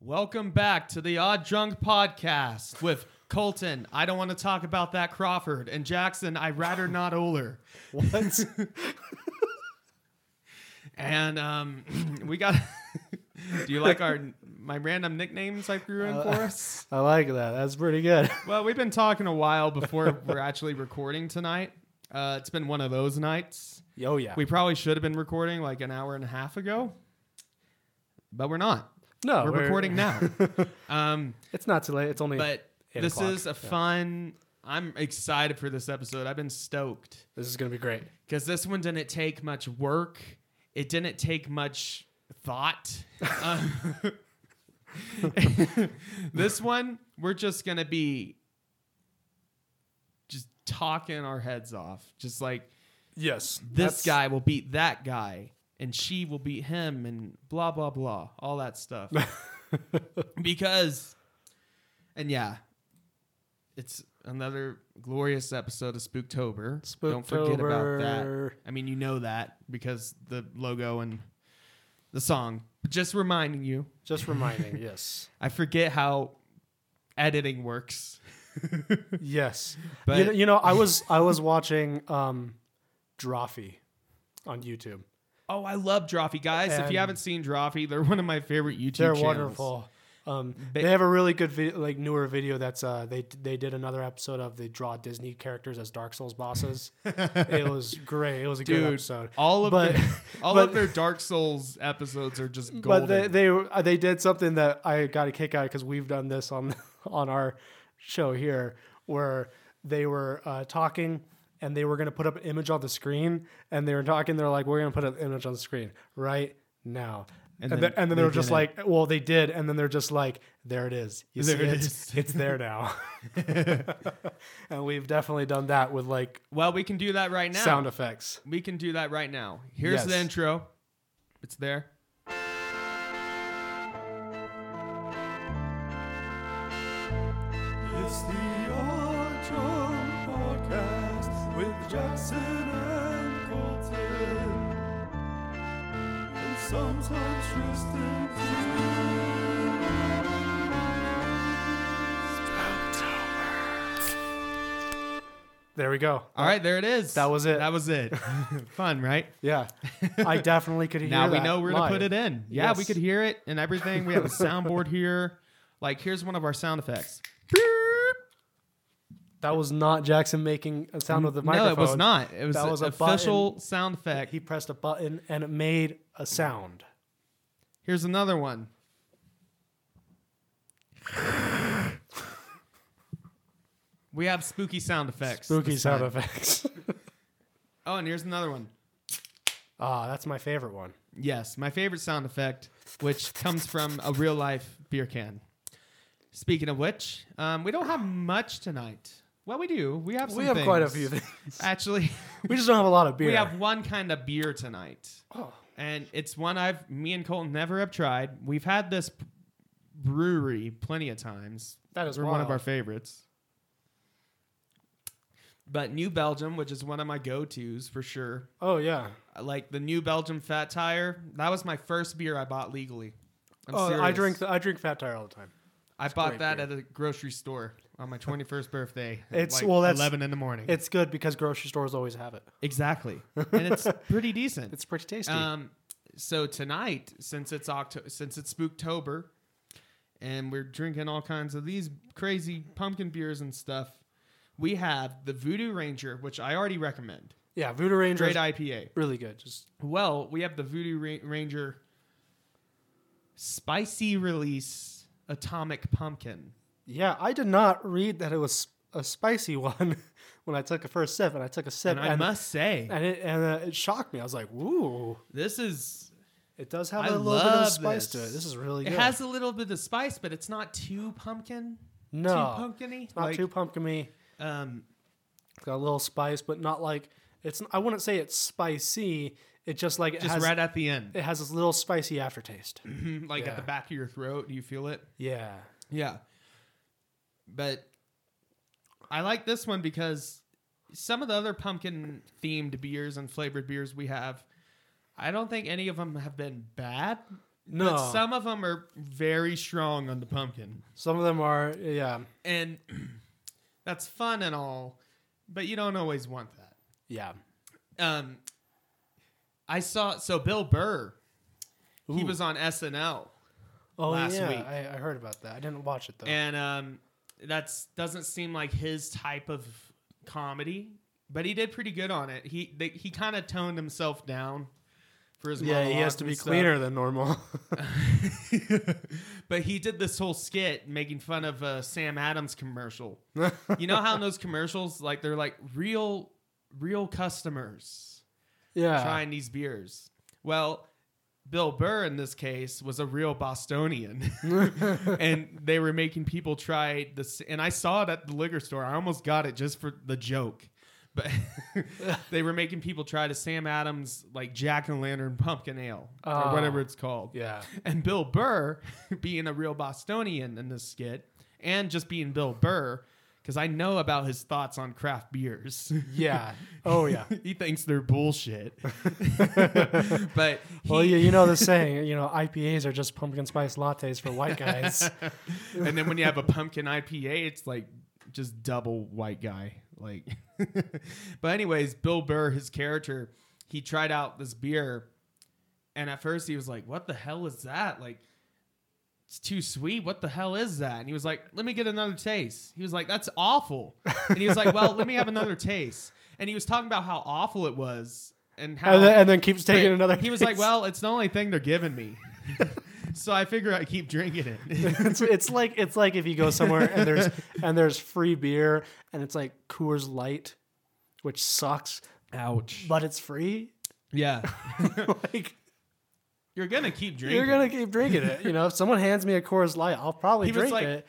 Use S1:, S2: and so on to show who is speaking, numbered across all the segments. S1: Welcome back to the Odd Drunk Podcast with Colton. I don't want to talk about that Crawford and Jackson. I rather not Oler.
S2: What?
S1: And um, we got. do you like our my random nicknames I threw in for us?
S2: I like that. That's pretty good.
S1: Well, we've been talking a while before we're actually recording tonight. Uh, it's been one of those nights.
S2: Oh yeah.
S1: We probably should have been recording like an hour and a half ago, but we're not.
S2: no,
S1: we're, recording now. um,
S2: It's not too late. It's only.
S1: but
S2: Eight
S1: this
S2: o'clock,
S1: is a
S2: yeah.
S1: fun. I'm excited for this episode. I've been stoked
S2: this is gonna be great.
S1: because this one didn't take much work. It didn't take much thought. Uh, this one, we're just gonna be just talking our heads off. Just like
S2: Yes.
S1: this guy will beat that guy, and she will beat him, and blah blah blah, all that stuff. because and yeah it's another glorious episode of spooktober don't forget about that
S2: Spooktober.
S1: i mean you know that because the logo and the song but just reminding you
S2: Just reminding. Yes.
S1: i forget how editing works
S2: Yes.
S1: But-
S2: But you know, you know, I was I was watching um, Drawfee on YouTube.
S1: oh i love drawfee guys if
S2: And-
S1: you haven't seen drawfee they're one of my favorite youtube
S2: They're
S1: channels.
S2: wonderful. Um,
S1: They-
S2: they, have a really good video, like newer video that's uh, they they did another episode of they draw Disney characters as Dark Souls bosses. it was great. It was a good
S1: dude
S2: episode.
S1: all of
S2: But-
S1: their, all of
S2: but-
S1: their dark souls episodes are just golden
S2: But they they uh, they did something that I got a kick out because we've done this on on our show here where they were uh, talking and they were going to put up an image on the screen and they were talking. They're like, "We're going to put up an image on the screen right now."
S1: And
S2: And, then,
S1: then
S2: and then
S1: they
S2: they were just
S1: didn't.
S2: like, "Well, they did," and then they're just like, "There it is. You
S1: There
S2: see,
S1: it
S2: it's,
S1: is."
S2: it's there now." and we've definitely done that with like
S1: well we can do that right now
S2: sound effects.
S1: We can do that right now. Here's the
S2: Yes.
S1: intro. It's there.
S3: It's the Odd Drunk Podcast with Jackson and Colton. And sometimes Tristan
S2: There we go.
S1: All right, there it is.
S2: That was it.
S1: That was it. Fun, right?
S2: Yeah, I definitely could hear.
S1: Now we
S2: that
S1: know we're going to put
S2: live.
S1: it in. Yeah, we
S2: Yes.
S1: could hear it and everything. We have a soundboard here. Like, here's one of our sound effects.
S2: That was not Jackson making a sound with the microphone.
S1: No, it was not. It was
S2: That was
S1: an
S2: a
S1: official sound effect.
S2: He pressed a button and it made a sound.
S1: Here's another one. we have spooky sound effects.
S2: Spooky
S1: this
S2: sound
S1: time.
S2: effects.
S1: Oh, and here's another one.
S2: Ah, that's my favorite one.
S1: Yes, my favorite sound effect, which comes from a real life beer can. Speaking of which, um, we don't have much tonight. Well, we do. We have some
S2: we have quite a
S1: things.
S2: few things.
S1: Actually,
S2: We just don't have a lot of beer.
S1: we have one kind of beer tonight,
S2: Oh.
S1: and it's one I've me and Colton never have tried. We've had this brewery plenty of times.
S2: That is
S1: We're one of
S2: wild.
S1: our favorites. But New Belgium, which is one of my go-tos for sure,
S2: Oh yeah.
S1: like the new Belgium Fat Tire. That was my first beer I bought legally. I'm
S2: oh, I
S1: serious.
S2: drink the, I drink Fat Tire all the time.
S1: I bought
S2: great
S1: that
S2: beer.
S1: at a grocery store on my 21st birthday. at
S2: It's-
S1: like
S2: well, that's-
S1: 11 in the morning.
S2: It's good because grocery stores always have it.
S1: exactly, and it's pretty decent.
S2: It's pretty tasty.
S1: um, so tonight, since it's October, since it's Spooktober, and we're drinking all kinds of these crazy pumpkin beers and stuff, we have the Voodoo Ranger, which I already recommend.
S2: yeah, Voodoo Ranger.
S1: Great
S2: is
S1: IPA.
S2: Really good. Just
S1: Well, we have the Voodoo Ra- Ranger spicy release atomic pumpkin.
S2: yeah. I did not read that it was a spicy one when I took a first sip, and I took a sip,
S1: And I must say,
S2: and it and uh, it shocked me. I was like, "Ooh,
S1: this is
S2: it does have
S1: I
S2: a little bit of
S1: love
S2: spice to
S1: this.
S2: it. This is really
S1: it
S2: good."
S1: has a little bit of spice, but it's not too pumpkin.
S2: no,
S1: Too pumpkiny.
S2: not
S1: like,
S2: too pumpkin-y.
S1: um
S2: It's got a little spice, but not like it's. I wouldn't say it's spicy. It just Mm. like it
S1: just
S2: has.
S1: right at the end.
S2: it has this little spicy aftertaste.
S1: like at the
S2: yeah.
S1: back of your throat. Do you feel it?
S2: yeah,
S1: Yeah. But I like this one because some of the other pumpkin themed beers and flavored beers we have, I don't think any of them have been bad.
S2: No,
S1: But
S2: some,
S1: some of them are very strong on the pumpkin.
S2: of them are. Yeah,
S1: And that's fun and all, but you don't always want that.
S2: yeah.
S1: Um, I saw, so Bill Burr, he
S2: Ooh.
S1: was on SNL.
S2: Oh,
S1: last
S2: yeah,
S1: week.
S2: I, I heard about that. I didn't watch it though.
S1: and um, that's doesn't seem like his type of comedy. But he did pretty good on it. He they, he kind of toned himself down for his
S2: yeah, he
S1: monologues
S2: has to
S1: and
S2: be
S1: stuff.
S2: cleaner than normal.
S1: but he did this whole skit making fun of a Sam Adams commercial. you know how in those commercials, like they're like real real customers
S2: yeah,
S1: trying these beers. Well, Bill Burr in this case was a real Bostonian. and they were making people try this and I saw it at the liquor store. I almost got it just for the joke. But they were making people try to Sam Adams like Jack and Lantern pumpkin ale
S2: Oh.
S1: or whatever it's called.
S2: yeah.
S1: And Bill Burr being a real Bostonian in this skit and just being Bill Burr because I know about his thoughts on craft beers.
S2: Yeah. Oh yeah.
S1: he thinks they're bullshit. but he,
S2: Well, you, you know the saying, you know, IPAs are just pumpkin spice lattes for white guys.
S1: and then when you have a pumpkin IPA, it's like just double white guy. Like, but anyways, Bill Burr, his character, he tried out this beer, and at first he was like, "What the hell is that? Like, it's too sweet. What the hell is that?" And he was like, "Let me get another taste." He was like, "That's awful," and he was like, "Well, let me have another taste." And he was talking about how awful it was and how
S2: and, then, and then keeps taking
S1: but
S2: another.
S1: He was like,
S2: taste.
S1: "Well, it's the only thing they're giving me." So I figure I keep drinking it.
S2: it's, it's like it's like if you go somewhere and there's and there's free beer and it's like Coors Light, which sucks,
S1: Ouch.
S2: but it's free.
S1: Yeah.
S2: like
S1: You're gonna keep drinking.
S2: you're gonna keep drinking it. You know, if someone hands me a Coors Light, I'll probably
S1: He was
S2: drink
S1: like-
S2: it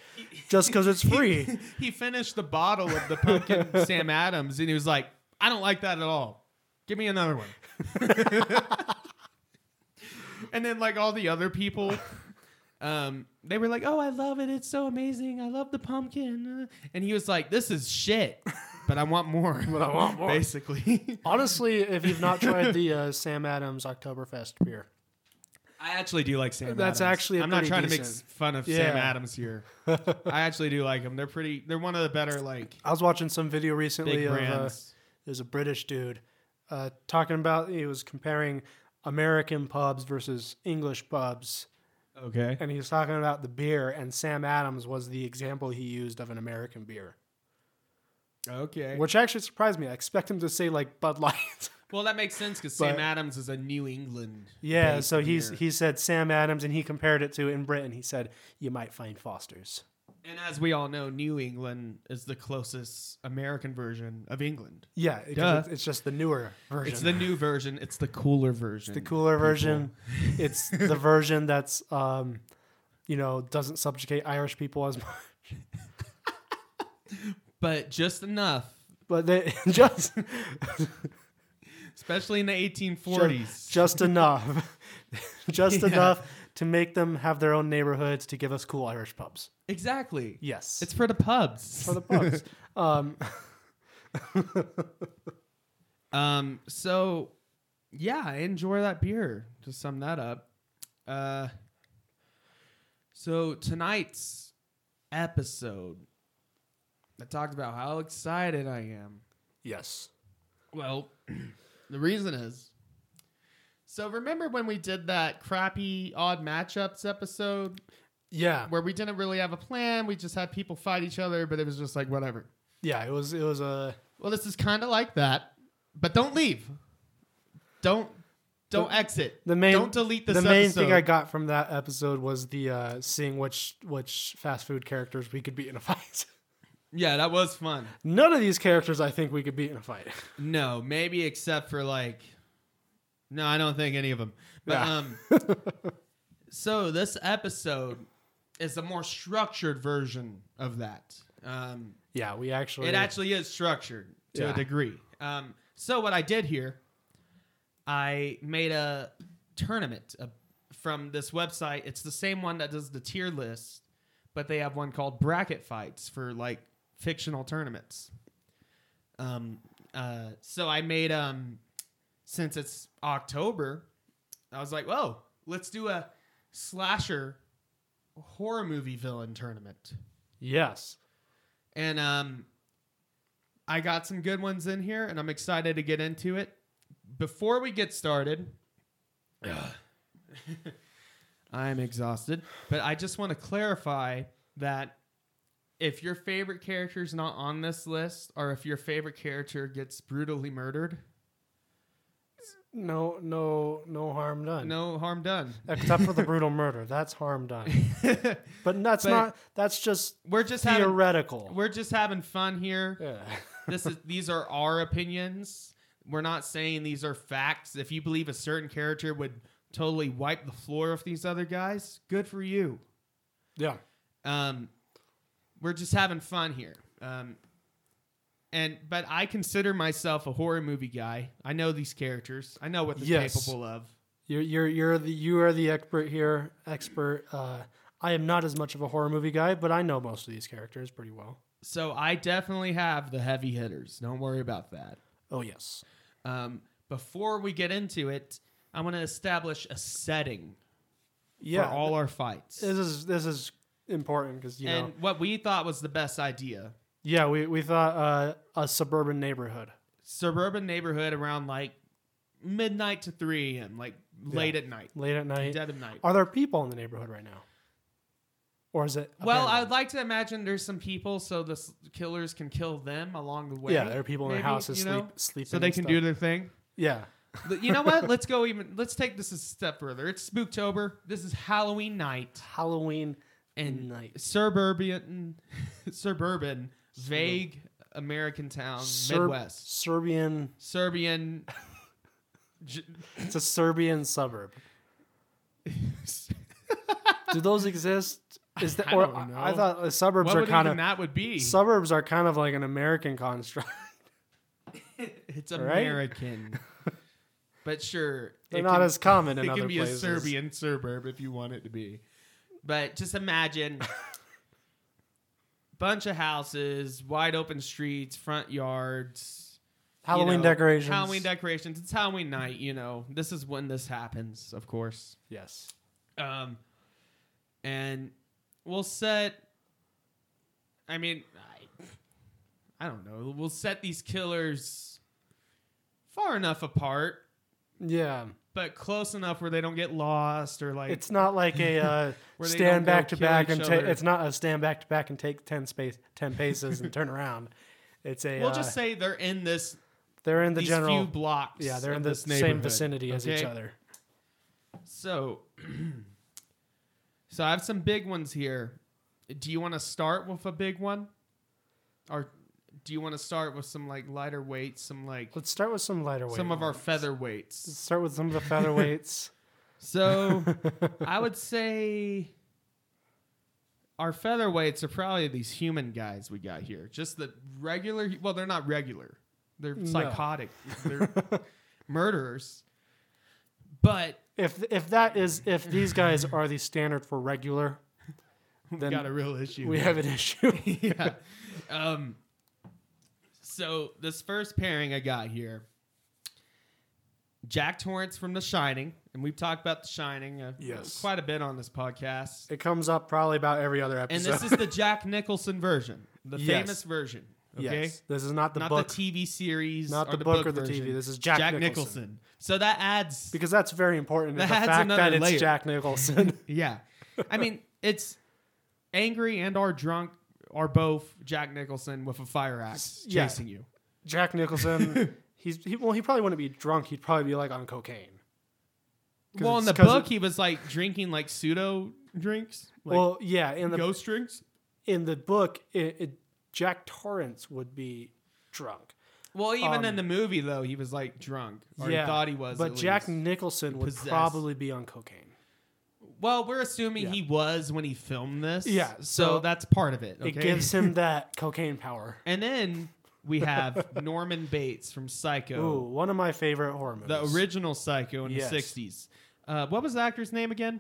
S2: just because it's free.
S1: He finished the bottle of the pumpkin Sam Adams and he was like, I don't like that at all. Give me another one. and then like all the other people um, they were like, "Oh, I love it! It's so amazing! I love the pumpkin!" uh," And he was like, "This is shit, but I want more."
S2: But I want more.
S1: Basically,
S2: Honestly, if you've not tried the uh, Sam Adams Oktoberfest beer,
S1: I actually do like Sam.
S2: That's
S1: Adams.
S2: actually a
S1: I'm not
S2: pretty
S1: trying to make
S2: decent-
S1: fun of
S2: Yeah.
S1: Sam Adams here. I actually do like them. They're pretty. They're one of the better like
S2: I was watching some video recently
S1: big
S2: of uh,
S1: brands.
S2: there's a British dude uh, talking about he was comparing American pubs versus English pubs,
S1: okay.
S2: and he was talking about the beer, and Sam Adams was the example he used of an American beer,
S1: Okay.
S2: which actually surprised me. I expect him to say like Bud Light.
S1: Well, that makes sense because
S2: But-
S1: Sam Adams is a New England.
S2: yeah,
S1: based
S2: so he's
S1: beer.
S2: he said Sam Adams, and he compared it to in Britain. He said you might find Foster's.
S1: and as we all know, New England is the closest American version of England.
S2: Yeah, it- 'cause
S1: Duh.
S2: it's, it's just the newer version.
S1: It's the new version. It's the cooler version.
S2: the cooler version. it's the version that's um, you know doesn't subjugate Irish people as much.
S1: but just enough,
S2: But they just
S1: especially in the 1840s.
S2: just, just enough, just enough to make them have their own neighborhoods to give us cool Irish pubs.
S1: exactly.
S2: Yes,
S1: It's for the pubs.
S2: for the pubs. um,
S1: Um, so yeah, I enjoy that beer. To sum that up. Uh so tonight's episode I talked about how excited I am.
S2: yes.
S1: Well, the reason is so remember when we did that crappy odd matchups episode
S2: Yeah,
S1: where we didn't really have a plan, we just had people fight each other, but it was just like whatever.
S2: yeah. It was it was uh, a
S1: Well, this is kind of like that, but don't leave. Don't don't exit.
S2: the main
S1: don't delete this.
S2: The main
S1: episode.
S2: thing I got from that episode was the uh, seeing which which fast food characters we could beat in a fight.
S1: yeah, that was fun.
S2: None of these characters I think we could beat in a fight.
S1: No, maybe except for like, no, I don't think any of them. But
S2: Yeah.
S1: um, so this episode is a more structured version of that. Um,
S2: Yeah, we actually.
S1: It actually is structured to
S2: Yeah.
S1: a degree. Um, so what I did here, I made a tournament uh, from this website. It's the same one that does the tier list, but they have one called Bracket Fights for like fictional tournaments. Um, uh, so I made um, since it's October, I was like, whoa, let's do a slasher horror movie villain tournament.
S2: Yes.
S1: And um, I got some good ones in here, and I'm excited to get into it. Before we get started, I'm exhausted, but I just want to clarify that if your favorite character is not on this list, or if your favorite character gets brutally murdered,
S2: No, no, no harm done.
S1: no harm done.
S2: Except for the brutal murder. That's harm done. But that's
S1: But-
S2: not. That's just
S1: we're just having
S2: theoretical.
S1: we're just having fun here.
S2: yeah.
S1: this is these are our opinions. We're not saying these are facts. If you believe a certain character would totally wipe the floor with these other guys, good for you.
S2: yeah.
S1: Um, we're just having fun here. Um, and but I consider myself a horror movie guy. I know these characters. I know what they're
S2: Yes.
S1: capable of.
S2: You're you're you're the you are the expert here. Expert. Uh, I am not as much of a horror movie guy, but I know most of these characters pretty well.
S1: So I definitely have the heavy hitters. Don't worry about that.
S2: Oh yes.
S1: Um, before we get into it, I want to establish a setting
S2: Yeah.
S1: for all our fights.
S2: this is this is important because you
S1: and
S2: know.
S1: what we thought was the best idea
S2: Yeah, we we thought uh, a suburban neighborhood.
S1: suburban neighborhood around like midnight to 3 a.m like late at night
S2: late at night.
S1: dead of night
S2: Are there people in the neighborhood right now, or is it?
S1: well i
S2: abandoned?
S1: would like to imagine there's some people so the s- killers can kill them along the way
S2: yeah, there are people in
S1: maybe,
S2: their houses
S1: you know,
S2: sleep sleeping.
S1: so they
S2: and
S1: can
S2: stuff.
S1: do their thing
S2: Yeah,
S1: But you know what let's go even let's take this a step further it's spooktober this is halloween night
S2: Halloween
S1: and
S2: night.
S1: suburban suburban vague american town
S2: Serb-
S1: midwest
S2: Serbian.
S1: serbian j-
S2: It's a Serbian suburb. Do those exist? Is that
S1: I
S2: or
S1: don't
S2: I I
S1: know.
S2: thought the suburbs
S1: what
S2: are
S1: would
S2: kind
S1: even
S2: of
S1: that would be?
S2: suburbs are kind of like an American construct.
S1: it's
S2: right?
S1: American, but sure,
S2: They're
S1: it
S2: not
S1: can-
S2: as common in
S1: It
S2: other
S1: can be
S2: places.
S1: a Serbian suburb if you want it to be, but just imagine bunch of houses, wide open streets, front yards, you
S2: Halloween
S1: know,
S2: decorations.
S1: Halloween decorations. It's Halloween night, you know. This is when this happens, of course.
S2: Yes.
S1: Um, and we'll set. I mean, I, I don't know. We'll set these killers far enough apart,
S2: Yeah.
S1: but close enough where they don't get lost or like.
S2: It's not like a uh,
S1: Where they don't
S2: stand
S1: go
S2: back to
S1: kill
S2: back
S1: each
S2: and ta-
S1: other.
S2: it's not a stand back to back and take ten space ten paces and turn around. It's a
S1: we'll
S2: uh,
S1: just say they're in this
S2: they're in the
S1: these
S2: general
S1: few blocks.
S2: yeah they're
S1: of
S2: in the
S1: this
S2: same
S1: neighborhood,
S2: vicinity as each
S1: okay?
S2: other.
S1: So, so I have some big ones here. Do you want to start with a big one, or do you want to start with some like lighter weights, some like
S2: Let's start with some lighter weight.
S1: some of our
S2: ones. Let's
S1: featherweights.
S2: start with some of the featherweights.
S1: So I would say our featherweights are probably these human guys we got here. Just the regular. Well, they're not regular. They're
S2: No.
S1: psychotic. They're murderers. But
S2: if if that is if these guys are the standard for regular,
S1: we
S2: then
S1: got a real issue.
S2: we
S1: here.
S2: have an issue.
S1: yeah. Um. So this first pairing I got here, Jack Torrance from The Shining, and we've talked about The Shining uh,
S2: Yes.
S1: quite a bit on this podcast.
S2: It comes up probably about every other
S1: And
S2: episode.
S1: this is the Jack Nicholson version, the
S2: Yes.
S1: famous version. Okay.
S2: yes, this is not the
S1: not
S2: book,
S1: the TV series,
S2: not
S1: or
S2: the, book, or the
S1: version.
S2: TV. This is Jack,
S1: Jack
S2: Nicholson.
S1: Nicholson. So that adds,
S2: because that's very important.
S1: That
S2: the
S1: adds
S2: fact that
S1: another
S2: it's
S1: layer.
S2: Jack Nicholson.
S1: yeah. I mean, it's angry and are drunk are both Jack Nicholson with a fire axe
S2: Yeah.
S1: chasing you.
S2: Jack Nicholson. He's he, well. He probably wouldn't be drunk. He'd probably be like on cocaine. 'Cause
S1: Well, in
S2: it's-
S1: the
S2: 'cause
S1: book,
S2: it-
S1: he was like drinking like pseudo drinks, like
S2: well, yeah. In the
S1: ghost drinks.
S2: in the book, it, it, Jack Torrance would be drunk.
S1: Well, even
S2: um,
S1: in the movie though, he was like drunk, or
S2: yeah,
S1: he thought he was.
S2: But
S1: at
S2: Jack
S1: least.
S2: Nicholson would
S1: Possessed.
S2: probably be on cocaine.
S1: well, we're assuming
S2: Yeah.
S1: he was when he filmed this.
S2: Yeah,
S1: so,
S2: so
S1: that's part of it. Okay?
S2: It gives him that cocaine power.
S1: and then we have Norman Bates from
S2: Ooh,
S1: Psycho,
S2: one of my favorite horror movies.
S1: Oh. the original Psycho in
S2: Yes.
S1: the '60s. Uh, what was the actor's name again?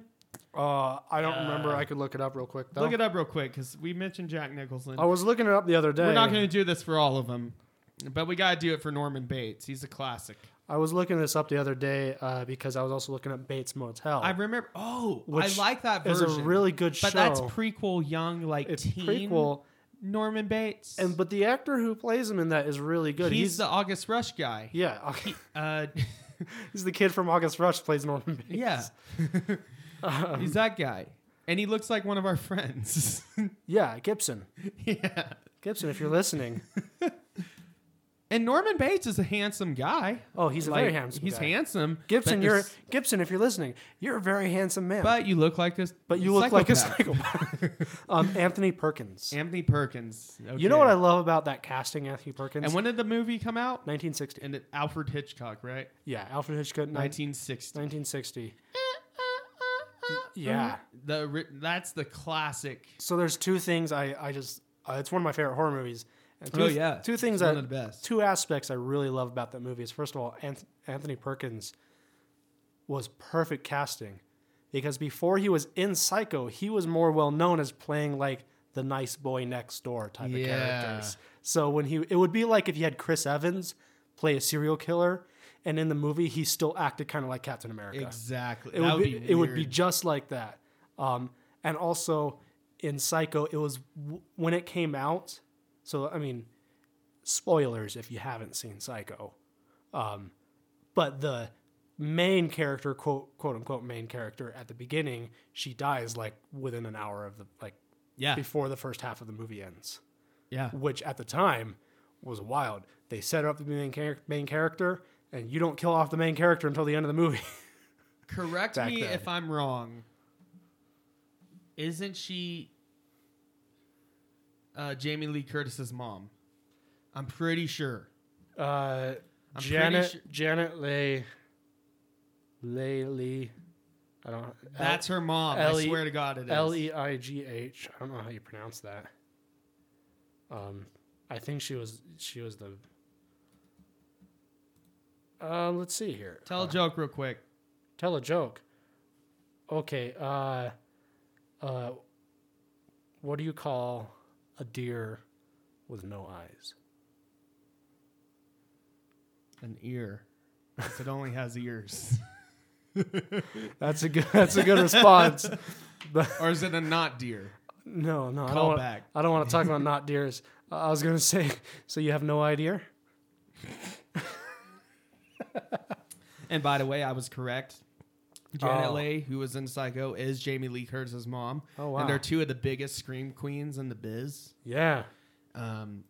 S2: Uh, I don't remember.
S1: Uh,
S2: I could look it up real quick though.
S1: Look it up real quick because we mentioned Jack Nicholson.
S2: I was looking it up the other day.
S1: We're not going to do this for all of them, but we got to do it for Norman Bates. He's a classic.
S2: I was looking this up the other day uh, because I was also looking up Bates Motel.
S1: I remember. Oh,
S2: Which
S1: I like that
S2: is
S1: version.
S2: a really good
S1: but that's
S2: show.
S1: prequel, young like
S2: it's
S1: teen
S2: prequel,
S1: Norman Bates.
S2: and but the actor who plays him in that is really good.
S1: he's, the August Rush guy.
S2: yeah,
S1: Uh,
S2: he's the kid from August Rush plays Norman Bates.
S1: yeah,
S2: Um,
S1: he's that guy, and he looks like one of our friends.
S2: yeah, Gibson,
S1: yeah,
S2: Gibson, if you're listening,
S1: and Norman Bates is a handsome guy.
S2: oh, he's a very
S1: Like,
S2: handsome.
S1: He's
S2: guy.
S1: handsome.
S2: Gibson,
S1: but
S2: you're
S1: there's-
S2: Gibson. If you're listening, you're a very handsome man.
S1: But you look like this.
S2: But you look like a psychopath. um, Anthony Perkins.
S1: Anthony Perkins.
S2: You know what I
S1: Okay.
S2: love about that casting, Anthony Perkins?
S1: And when did the movie come out?
S2: 1960.
S1: And it, Alfred Hitchcock, right?
S2: yeah, Alfred Hitchcock, nin-
S1: 1960.
S2: 1960. Yeah.
S1: The ri- that's the classic.
S2: So there's two things I, I just, uh, it's one of my favorite horror movies. And two,
S1: Oh, yeah.
S2: Two things
S1: It's one
S2: that,
S1: of the best.
S2: two aspects I really love about that movie is first of all, Anth- Anthony Perkins was perfect casting because before he was in Psycho, he was more well known as playing like the nice boy next door type of
S1: Yeah.
S2: characters. So when he, it would be like if you had Chris Evans play a serial killer, and in the movie he still acted kind of like Captain America.
S1: Exactly.
S2: It
S1: that
S2: would, be, it would be
S1: weird.
S2: just like that. Um, and also in Psycho, it was w- when it came out. So I mean, spoilers if you haven't seen Psycho, um, but the main character, quote quote unquote main character, at the beginning, she dies like within an hour of the like
S1: yeah,
S2: before the first half of the movie ends
S1: yeah.
S2: which at the time was wild. They set up the main, char- main character, and you don't kill off the main character until the end of the movie.
S1: Correct
S2: back
S1: me
S2: then.
S1: if I'm wrong. Isn't she uh, Jamie Lee Curtis's mom? I'm pretty sure.
S2: Uh,
S1: I'm pretty
S2: Janet,
S1: su-
S2: Janet Lay, Lay Lee. I don't. L-
S1: That's her mom. I
S2: L.E.
S1: swear to God, it is.
S2: L e i g h. I don't know how you pronounce that. Um, I think she was she was the. Uh, let's see here.
S1: Tell a joke real quick.
S2: tell a joke. Okay, uh, uh, what do you call a deer with no eyes?
S1: An ear. 'Cause it only has ears.
S2: That's a good. That's a good response. But
S1: or is it a not deer?
S2: no, no, I
S1: Call
S2: don't. Wanna,
S1: back.
S2: I don't want to talk about not deers. Uh, I was gonna say. So you have no idea?
S1: And by the way, I was correct. Janet
S2: Oh.
S1: Leigh, who was in Psycho, is Jamie Lee Curtis's mom.
S2: Oh, wow.
S1: And they're two of the biggest scream queens in the biz.
S2: Yeah.
S1: Um,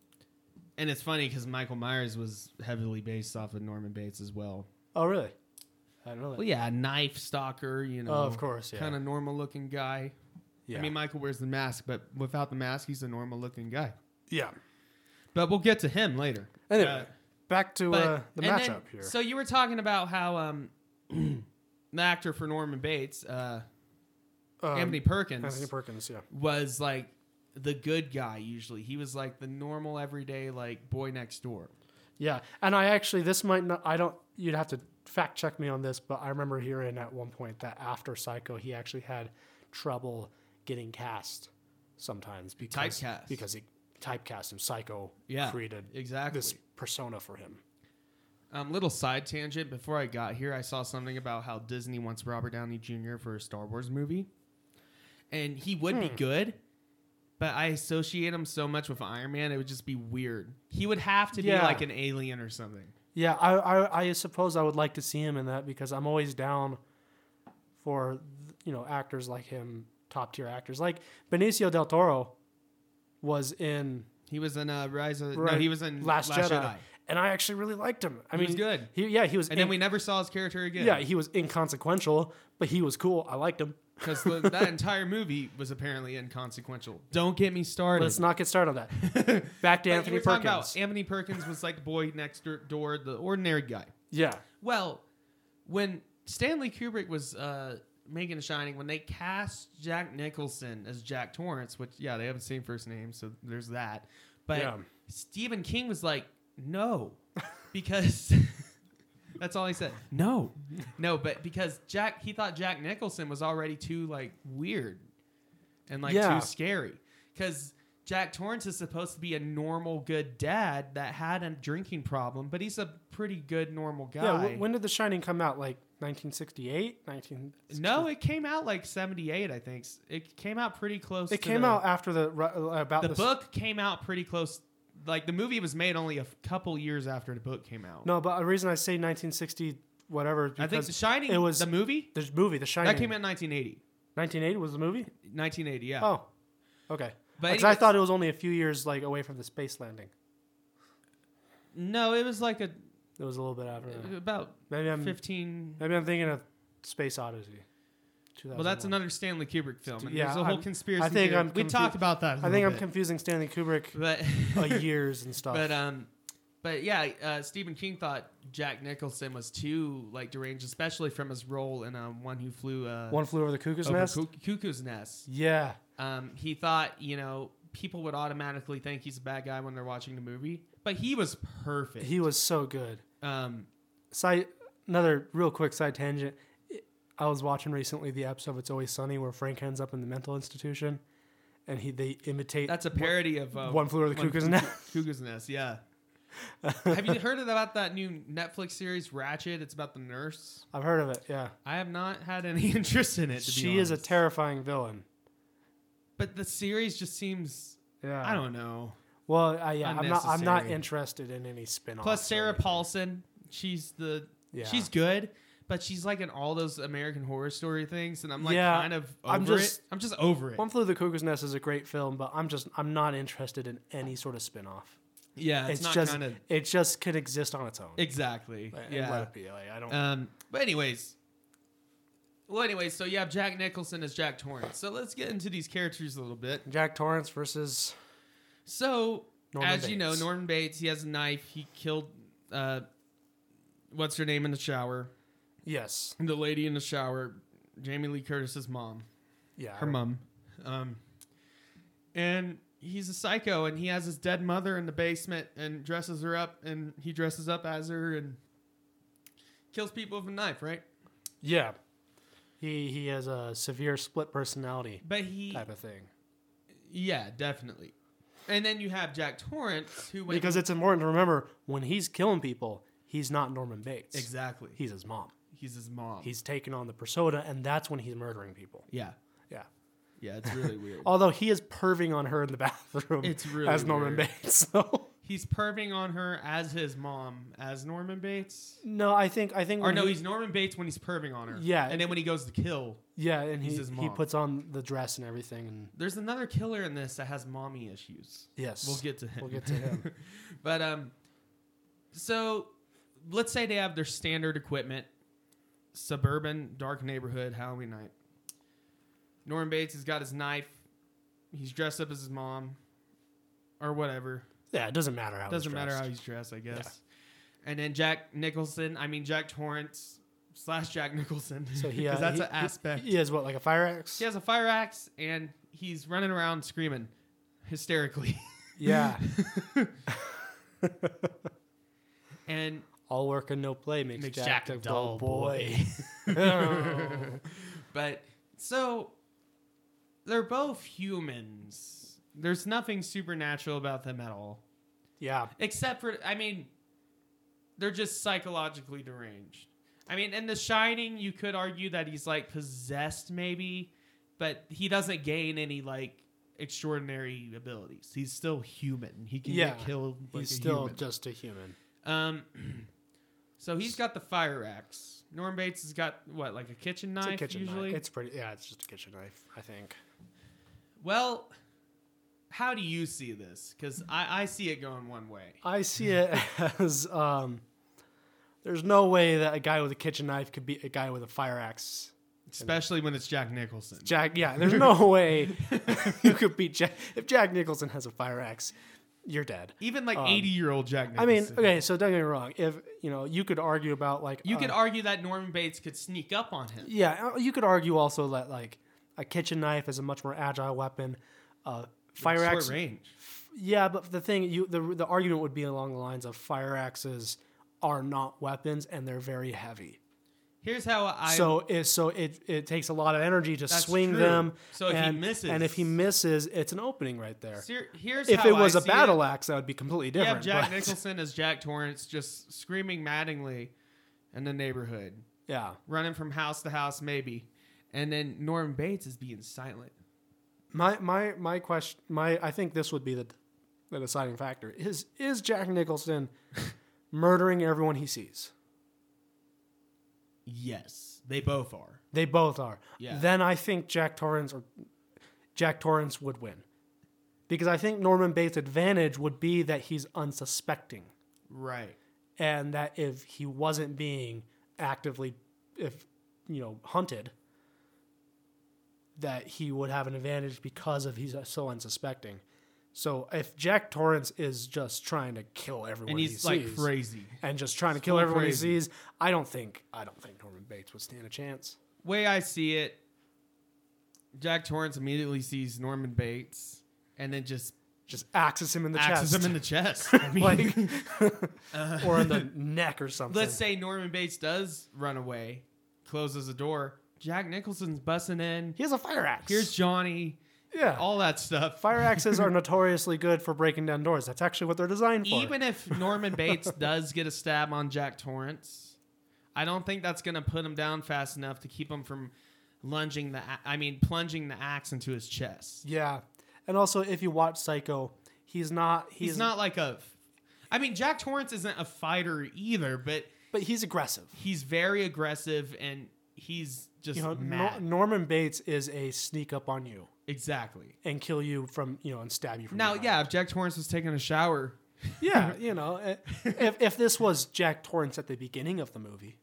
S1: and it's funny because Michael Myers was heavily based off of Norman Bates as well.
S2: Oh really? I don't know that.
S1: Well, yeah, knife stalker, you know.
S2: Oh, of course, yeah.
S1: Kind of normal looking guy.
S2: yeah.
S1: I mean, Michael wears the mask, but without the mask, he's a normal looking guy.
S2: yeah.
S1: But we'll get to him later.
S2: Anyway,
S1: Uh,
S2: back to
S1: But-
S2: uh, the
S1: and
S2: matchup
S1: then-
S2: here.
S1: So you were talking about how um, the actor for Norman Bates, uh,
S2: Um,
S1: Anthony Perkins,
S2: Anthony Perkins. Yeah.
S1: was like the good guy. Usually, he was like the normal, everyday, like boy next door.
S2: Yeah, and I actually this might not. I don't. You'd have to fact check me on this, but I remember hearing at one point that after Psycho, he actually had trouble getting cast sometimes because
S1: Typecast.
S2: because he typecast him. Psycho
S1: Yeah,
S2: created
S1: exactly.
S2: this persona for him.
S1: Um, little side tangent. Before I got here, I saw something about how Disney wants Robert Downey Jr. for a Star Wars movie, and he would be good. But I associate him so much with Iron Man, it would just be weird. He would have to
S2: Yeah.
S1: be like an alien or something.
S2: Yeah, I, I I suppose I would like to see him in that because I'm always down for you know actors like him, top tier actors like Benicio del Toro was in
S1: He was in uh, Rise of
S2: Right.
S1: No, he was in
S2: Last, Jedi.
S1: Jedi.
S2: and I actually really liked him. I
S1: He
S2: mean,
S1: was good.
S2: He, yeah, he was.
S1: And
S2: in-
S1: then we never saw his character again.
S2: yeah, he was inconsequential, but he was cool. I liked him.
S1: because that entire movie was apparently inconsequential. Don't get me started.
S2: Let's not get started on that. Back
S1: But
S2: to
S1: you
S2: Anthony
S1: were talking about
S2: Perkins.
S1: Anthony Perkins was like the boy next door- door, the ordinary guy.
S2: yeah,
S1: Well, when Stanley Kubrick was uh, making The Shining, when they cast Jack Nicholson as Jack Torrance, which yeah, they have the same first name, so there's that. But
S2: Yeah.
S1: Stephen King was like, no, because that's all he said. No, no, but because Jack, he thought Jack Nicholson was already too like weird and like
S2: Yeah.
S1: too scary because Jack Torrance is supposed to be a normal, good dad that had a drinking problem, but he's a pretty good, normal guy.
S2: Yeah. w- when did The Shining come out? Like 1968, 19.
S1: no, it came out like 78, I think. S- It came out pretty close.
S2: It
S1: to
S2: came
S1: the,
S2: out after the ru- uh, about
S1: The
S2: this-
S1: book came out pretty close. Like the movie was made only a f- couple years after the book came out.
S2: No, but the reason I say 1960 whatever is
S1: I
S2: because
S1: think The Shining,
S2: it was
S1: the movie,
S2: the movie The Shining.
S1: that came out in 1980.
S2: 1980 was the movie.
S1: 1980, yeah.
S2: Oh, okay.
S1: But
S2: Because I
S1: anyways-
S2: thought it was only a few years like away from the space landing.
S1: No, it was like a
S2: It was a little bit after. that.
S1: about
S2: Maybe I'm
S1: 15.
S2: maybe I'm thinking of Space Odyssey.
S1: Well, that's
S2: 2001.
S1: another Stanley Kubrick film. And
S2: Yeah,
S1: there's a whole
S2: I'm-
S1: conspiracy.
S2: I think
S1: theory.
S2: I'm
S1: we
S2: confu-
S1: talked about that. I
S2: I think I'm confusing Stanley Kubrick uh,
S1: but
S2: years and stuff.
S1: but um, but yeah, uh, Stephen King thought Jack Nicholson was too like deranged, especially from his role in um, one who flew uh,
S2: One flew over the cuckoo's
S1: over
S2: nest.
S1: Cuck- cuckoo's nest.
S2: yeah,
S1: Um, he thought you know people would automatically think he's a bad guy when they're watching the movie, but he was perfect.
S2: he was so good.
S1: um,
S2: Side another real quick side tangent. I was watching recently the episode of It's Always Sunny where Frank ends up in the mental institution, and he they imitate.
S1: that's a parody of uh,
S2: One Flew Over the
S1: One
S2: Cuckoo's
S1: Cuckoo-
S2: Nest.
S1: Cuckoo's Nest, yeah. Have you heard about that new Netflix series Ratchet? It's about the nurse.
S2: I've heard of it. Yeah,
S1: I have not had any interest in it. To
S2: she
S1: be
S2: is a
S1: honest.
S2: terrifying villain.
S1: But the series just seems.
S2: Yeah,
S1: I don't know.
S2: Well, I, yeah, I'm not. I'm not
S1: Unnecessary.
S2: interested in any spin-offs.
S1: Plus Sarah
S2: or anything.
S1: Paulson, she's the.
S2: Yeah.
S1: She's good, but she's like in all those American Horror Story things, and I'm like
S2: Yeah,
S1: kind of over
S2: I'm just-
S1: it. I'm just over it.
S2: One Flew Over the Cuckoo's Nest is a great film, but I'm just I'm not interested in any sort of spin-off.
S1: yeah, it's,
S2: It's,
S1: not
S2: just
S1: kind of
S2: it just could exist on its own.
S1: exactly.
S2: And let
S1: yeah.
S2: it be. Like, I don't.
S1: Um. But anyways. Well, anyways, so you have Jack Nicholson as Jack Torrance. So let's get into these characters a little bit.
S2: Jack Torrance versus
S1: So,
S2: Norman
S1: as you know,
S2: Bates.
S1: Norman Bates, he has a knife. He killed, uh, what's her name in the shower?
S2: yes,
S1: The lady in the shower, Jamie Lee Curtis's mom,
S2: yeah,
S1: her mom. Um, and he's a psycho, and he has his dead mother in the basement and dresses her up, and he dresses up as her and kills people with a knife, right?
S2: yeah. He he has a severe split personality
S1: But he,
S2: type of thing
S1: yeah, definitely. And then you have Jack Torrance, who went
S2: because it's important to remember when he's killing people, he's not Norman Bates.
S1: exactly
S2: He's his mom.
S1: he's his mom.
S2: He's taking on the persona, and that's when he's murdering people.
S1: yeah,
S2: Yeah.
S1: yeah, it's really weird.
S2: Although he is perving on her in the bathroom
S1: It's really
S2: as Norman
S1: weird.
S2: Bates. So.
S1: He's perving on her as his mom, as Norman Bates.
S2: No, I think I think
S1: Or
S2: when
S1: no,
S2: he-
S1: he's Norman Bates when he's perving on her.
S2: Yeah.
S1: And then when he goes to kill,
S2: yeah, and
S1: he's
S2: he,
S1: his
S2: he
S1: mom.
S2: puts on the dress and everything and
S1: there's another killer in this that has mommy issues.
S2: yes.
S1: We'll get to him.
S2: We'll get to him.
S1: but um so let's say they have their standard equipment. Suburban, dark neighborhood, Halloween night. Norman Bates has got his knife. He's dressed up as his mom. Or whatever.
S2: yeah, it doesn't matter how
S1: Doesn't
S2: he's
S1: matter how
S2: dressed.
S1: he's dressed, I guess. And then Jack Nicholson, I mean Jack Torrance slash Jack Nicholson,
S2: So he, uh,
S1: because that's
S2: he-
S1: an aspect.
S2: He has what, like a fire axe?
S1: He has a fire axe and he's running around screaming hysterically,
S2: Yeah.
S1: and
S2: All work and no play makes,
S1: makes
S2: Jack,
S1: Jack
S2: a
S1: a dull boy. Oh. but so they're both humans. There's nothing supernatural about them at all,
S2: yeah.
S1: except for I mean, they're just psychologically deranged. I mean, in The Shining, you could argue that he's like possessed, maybe, but he doesn't gain any like extraordinary abilities. He's still human. He can
S2: Yeah.
S1: get killed. like
S2: he's
S1: a
S2: still
S1: human.
S2: just a human.
S1: Um, so he's got the fire axe. Norm Bates has got what, like a kitchen
S2: It's
S1: knife
S2: a kitchen
S1: usually.
S2: knife. It's pretty yeah, it's just a kitchen knife, I think.
S1: well, how do you see this? Because I, I see it going one way.
S2: I see it as um there's no way that a guy with a kitchen knife could beat a guy with a fire axe.
S1: Especially when it's Jack Nicholson.
S2: Jack, yeah, there's no way you could beat Jack. If Jack Nicholson has a fire axe, you're dead.
S1: Even like
S2: Um,
S1: eighty year old Jack
S2: I
S1: Nicholson.
S2: mean, okay, so don't get me wrong. If you know, you could argue about like
S1: You
S2: uh,
S1: could argue that Norman Bates could sneak up on him.
S2: yeah, uh, you could argue also that like a kitchen knife is a much more agile weapon. Uh, fire
S1: Short
S2: axe,
S1: range.
S2: yeah, but the thing you the the argument would be along the lines of fire axes are not weapons and they're very heavy.
S1: Here's how I
S2: so it so it it takes a lot of energy to
S1: That's
S2: swing
S1: true.
S2: them.
S1: So if he
S2: and,
S1: misses-
S2: and if he misses, it's an opening right there.
S1: ser- here's
S2: if
S1: how
S2: it was
S1: a
S2: a battle axe, that would be completely
S1: you have
S2: different.
S1: Jack
S2: but-
S1: Nicholson as Jack Torrance just screaming Mattingly in the neighborhood,
S2: yeah,
S1: running from house to house, maybe, and then Norman Bates is being silent.
S2: my my my question, my I think this would be the the deciding factor is is Jack Nicholson murdering everyone he sees.
S1: Yes, they both are.
S2: They both are.
S1: Yeah.
S2: Then I think Jack Torrance or Jack Torrance would win. Because I think Norman Bates' advantage would be that he's unsuspecting
S1: Right.
S2: and that if he wasn't being actively if you know hunted that he would have an advantage because of he's uh, so unsuspecting. So if Jack Torrance is just trying to kill everyone
S1: And he's
S2: he
S1: like
S2: sees
S1: crazy.
S2: and just trying to kill
S1: full
S2: everyone
S1: crazy.
S2: he sees, I don't think I don't think Norman Bates would stand a chance.
S1: Way I see it, Jack Torrance immediately sees Norman Bates and then just
S2: Just axes him in the
S1: axes
S2: chest.
S1: him in the chest. I mean,
S2: like uh, or in the neck or something.
S1: let's say Norman Bates does run away, closes the door. Jack Nicholson's bussing in.
S2: he has a fire axe.
S1: Here's Johnny.
S2: yeah.
S1: All that stuff.
S2: fire axes are notoriously good for breaking down doors. That's actually what they're designed for.
S1: Even if Norman Bates does get a stab on Jack Torrance, I don't think that's going to put him down fast enough to keep him from lunging the a- I mean plunging the axe into his chest.
S2: yeah. And also if you watch Psycho, he's not he's,
S1: He's, not like a I mean Jack Torrance isn't a fighter either, but
S2: but he's aggressive.
S1: he's very aggressive and he's just
S2: You know, Nor-
S1: mad.
S2: Norman Bates is a sneak up on you
S1: exactly.
S2: and kill you from, you know, and stab you from
S1: Now,
S2: behind.
S1: yeah, if Jack Torrance was taking a shower,
S2: Yeah, you know, eh, if if this was Jack Torrance at the beginning of the movie,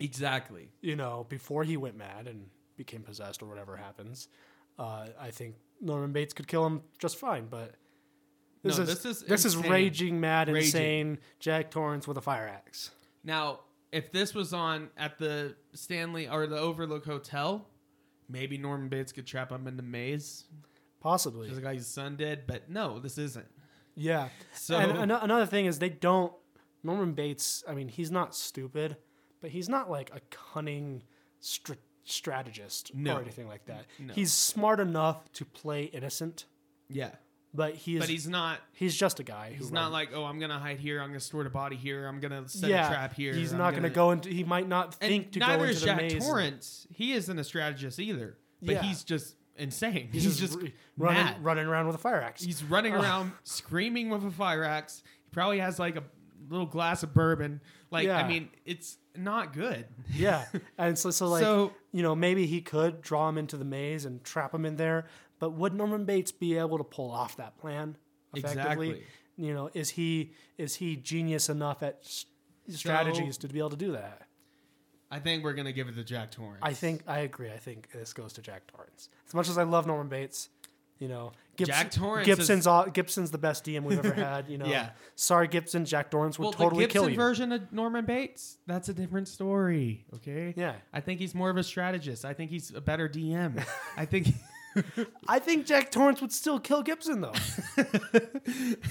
S1: exactly.
S2: you know, before he went mad and became possessed or whatever happens, uh, I think Norman Bates could kill him just fine. But this
S1: No,
S2: is
S1: this
S2: this
S1: is
S2: is,
S1: insane.
S2: raging mad,
S1: Raging.
S2: insane Jack Torrance with a fire axe.
S1: Now, if this was on at the Stanley or the Overlook Hotel, maybe Norman Bates could trap him in the maze,
S2: Possibly,
S1: just like his son did. But no, this isn't.
S2: yeah.
S1: So-
S2: and ano- another thing is they don't Norman Bates. I mean, he's not stupid, but he's not like a cunning str- strategist
S1: No.
S2: or anything like that.
S1: No.
S2: He's smart enough to play innocent,
S1: Yeah,
S2: but he is.
S1: but he's not.
S2: he's just a guy.
S1: He's
S2: who
S1: not
S2: runs-
S1: like, oh, I'm gonna hide here. I'm gonna store the body here. I'm gonna set a trap here.
S2: He's
S1: I'm
S2: not going to go into. He might not
S1: And
S2: think to
S1: neither
S2: go into
S1: is
S2: the
S1: Jack
S2: maze. and-
S1: Torrance. He isn't a strategist either. But
S2: Yeah.
S1: he's just insane.
S2: He's,
S1: He's,
S2: just,
S1: just
S2: r- running,
S1: mad.
S2: running around with a fire axe.
S1: He's running around screaming with a fire axe. He probably has like a little glass of bourbon. Like, I
S2: Yeah.
S1: mean, it's not good.
S2: yeah, and so, so like
S1: So-
S2: you know, maybe he could draw him into the maze and trap him in there. But would Norman Bates be able to pull off that plan effectively?
S1: Exactly.
S2: You know, is he is he genius enough at s- strategies to be able to do that?
S1: I think we're gonna give it to Jack Torrance.
S2: I think I agree. I think this goes to Jack Torrance. As much as I love Norman Bates, you know, Gibson,
S1: Jack Torrance is-
S2: Gibson's all, Gibson's the best DM we've ever had. You know,
S1: Yeah.
S2: Sorry, Gibson. Jack Torrance would
S1: well,
S2: totally
S1: the Gibson
S2: kill you.
S1: version of Norman Bates, that's a different story. Okay.
S2: Yeah.
S1: I think he's more of a strategist. I think he's a better DM. I think
S2: I think Jack Torrance would still kill Gibson though.
S1: what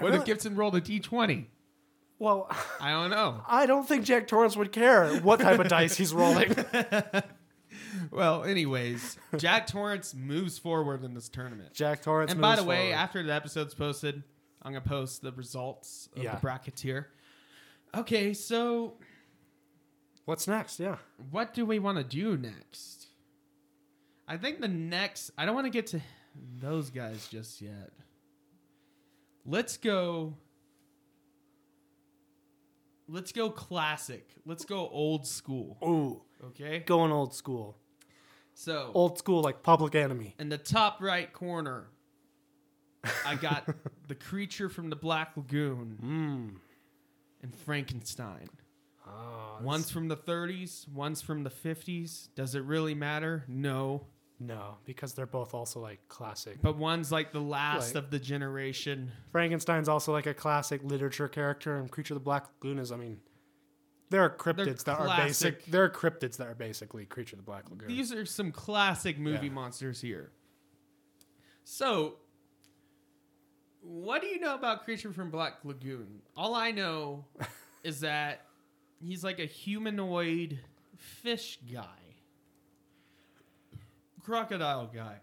S2: really-
S1: if Gibson rolled a D twenty?
S2: well,
S1: I don't know.
S2: I don't think Jack Torrance would care what type of dice he's rolling.
S1: Well, anyways, Jack Torrance moves forward in this tournament.
S2: Jack Torrance.
S1: And by
S2: moves
S1: the way,
S2: forward.
S1: after the episode's posted, I'm gonna post the results of
S2: Yeah.
S1: the bracketeer. Okay, so
S2: what's next? Yeah,
S1: what do we want to do next? I think the next. I don't want to get to those guys just yet. Let's go. Let's go classic. Let's go old school.
S2: ooh,
S1: Okay.
S2: going old school,
S1: So
S2: old school like Public Enemy.
S1: in the top right corner, I got the creature from the Black Lagoon
S2: Hmm.
S1: and Frankenstein. One's from the 30s, one's from the 50s. Does it really matter? No.
S2: No, because they're both also like classic.
S1: But one's like the last
S2: Right.
S1: of the generation.
S2: Frankenstein's also like a classic literature character, and Creature of the Black Lagoon is. I mean, there are cryptids that are
S1: classic.
S2: basic. There are cryptids that are basically Creature of the Black Lagoon.
S1: These are some classic movie
S2: Yeah.
S1: monsters here. So, what do you know about Creature from Black Lagoon? All I know is that he's like a humanoid fish guy, crocodile guy.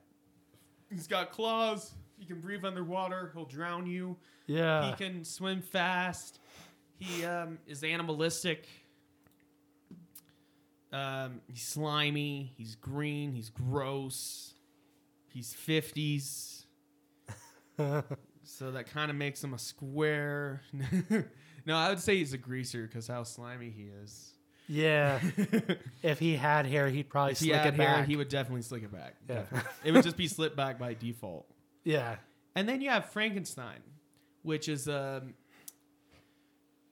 S1: He's got claws. He can breathe underwater. He'll drown you.
S2: Yeah.
S1: He can swim fast. He um, is animalistic. Um, he's slimy. He's green. He's gross. He's fifties. so that kind of makes him a square. no, I would say he's a greaser because how slimy he is.
S2: yeah.
S1: if
S2: If he had hair, he'd probably
S1: he
S2: slick
S1: had
S2: it
S1: hair,
S2: back.
S1: he would definitely slick it back.
S2: Yeah.
S1: Definitely. it would just be slipped back by default.
S2: yeah.
S1: And then you have Frankenstein, which is um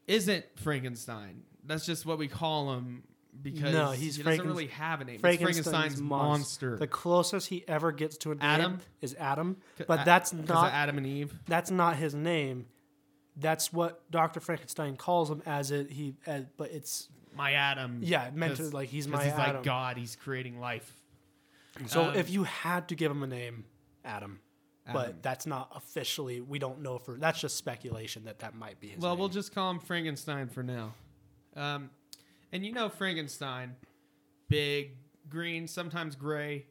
S1: isn't Frankenstein. That's just what we call him because
S2: No, he's
S1: he
S2: Franken-
S1: doesn't really have a name. It's
S2: Frankenstein's
S1: Frankenstein's, monster.
S2: The closest he ever gets to a name
S1: Adam?
S2: is Adam,
S1: C-
S2: but
S1: A-
S2: that's
S1: 'cause uh, of
S2: not
S1: Adam and Eve.
S2: that's not his name. That's what Doctor Frankenstein calls him as it he as, but it's
S1: My Adam.
S2: yeah it meant to,
S1: 'Cause-
S2: like he's
S1: 'cause
S2: my
S1: he's
S2: Adam.
S1: like God. He's creating life.
S2: so
S1: um,
S2: if you had to give him a name, Adam,
S1: Adam.
S2: but that's not officially we don't know for that's just speculation that that might be his.
S1: Well,
S2: name.
S1: we'll just call him Frankenstein for now. Um, and you know Frankenstein, big, green, sometimes gray.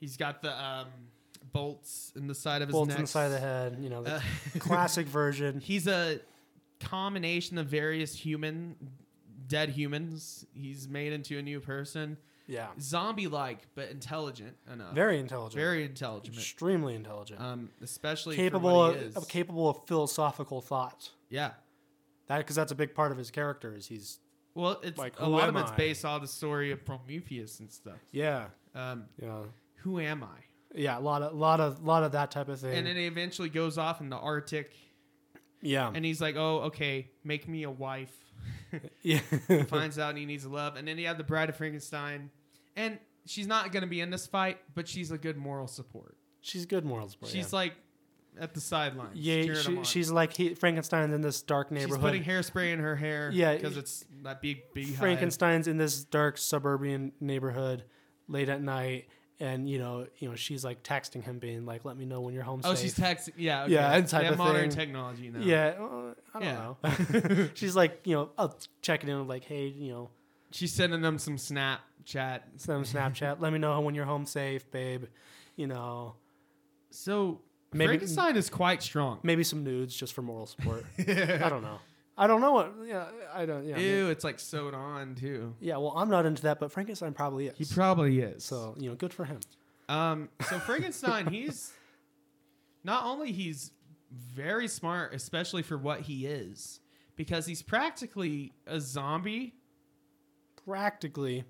S1: He's got the um, bolts in the side of his
S2: bolts
S1: neck.
S2: on the side of the head. You know, the
S1: Uh,
S2: classic version.
S1: He's a combination of various human, dead humans. He's made into a new person,
S2: Yeah,
S1: zombie-like but intelligent enough.
S2: very intelligent,
S1: Very intelligent.
S2: extremely intelligent,
S1: Um, especially for
S2: capable
S1: what he
S2: of,
S1: is.
S2: of capable of philosophical thought.
S1: yeah.
S2: That because that's a big part of his character is he's
S1: Well, it's
S2: Like,
S1: a
S2: who
S1: lot of
S2: am
S1: it's
S2: I?
S1: based on the story of Prometheus and stuff.
S2: yeah
S1: Um,
S2: yeah
S1: who am I?
S2: yeah a lot of lot of lot of that type of thing.
S1: And then it eventually goes off in the Arctic,
S2: yeah
S1: and he's like, "Oh, okay, make me a wife."
S2: yeah
S1: Finds out he needs love, and then you have the Bride of Frankenstein, and she's not gonna be in this fight, but she's a good moral support.
S2: she's good moral support.
S1: she's like at the sidelines.
S2: yeah, yeah
S1: cheering him
S2: she,
S1: on.
S2: she's like he, Frankenstein's in this dark
S1: She's
S2: neighborhood.
S1: putting hairspray in her hair,
S2: Yeah,
S1: because it's that big beehive.
S2: Frankenstein's in this dark suburban neighborhood late at night. And you know, you know, she's like texting him, being like, "Let me know when you're home."
S1: Oh,
S2: safe.
S1: she's texting. Yeah, okay.
S2: Yeah, and type
S1: yeah,
S2: of
S1: modern
S2: thing.
S1: technology now.
S2: Yeah, uh, I don't know. She's like, you know, I'll check it in, like, hey, you know,
S1: she's sending them some Snapchat
S2: send them a Snapchat. Let me know when you're home safe, babe. You know,
S1: So
S2: Maybe-
S1: Frankenstein is quite strong.
S2: maybe some nudes just for moral support. I don't know. I don't know what. Yeah, I don't. Yeah, maybe-
S1: Ew, it's like sewed on too.
S2: yeah. Well, I'm not into that, but Frankenstein probably is.
S1: He probably is.
S2: so you know, good for him.
S1: um, so Frankenstein, he's not only he's very smart, especially for what he is, because he's practically a zombie,
S2: Practically,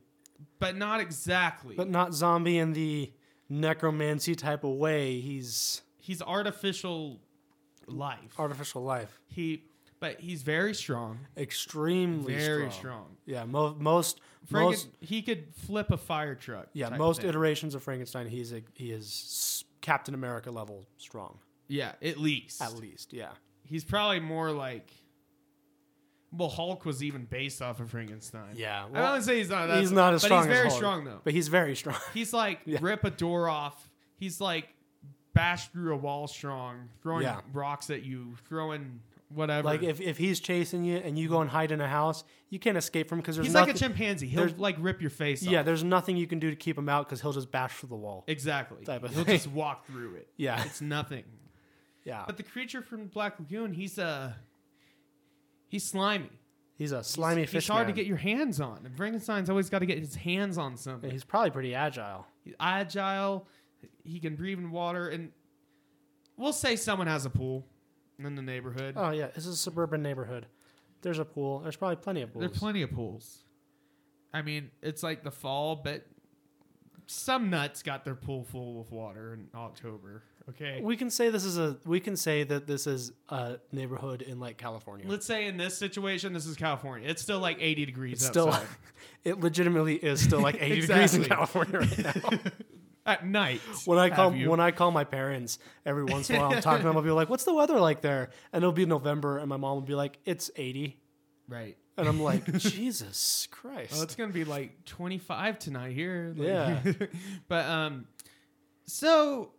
S1: but not exactly.
S2: but not zombie in the necromancy type of way. He's
S1: he's artificial life.
S2: artificial life,
S1: he, but he's very strong,
S2: extremely
S1: very strong.
S2: Yeah, mo- most
S1: Franken-
S2: most
S1: he could flip a fire truck.
S2: Yeah,
S1: type of
S2: most
S1: thing.
S2: iterations of Frankenstein, he's a, he is s- Captain America level strong,
S1: yeah, at least
S2: at least. Yeah,
S1: he's probably more like well hulk was even based off of frankenstein
S2: yeah.
S1: i don't wanna say he's not that
S2: he's not as
S1: but
S2: strong.
S1: he's very
S2: as Hulk,
S1: strong though
S2: but he's very strong.
S1: he's like
S2: Yeah.
S1: rip a door off he's like bash through a wall strong throwing
S2: Yeah.
S1: rocks at you throwing whatever
S2: like if, if he's chasing you and you go and hide in a house, you can't escape from because there's
S1: he's
S2: nothing.
S1: like a chimpanzee he'll
S2: there's-
S1: like rip your face
S2: yeah,
S1: off.
S2: there's nothing you can do to keep him out because he'll just bash through the wall.
S1: exactly
S2: Type of
S1: he'll
S2: thing.
S1: just walk through it
S2: Yeah,
S1: it's nothing
S2: yeah.
S1: but the creature from black lagoon he's uh he's slimy
S2: He's a slimy
S1: He's
S2: fish.
S1: hard
S2: man.
S1: to get your hands on. And Frankenstein's always got to get his hands on
S2: And
S1: something.
S2: he's probably pretty agile.
S1: He's agile. He can breathe in water. And we'll say someone has a pool in the neighborhood.
S2: Oh yeah, this is a suburban neighborhood. There's a pool. There's probably plenty of pools.
S1: There's plenty of pools. I mean, it's like the fall, but some nuts got their pool full of water in October. Okay.
S2: we can say this is a. We can say that this is a neighborhood in like California.
S1: Let's say in this situation, this is California. It's still like 80 degrees
S2: It's still,
S1: outside.
S2: it legitimately is still like 80 degrees in
S1: Exactly.
S2: California right now.
S1: at night.
S2: When I call
S1: have you.
S2: when I call my parents every once in a while, I'm talking to them. I'll be like, "What's the weather like there?" And it'll be November, and my mom will be like, "It's 80,"
S1: right.
S2: and I'm like, "Jesus
S1: Well, Oh, it's
S2: Christ!"
S1: gonna be like 25 tonight here. like-
S2: Yeah.
S1: but um, so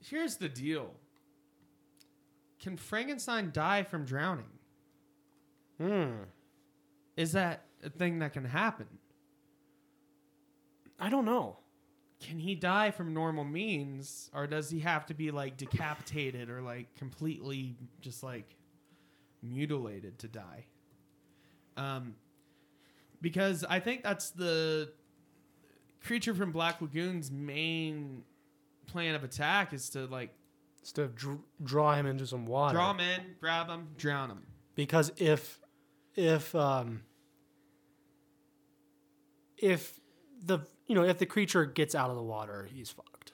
S1: here's the deal. Can Frankenstein die from drowning?
S2: Hmm.
S1: Is that a thing that can happen?
S2: I don't know.
S1: Can he die from normal means, or does he have to be like decapitated or like completely just like mutilated to die? Um, because I think that's the creature from Black Lagoon's main plan of attack is to like
S2: Instead of dr- draw him into some water.
S1: draw him in, grab him, drown him.
S2: because if if um if the you know if the creature gets out of the water he's fucked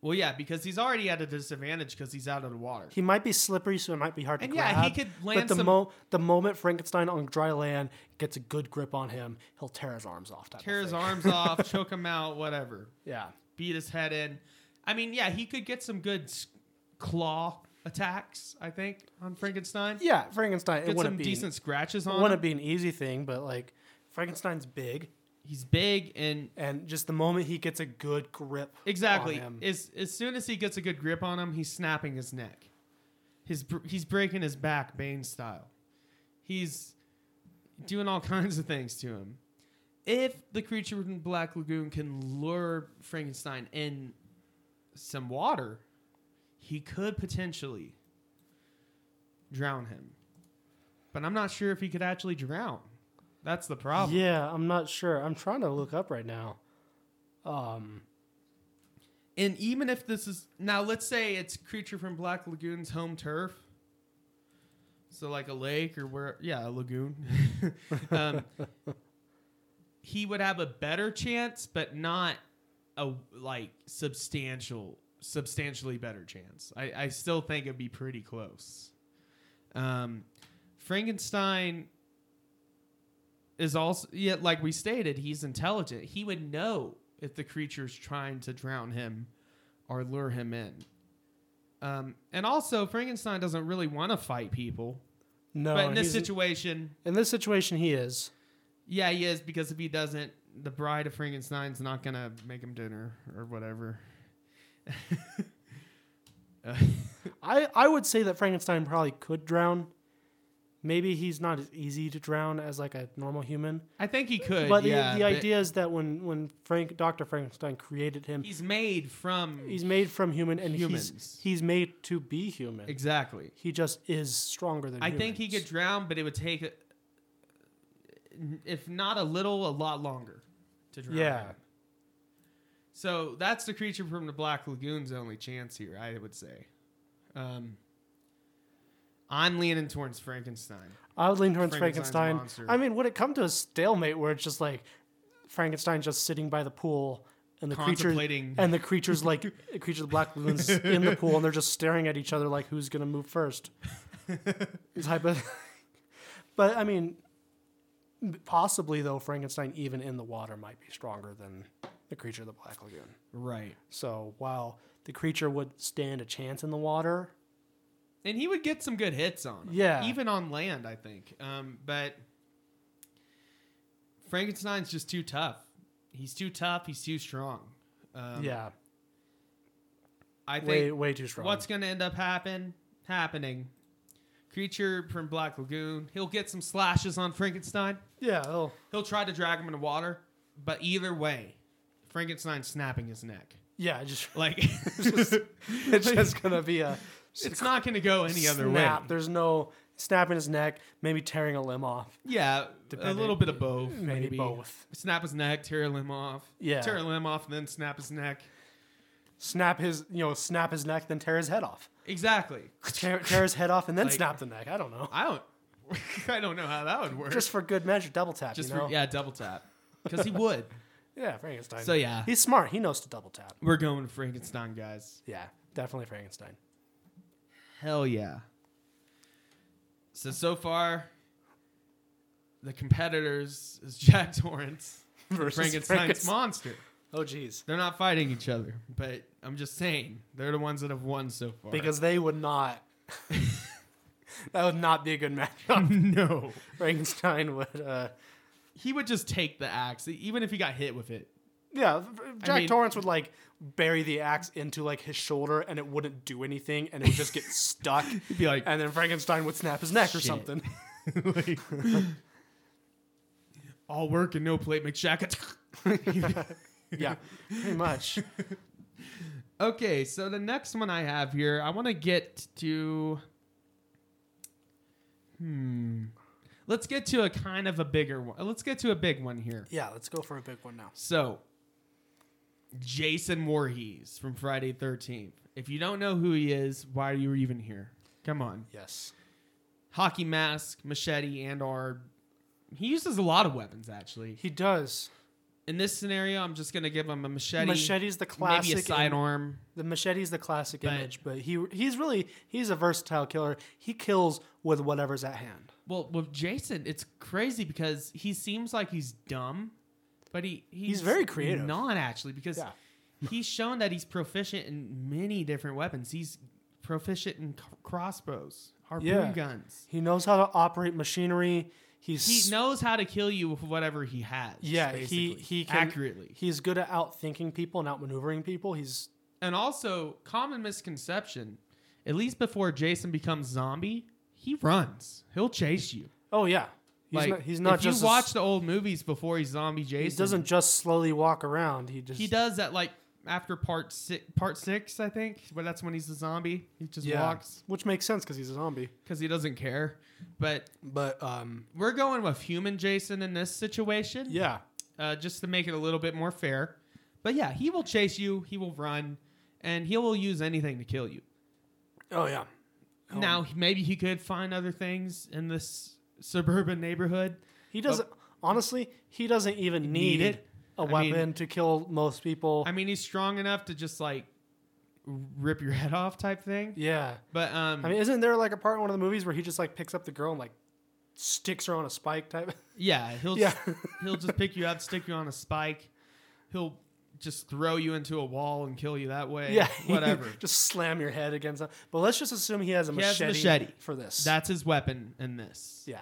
S1: Well, yeah, because he's already at a disadvantage because he's out of the water.
S2: he might be slippery so it might be hard to
S1: And
S2: grab
S1: yeah, he could land
S2: but the
S1: some-
S2: mo- the moment frankenstein on dry land gets a good grip on him he'll tear his arms off type
S1: Tear
S2: of
S1: his
S2: thing.
S1: arms off, choke him out, whatever.
S2: yeah
S1: Beat his head in. I mean, yeah, he could get some good s- claw attacks. I think on Frankenstein.
S2: yeah frankenstein it
S1: Get some
S2: wouldn't be
S1: decent scratches
S2: it
S1: on. him.
S2: wouldn't be an easy thing but like frankenstein's big
S1: He's big and
S2: and just the moment he gets a good grip
S1: Exactly.
S2: on him,
S1: As as soon as he gets a good grip on him, he's snapping his neck. His br- he's breaking his back, Bane style. He's doing all kinds of things to him. If the creature in Black Lagoon can lure Frankenstein in some water, he could potentially drown him. But I'm not sure if he could actually drown. That's the problem.
S2: Yeah, I'm not sure. I'm trying to look up right now. Um,
S1: And even if this is now, let's say it's creature from Black Lagoon's home turf, so like a lake or where, yeah, a lagoon. um, he would have a better chance, but not a like substantial, substantially better chance. I, I still think it'd be pretty close. Um, Frankenstein is also yet like we stated he's intelligent he would know if the creature's trying to drown him or lure him in um, and also frankenstein doesn't really want to fight people
S2: no,
S1: but in this
S2: he's-
S1: situation
S2: in this situation, he is.
S1: yeah he is because if he doesn't the bride of frankenstein's not gonna make him dinner or whatever Uh,
S2: I I would say that Frankenstein probably could drown. Maybe he's not as easy to drown as like a normal human.
S1: i think he could
S2: But
S1: Uh, yeah,
S2: the, the idea is that when when Frank Doctor Frankenstein created him,
S1: he's made from
S2: he's made from human and
S1: Humans.
S2: he's he's made to be human.
S1: exactly
S2: He just is stronger than.
S1: I think he could
S2: humans.
S1: drown, but it would take, a, if not a little, a lot longer to drown.
S2: Yeah.
S1: him. So that's the creature from the Black Lagoon's only chance here, I would say. Um, I'm leaning towards Frankenstein.
S2: I would lean towards
S1: Frankenstein's
S2: Frankenstein.
S1: monster.
S2: I mean, would it come to a stalemate where it's just like Frankenstein just sitting by the pool and the creature
S1: Contemplating-
S2: and the creatures like the creature of the black lagoons in the pool and they're just staring at each other like who's gonna move first? type of. But I mean, possibly though, Frankenstein even in the water might be stronger than the creature of the black lagoon.
S1: Right.
S2: So while the creature would stand a chance in the water,
S1: and he would get some good hits on him.
S2: Yeah.
S1: even on land, I think. Um, but Frankenstein's just too tough. He's too tough. He's too strong. Um,
S2: yeah,
S1: I think
S2: way way too strong.
S1: What's going to end up happen? Happening. Creature from Black Lagoon. He'll get some slashes on Frankenstein.
S2: yeah, it'll-
S1: He'll try to drag him in the water, but either way, Frankenstein's snapping his neck.
S2: yeah, just.
S1: Like
S2: it's just gonna be a
S1: it's not going to go any other way.
S2: snap. There's no snapping his neck, maybe tearing a limb off,
S1: Yeah, a
S2: Depending-
S1: little bit of both.
S2: maybe,
S1: Maybe,
S2: both.
S1: Snap his neck, tear a limb off.
S2: Yeah.
S1: tear a limb off, and then snap his neck.
S2: Snap his, you know, snap his neck, then tear his head off.
S1: Exactly.
S2: Tear, tear his head off, and then
S1: Like-
S2: snap the neck. I don't know.
S1: I don't. I don't know how that would work.
S2: Just for good measure, double tap.
S1: Just
S2: you know?
S1: for, yeah, double tap. Because he would.
S2: yeah, Frankenstein.
S1: So yeah,
S2: he's smart. He knows to double tap.
S1: we're going Frankenstein, guys.
S2: Yeah, definitely Frankenstein.
S1: Hell yeah. So so far, the competitors is Jack Torrance and
S2: Versus
S1: Frankenstein's
S2: Frankenstein.
S1: monster.
S2: Oh geez,
S1: They're not fighting each other, but I'm just saying they're the ones that have won so far.
S2: because they would not. that would not be a good matchup.
S1: no,
S2: Frankenstein would. uh
S1: he would just take the axe, e, even if he got hit with it.
S2: Yeah, Jack
S1: mean-
S2: Torrance would like bury the axe into like his shoulder, and it wouldn't do anything, and it would just get stuck.
S1: He'd be like,
S2: And then Frankenstein would snap his neck or
S1: Shit.
S2: something.
S1: like- all work and no plate McShack.
S2: yeah, pretty much.
S1: okay, so the next one I have here, I want to get to. Hmm. Let's get to a kind of a bigger one. Let's get to a big one here.
S2: Yeah, let's go for a big one now.
S1: So, Jason Voorhees from Friday 13th. If you don't know who he is, why are you even here? Come on.
S2: Yes.
S1: Hockey mask, machete, and or he uses a lot of weapons actually.
S2: He does.
S1: In this scenario, I'm just gonna give him a machete,
S2: Machete's the classic.
S1: maybe a
S2: im-
S1: sidearm.
S2: The machete's the classic
S1: But-
S2: image, but he he's really he's a versatile killer. He kills with whatever's at hand.
S1: Well, with Jason, it's crazy because he seems like he's dumb, but he he's,
S2: very creative.
S1: Not actually, because
S2: Yeah.
S1: he's shown that he's proficient in many different weapons. He's proficient in c- crossbows, harpoon
S2: Yeah.
S1: guns.
S2: He knows how to operate machinery. He's
S1: He knows how to kill you with whatever he has.
S2: yeah, he
S1: basically,
S2: he can,
S1: accurately.
S2: He's good at outthinking people and outmaneuvering people. He's
S1: And also, common misconception, at least before Jason becomes zombie, he runs. He'll chase you.
S2: oh yeah, he's
S1: like
S2: not, he's not
S1: if
S2: just
S1: you
S2: a s-
S1: watch the old movies before he's zombie Jason,
S2: he doesn't just slowly walk around. He just
S1: He does that like after part six, part six, I think. But that's when he's a zombie. He just
S2: yeah,
S1: walks
S2: which makes sense because he's a zombie.
S1: because he doesn't care. But
S2: But um,
S1: we're going with human Jason in this situation,
S2: yeah,
S1: uh, just to make it a little bit more fair. But yeah, he will chase you. He will run, and he will use anything to kill you.
S2: oh yeah,
S1: Now maybe he could find other things in this suburban neighborhood.
S2: he doesn't. honestly, he doesn't even
S1: Need
S2: need,
S1: it.
S2: a
S1: I mean-
S2: weapon to kill most people.
S1: I mean, he's strong enough to just like rip your head off type thing.
S2: yeah,
S1: But um,
S2: I mean, isn't there like a part in one of the movies where he just like picks up the girl and like sticks her on a spike type?
S1: Yeah, he'll
S2: Yeah.
S1: just- he'll just pick you up, stick you on a spike. He'll just throw you into a wall and kill you that way.
S2: yeah,
S1: whatever.
S2: just slam your head against. Them. But let's just assume he has a,
S1: He has
S2: machete,
S1: a machete.
S2: for this.
S1: That's his weapon in this.
S2: yeah,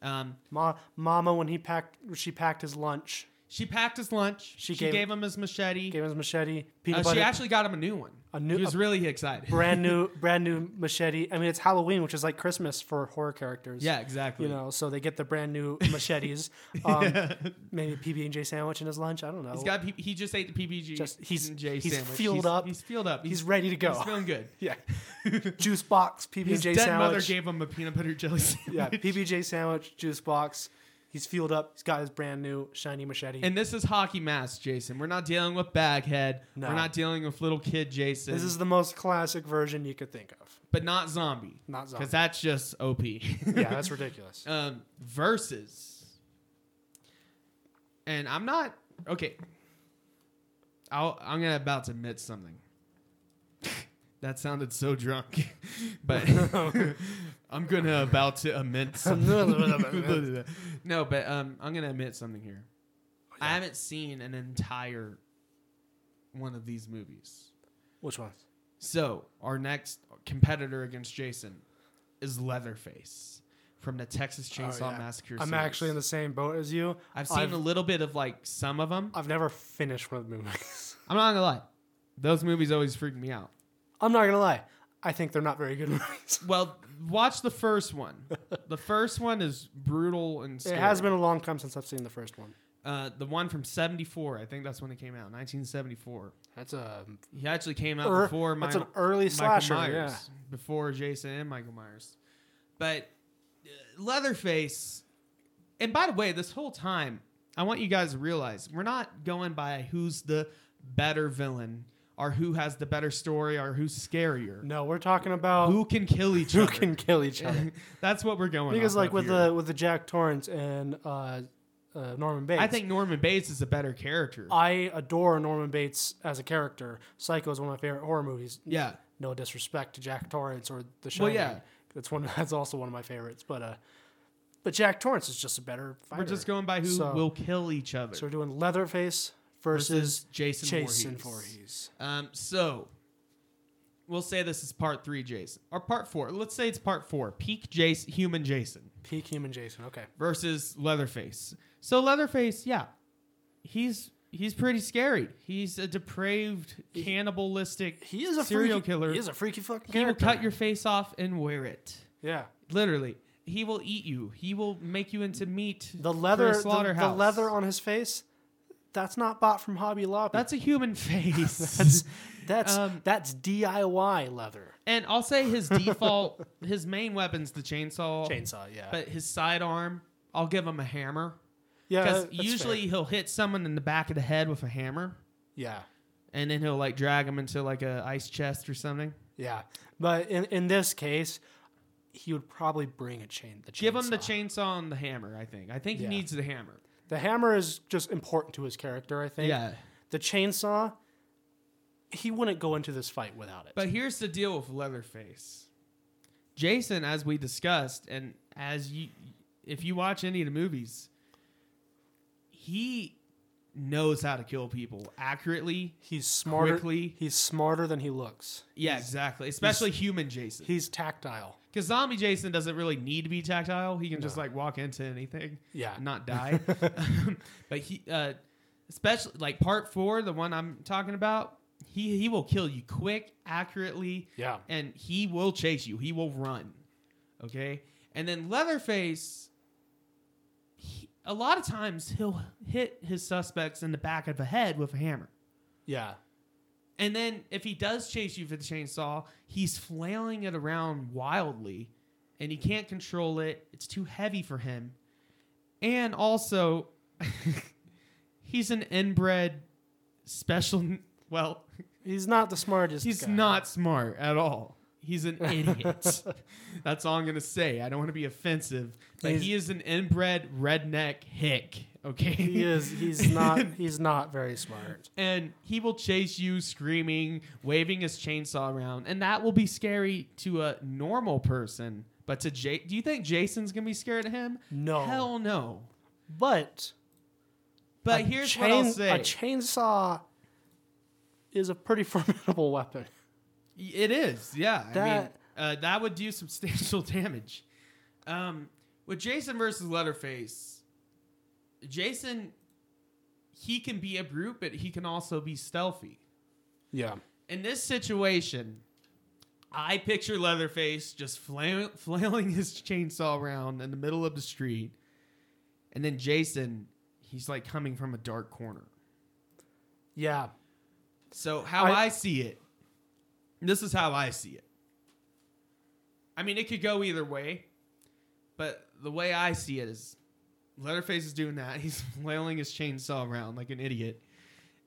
S1: Um,
S2: Ma- Mama when he packed, when she packed his lunch,
S1: she packed his lunch. She,
S2: She gave-
S1: gave, him his machete.
S2: gave him his machete,
S1: Uh,
S2: peanut
S1: she
S2: butter,
S1: actually got him a new one.
S2: A new-
S1: He was really excited.
S2: brand new, brand new machete. I mean, it's Halloween, which is like Christmas for horror characters.
S1: yeah, exactly.
S2: You know, so they get the brand new machetes. Um, Maybe PB and J sandwich in his lunch. I don't know.
S1: he's got. P- he just ate the PBG.
S2: Just- he's-
S1: and J
S2: he's
S1: sandwich.
S2: fueled
S1: he's,
S2: up.
S1: He's fueled up.
S2: He's ready to go.
S1: He's feeling good.
S2: yeah, juice box PB
S1: His
S2: and J
S1: dead mother
S2: sandwich.
S1: gave him a peanut butter jelly sandwich.
S2: yeah, PBJ sandwich, juice box. He's fueled up. He's got his brand new shiny machete.
S1: And this is hockey mask, Jason. We're not dealing with baghead.
S2: No.
S1: We're not dealing with little kid Jason.
S2: this is the most classic version you could think of.
S1: but not zombie.
S2: Not zombie.
S1: Because that's just OP. yeah.
S2: yeah, that's ridiculous.
S1: Um, versus. And I'm not okay. I'll, I'm gonna about to admit something. that sounded so drunk, but I'm gonna about to admit something. no, but um, I'm gonna admit something here.
S2: Oh,
S1: I haven't seen an entire one of these movies.
S2: Which one?
S1: So our next competitor against Jason is Leatherface from the Texas Chainsaw
S2: Oh, yeah.
S1: Massacre.
S2: I'm
S1: series.
S2: actually in the same boat as you.
S1: I've seen
S2: I've,
S1: a little bit of like some of them.
S2: I've never finished one of the movies.
S1: I'm not gonna lie, those movies always freaked me out.
S2: I'm not gonna lie. I think they're not very good movies.
S1: Well, watch the first one. the first one is brutal and
S2: It
S1: scary.
S2: has been a long time since I've seen the first one.
S1: uh, the one from '74. I think that's when it came out, 1974.
S2: That's a
S1: He actually came out
S2: Er,
S1: before my.
S2: that's an early slasher.
S1: Michael
S2: Yeah.
S1: Myers before Jason and Michael Myers. But uh, Leatherface, and by the way, this whole time, I want you guys to realize we're not going by who's the better villain or who has the better story or who's scarier.
S2: No, we're talking about who,
S1: Who can kill each other?
S2: can kill each other.
S1: That's what we're going.
S2: because
S1: off
S2: like
S1: of
S2: with
S1: here.
S2: the with the Jack Torrance and uh, uh, Norman Bates.
S1: I think Norman Bates is a better character.
S2: I adore Norman Bates as a character. Psycho is one of my favorite horror movies.
S1: yeah,
S2: No disrespect to Jack Torrance or The
S1: Well,
S2: Shining.
S1: yeah.
S2: That's one. That's also one of my favorites. But uh, but Jack Torrance is just a better fighter.
S1: we're just going by who
S2: So-
S1: will kill each other.
S2: So we're doing Leatherface versus,
S1: Jason
S2: Jason
S1: Voorhees.
S2: Voorhees.
S1: Um, so we'll say this is part three, Jason, or part four. Let's say it's part four. Peak Jason, human Jason
S2: Peak human Jason. Okay.
S1: versus Leatherface. So Leatherface, yeah, he's he's pretty scary. He's a depraved, cannibalistic
S2: He is a
S1: serial
S2: freaky,
S1: killer.
S2: He is a freaky fucking
S1: he will
S2: character.
S1: cut your face off and wear it.
S2: yeah.
S1: Literally, he will eat you. He will make you into meat.
S2: The
S1: for a
S2: leather, the, the
S1: slaughterhouse.
S2: leather on his face, that's not bought from Hobby Lobby.
S1: That's a human face.
S2: that's that's,
S1: um,
S2: that's DIY leather
S1: and I'll say his default, his main weapon's the chainsaw.
S2: chainsaw. Yeah,
S1: But his sidearm, I'll give him a hammer.
S2: yeah,
S1: Because
S2: that's
S1: usually
S2: fair.
S1: he'll hit someone in the back of the head with a hammer,
S2: yeah,
S1: and then he'll like drag him into like a ice chest or something.
S2: yeah. But in, in this case, he would probably bring a chain. The chainsaw.
S1: Give him the chainsaw and the hammer. I think. I think
S2: Yeah.
S1: he needs the hammer.
S2: The hammer is just important to his character. I think.
S1: Yeah.
S2: The chainsaw, he wouldn't go into this fight without it.
S1: But here's the deal with Leatherface. Jason, as we discussed, and as you, if you watch any of the movies, he knows how to kill people accurately.
S2: he's smarter.
S1: Quickly.
S2: He's smarter than he looks.
S1: Yeah, exactly. Especially human Jason.
S2: He's tactile.
S1: Because zombie Jason doesn't really need to be tactile. He can just like walk into anything.
S2: Yeah.
S1: and not die. but he, uh, especially like part four, the one I'm talking about, he he will kill you quick, accurately.
S2: Yeah.
S1: and he will chase you. He will run. Okay, and then Leatherface. He, a lot of times he'll hit his suspects in the back of the head with a hammer.
S2: Yeah.
S1: And then if he does chase you with the chainsaw, he's flailing it around wildly and he can't control it. It's too heavy for him. And also he's an inbred special well,
S2: He's not the smartest.
S1: he's
S2: guy.
S1: not smart at all. He's an idiot. That's all I'm going to say. I don't want to be offensive, but
S2: He's-
S1: he is an inbred redneck hick, okay?
S2: He is. He's not. He's not very smart.
S1: and he will chase you screaming, waving his chainsaw around, and that will be scary to a normal person. But to Jay, do you think Jason's gonna be scared of him?
S2: No.
S1: hell no.
S2: But
S1: But
S2: a
S1: here's
S2: chain,
S1: what I'll
S2: A
S1: say:
S2: chainsaw is a pretty formidable weapon.
S1: it is, yeah. I mean,
S2: That-
S1: uh, that would do substantial damage. Um, with Jason versus Leatherface, Jason, he can be a brute, but he can also be stealthy.
S2: Yeah.
S1: in this situation, I picture Leatherface just flail- flailing his chainsaw around in the middle of the street, and then Jason, he's like coming from a dark corner.
S2: Yeah.
S1: So how I,
S2: I-
S1: see it, this is how I see it. I mean, it could go either way, but the way I see it is, Leatherface is doing that. He's flailing his chainsaw around like an idiot,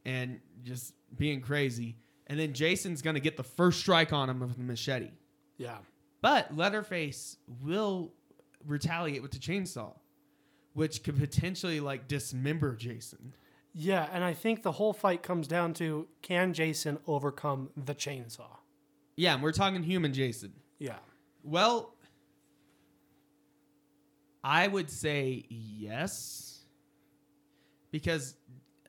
S1: and just being crazy. And then Jason's gonna get the first strike on him with the machete.
S2: Yeah.
S1: But Leatherface will retaliate with the chainsaw, which could potentially like dismember Jason.
S2: Yeah. And I think the whole fight comes down to can Jason overcome the chainsaw?
S1: Yeah, and we're talking human Jason.
S2: Yeah.
S1: Well, I would say yes. Because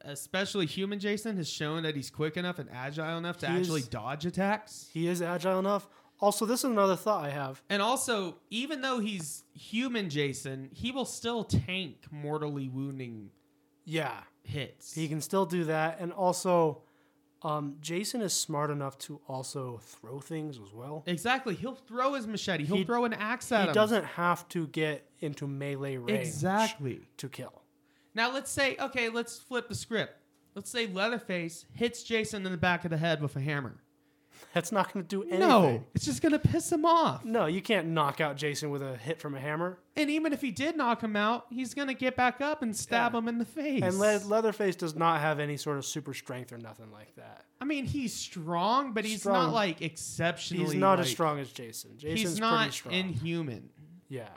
S1: especially human Jason has shown that he's quick enough and agile enough to
S2: He is-
S1: actually dodge attacks.
S2: He is agile enough. Also, this is another thought I have.
S1: And also, even though he's human Jason, he will still tank mortally wounding
S2: Yeah.
S1: hits.
S2: He can still do that. And also, um, Jason is smart enough to also throw things as well.
S1: exactly. He'll throw his machete. He'll
S2: He-
S1: throw an axe at
S2: he
S1: him.
S2: doesn't have to get into melee range
S1: Exactly.
S2: to kill.
S1: Now let's say, okay, let's flip the script. Let's say Leatherface hits Jason in the back of the head with a hammer.
S2: That's not going to do anything.
S1: No, it's just gonna piss him off.
S2: No, you can't knock out Jason with a hit from a hammer.
S1: And even if he did knock him out, he's gonna get back up and stab
S2: Yeah.
S1: him in the face.
S2: And Le- Leatherface does not have any sort of super strength or nothing like that.
S1: I mean, he's strong, but he's
S2: Strong.
S1: not like exceptionally.
S2: He's not as
S1: like-
S2: strong as Jason. Jason's
S1: he's not
S2: pretty strong.
S1: inhuman.
S2: yeah.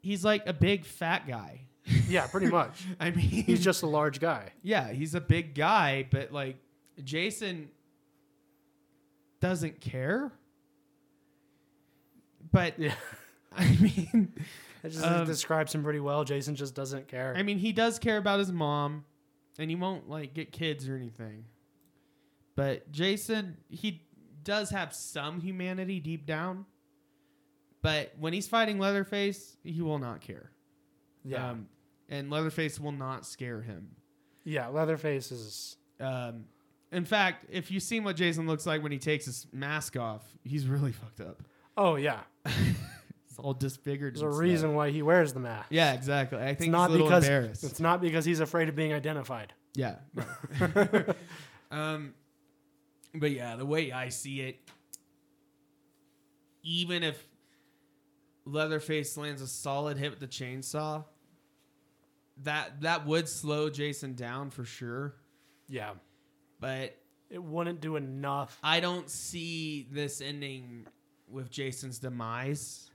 S1: He's like a big fat guy.
S2: Yeah, pretty much.
S1: I mean,
S2: He's just a large guy.
S1: yeah, he's a big guy, but like Jason doesn't care. But
S2: Yeah.
S1: I mean,
S2: That just
S1: Um,
S2: describes him pretty well. Jason just doesn't care.
S1: I mean, he does care about his mom, and he won't like get kids or anything. But Jason, he does have some humanity deep down. But when he's fighting Leatherface, he will not care.
S2: yeah.
S1: Um, and Leatherface will not scare him.
S2: yeah, Leatherface is
S1: Um, in fact, if you've seen what Jason looks like when he takes his mask off, he's really fucked up.
S2: Oh yeah.
S1: all disfigured.
S2: There's a
S1: and stuff.
S2: reason why he wears the mask.
S1: Yeah, exactly. I think
S2: It's
S1: he's
S2: not
S1: a little
S2: because
S1: embarrassed.
S2: it's not because he's afraid of being identified.
S1: Yeah. um, but yeah, the way I see it, even if Leatherface lands a solid hit with the chainsaw, that that would slow Jason down for sure.
S2: Yeah.
S1: But
S2: It wouldn't do enough.
S1: I don't see this ending with Jason's demise.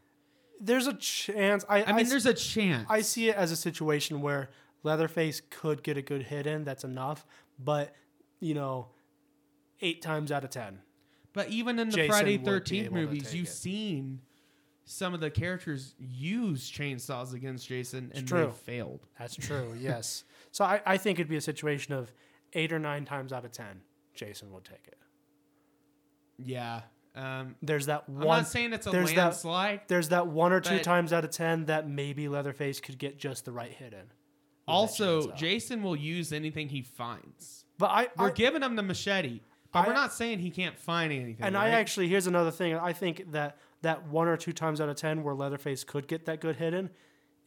S2: There's a chance. I,
S1: I mean,
S2: s-
S1: there's a chance.
S2: I see it as a situation where Leatherface could get a good hit in. That's enough. But you know, eight times out of ten,
S1: But even in the
S2: Jason
S1: Friday
S2: would be
S1: Thirteenth
S2: able to
S1: movies,
S2: take
S1: you've
S2: it.
S1: seen some of the characters use chainsaws against Jason, and they
S2: true.
S1: failed.
S2: that's true. yes. So I, I think it'd be a situation of eight or nine times out of ten, Jason would take it.
S1: Yeah, um,
S2: There's that
S1: I'm
S2: one.
S1: not saying it's a
S2: there's that-
S1: landslide.
S2: There's that one or two
S1: But-
S2: times out of ten that maybe Leatherface could get just the right hit in.
S1: also,
S2: chainsaw.
S1: Jason will use anything he finds.
S2: But I,
S1: We're
S2: I
S1: giving him the machete, but
S2: I-
S1: we're not saying he can't find anything.
S2: and I
S1: right?
S2: actually here's another thing. I think that that one or two times out of ten where Leatherface could get that good hit in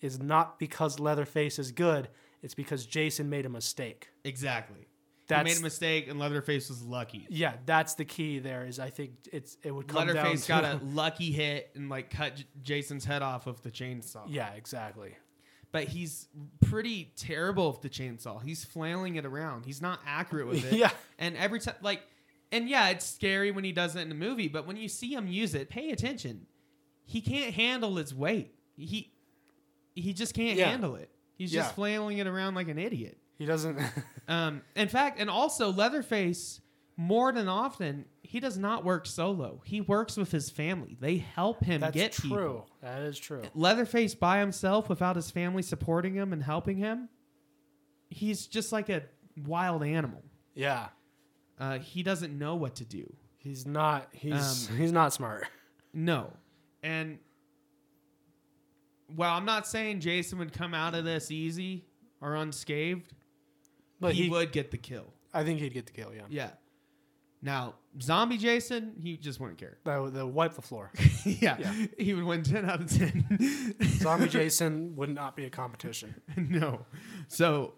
S2: is not because Leatherface is good. It's because Jason made a mistake.
S1: exactly.
S2: That's
S1: he made a mistake, and Leatherface was lucky.
S2: yeah. That's the key. There is I think it's it would come
S1: Leatherface
S2: down
S1: got a
S2: to,
S1: lucky hit and like cut J- Jason's head off with the chainsaw.
S2: yeah exactly
S1: but he's pretty terrible with the chainsaw. He's flailing it around. He's not accurate with it.
S2: Yeah.
S1: And every time, like, and yeah, it's scary when he does it in a movie, but when you see him use it, pay attention. He can't handle its weight. He he just can't
S2: Yeah.
S1: handle it. He's
S2: Yeah.
S1: just flailing it around like an idiot.
S2: he doesn't
S1: Um, in fact, and also Leatherface, more than often, he does not work solo. He works with his family. They help him
S2: that's
S1: get
S2: true
S1: people.
S2: that is true
S1: Leatherface by himself without his family supporting him and helping him, he's just like a wild animal.
S2: yeah
S1: Uh, he doesn't know what to do.
S2: he's not he's
S1: Um,
S2: he's not smart
S1: No. And well, I'm not saying Jason would come out of this easy or unscathed,
S2: but
S1: he,
S2: he,
S1: would get the kill.
S2: I think he'd get the kill yeah
S1: Yeah. Now, zombie Jason, he just wouldn't care.
S2: that would, that would wipe the floor
S1: yeah,
S2: Yeah.
S1: He would win 10 out of 10.
S2: zombie Jason would not be a competition
S1: no. So,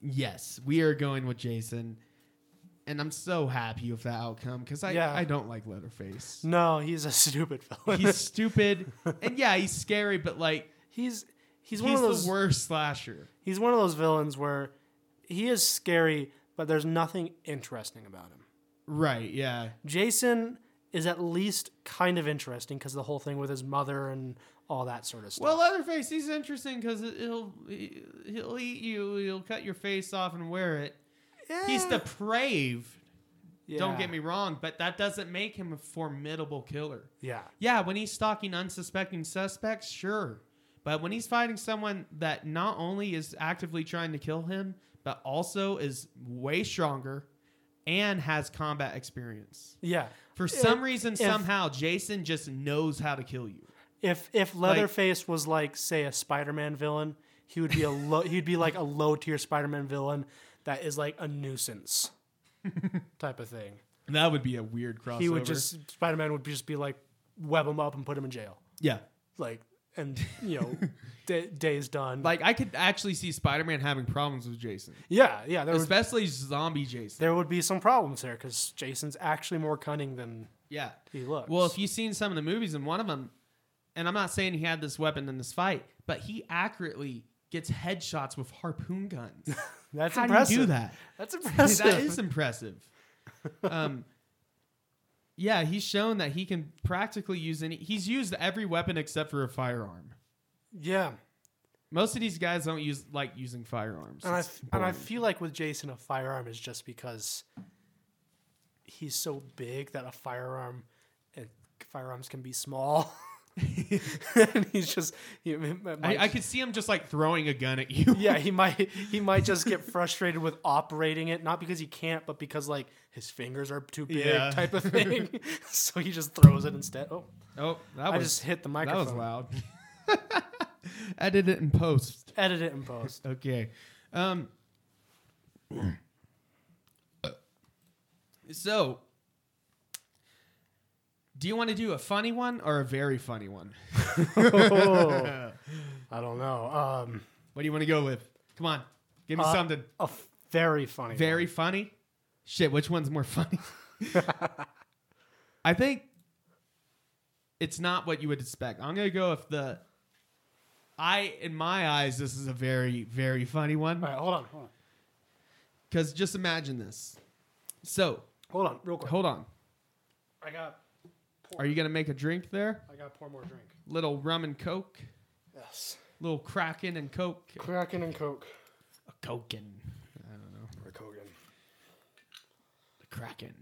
S1: yes, we are going with Jason. And I'm so happy with that outcome because I,
S2: Yeah.
S1: I don't like Leatherface.
S2: no he's a stupid fellow
S1: He's stupid. And yeah, he's scary, but like,
S2: He's he's
S1: he's,
S2: one of those
S1: the worst slasher.
S2: he's one of those villains where he is scary, but there's nothing interesting about him.
S1: Right, yeah.
S2: Jason is at least kind of interesting because the whole thing with his mother and all that sort of stuff.
S1: Well, Leatherface, he's interesting because he'll, he'll eat you, he'll cut your face off and wear it.
S2: uh, Eh.
S1: He's depraved, don't get me wrong, but that doesn't make him a formidable killer.
S2: Yeah,
S1: Yeah, when he's stalking unsuspecting suspects, sure. But when he's fighting someone that not only is actively trying to kill him, but also is way stronger and has combat experience.
S2: yeah.
S1: For some reason,
S2: if-
S1: somehow, Jason just knows how to kill you.
S2: If if Leatherface was like say a Spider-Man villain, he would be a low, he'd be like a low tier Spider-Man villain that is like a nuisance type of thing.
S1: That would be a weird crossover.
S2: He would just Spider-Man would just be like web him up and put him in jail.
S1: yeah.
S2: like and you know da day's done
S1: Like I could actually see Spider-Man having problems with Jason,
S2: yeah yeah there, would,
S1: especially zombie Jason.
S2: there would be some problems there because jason's actually more cunning than
S1: Yeah.
S2: he looks
S1: Well, if you've seen some of the movies, and one of them, and I'm not saying he had this weapon in this fight, but he accurately gets headshots with harpoon guns.
S2: that's
S1: How
S2: impressive
S1: do you do that?
S2: that's
S1: Dude,
S2: impressive
S1: that is impressive. Um, yeah, he's shown that he can practically use any. He's used every weapon except for a firearm.
S2: yeah
S1: Most of these guys don't use like using firearms.
S2: and I,
S1: It's
S2: and I
S1: boring.
S2: feel like with jason a firearm is just because he's so big that a firearm and firearms can be small and he's just he,
S1: I, I could see him just like throwing a gun at you.
S2: yeah, he might he might just get frustrated with operating it, not because he can't, but because like his fingers are too big,
S1: Yeah.
S2: type of thing. so he just throws it instead. Oh,
S1: Oh, that
S2: I
S1: was
S2: just hit the
S1: that
S2: microphone.
S1: was loud. Edit it in post.
S2: Edit it and post.
S1: Okay. Um, so, Do you want to do a funny one or a very funny one?
S2: Oh, I don't know. Um,
S1: What do you want to go with? Come on, give me
S2: uh,
S1: something
S2: A f- very funny.
S1: very funny. Shit, which one's more funny? I think it's not what you would expect. I'm gonna go if the I, in my eyes, this is a very, very funny
S2: One.
S1: one.
S2: All right, hold on, hold on,
S1: Because just imagine this. So,
S2: hold on, real quick.
S1: hold on.
S2: I got. Pour,
S1: Are you gonna make a drink there?
S2: I got to pour more drink.
S1: Little rum and coke,
S2: Yes.
S1: little Kraken and coke,
S2: Kraken and Coke.
S1: a coke and I don't know,
S2: Or Kogan.
S1: a Kraken.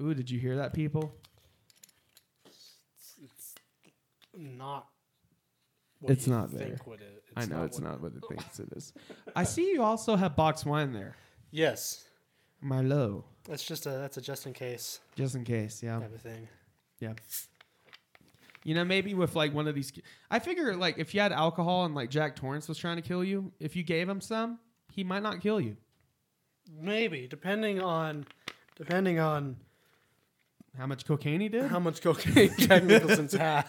S1: Ooh, did you hear that, people?
S2: It's, it's not.
S1: It's not there.
S2: what it-
S1: I know it's
S2: what-
S1: not what it thinks it is. I see you also have box wine there,
S2: Yes,
S1: Marlow,
S2: that's just a that's a just in case
S1: just in case. Yeah,
S2: type of thing.
S1: yeah. You know, maybe with like one of these, I figure like if you had alcohol and like Jack Torrance was trying to kill you, if you gave him some, he might not kill you.
S2: Maybe depending on depending on
S1: How much cocaine he did?
S2: how much cocaine Jack Nicholson's had.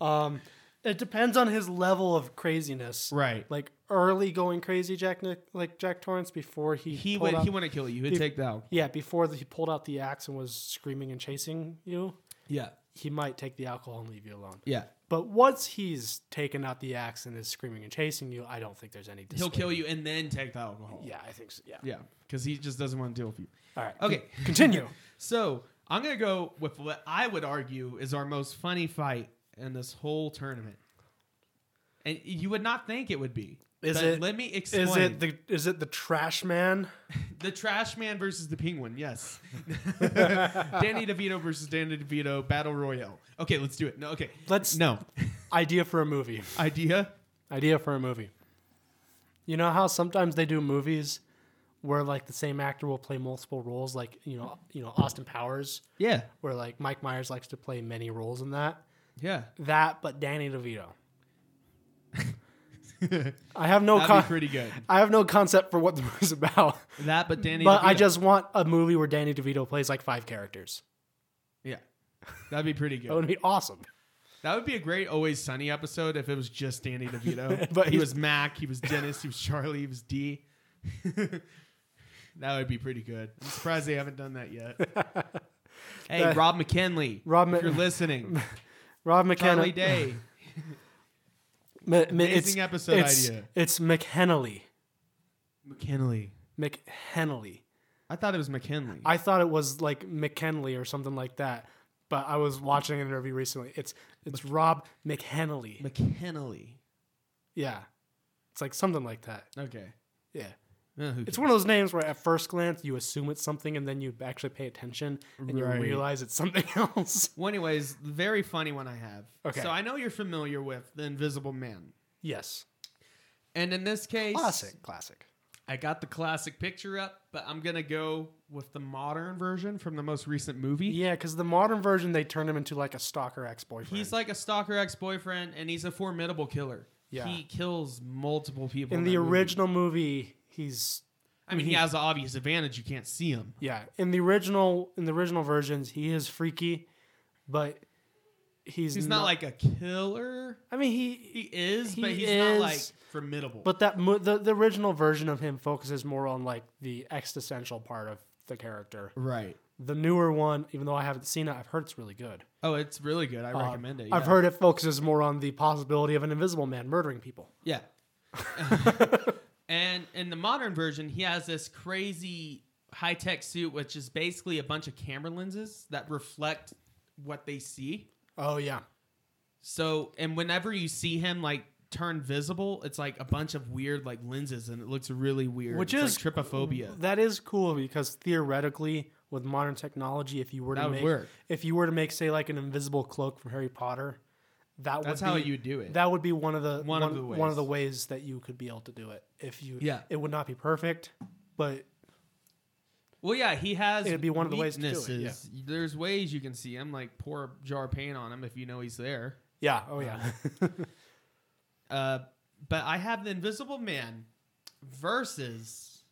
S2: um, it depends on his level of craziness.
S1: Right.
S2: Like early going crazy, Jack Nic- like Jack Torrance before he
S1: He
S2: pulled
S1: would.
S2: out-
S1: He wouldn't kill you. He'd
S2: he-
S1: take the alcohol.
S2: yeah before he pulled out the axe and was screaming and chasing you.
S1: Yeah.
S2: He might take the alcohol and leave you alone.
S1: Yeah.
S2: But once he's taken out the axe and is screaming and chasing you, I don't think there's any.
S1: He'll kill
S2: dissuading.
S1: you and then take the alcohol.
S2: Yeah, I think so. Yeah.
S1: Yeah. Because he just doesn't want to deal with you.
S2: All right.
S1: Okay.
S2: Continue.
S1: So I'm gonna go with what I would argue is our most funny fight in this whole tournament, and you would not think it would be.
S2: Is
S1: But
S2: it-
S1: Let me explain.
S2: Is it the is it the trash man?
S1: the Trash Man versus the Penguin? Yes. Danny DeVito versus Danny DeVito battle royale. Okay, let's do it. No, okay.
S2: Let's
S1: No
S2: idea for a movie.
S1: idea.
S2: Idea for a movie. You know how sometimes they do movies where like the same actor will play multiple roles, like you know you know Austin Powers,
S1: Yeah.
S2: where like Mike Myers likes to play many roles in that.
S1: Yeah.
S2: That, but Danny DeVito. I have no
S1: That'd
S2: con-
S1: be pretty good.
S2: I have no concept for what the movie's about.
S1: That, but Danny.
S2: But I
S1: DeVito.
S2: just want a movie where Danny DeVito plays like five characters.
S1: Yeah. That'd be pretty
S2: That
S1: good.
S2: would be awesome.
S1: That would be a great Always Sunny episode if it was just Danny DeVito.
S2: But
S1: but he
S2: he's-
S1: was Mac, he was Dennis, he was Charlie, he was D. that would be pretty good. I'm surprised they haven't done that yet. hey,
S2: Uh,
S1: Rob McKinley,
S2: Rob
S1: if
S2: Mc-
S1: you're listening,
S2: Rob McKenna.
S1: Charlie Day.
S2: Ma- ma-
S1: Amazing episode
S2: it's,
S1: idea.
S2: It's McHenley.
S1: McKinley.
S2: McHenley.
S1: I thought it was McKinley.
S2: I thought it was like McKenley or something like that, but I was watching an interview recently. It's it's Rob McHenley.
S1: McKinley.
S2: yeah, it's like something like that.
S1: Okay.
S2: Yeah,
S1: Uh, who
S2: it's
S1: cares?
S2: one of those names where at first glance you assume it's something, and then you actually pay attention and
S1: Right.
S2: you realize it's something else.
S1: well, anyways, the very funny one I have.
S2: Okay.
S1: So I know you're familiar with The Invisible Man.
S2: yes,
S1: And in this case,
S2: classic, classic.
S1: I got the classic picture up, but I'm gonna go with the modern version from the most recent movie.
S2: Yeah, because the modern version they turned him into like a stalker ex-boyfriend.
S1: He's like a stalker ex-boyfriend, and he's a formidable killer.
S2: Yeah.
S1: He kills multiple people.
S2: in the
S1: that movie.
S2: original movie, he's
S1: I mean, he has an obvious advantage. You can't see him.
S2: Yeah, in the original in the original versions, he is freaky, but he's
S1: He's not, like a killer.
S2: I mean
S1: He
S2: he,
S1: is,
S2: He
S1: but he's
S2: is,
S1: not like formidable.
S2: but that mo- the the original version of him focuses more on like the existential part of the character.
S1: right.
S2: The newer one, even though I haven't seen it, I've heard it's really good.
S1: Oh, it's really good. I
S2: Uh,
S1: recommend it.
S2: I've
S1: yeah.
S2: heard it focuses more on the possibility of an invisible man murdering people.
S1: Yeah. and in the modern version, he has this crazy high tech suit, which is basically a bunch of camera lenses that reflect what they see.
S2: Oh yeah,
S1: So, and whenever you see him like turn visible, it's like a bunch of weird like lenses, and it looks really weird.
S2: Which
S1: It's like
S2: is-
S1: trypophobia.
S2: that is cool because theoretically, with modern technology, if you were to
S1: That would
S2: make
S1: work.
S2: if you were to make say like an invisible cloak from Harry Potter, that
S1: That's
S2: would
S1: how
S2: be,
S1: you do it.
S2: That would be one of the one,
S1: One of
S2: of the
S1: the
S2: one of the ways that you could be able to do it. If you
S1: Yeah.
S2: it would not be perfect, but
S1: well, yeah, he has.
S2: It'd be one of the ways to do it, yeah.
S1: weaknesses. There's ways you can see him, like pour a jar of paint on him if you know he's there.
S2: yeah, oh yeah,
S1: Uh, but I have the Invisible Man versus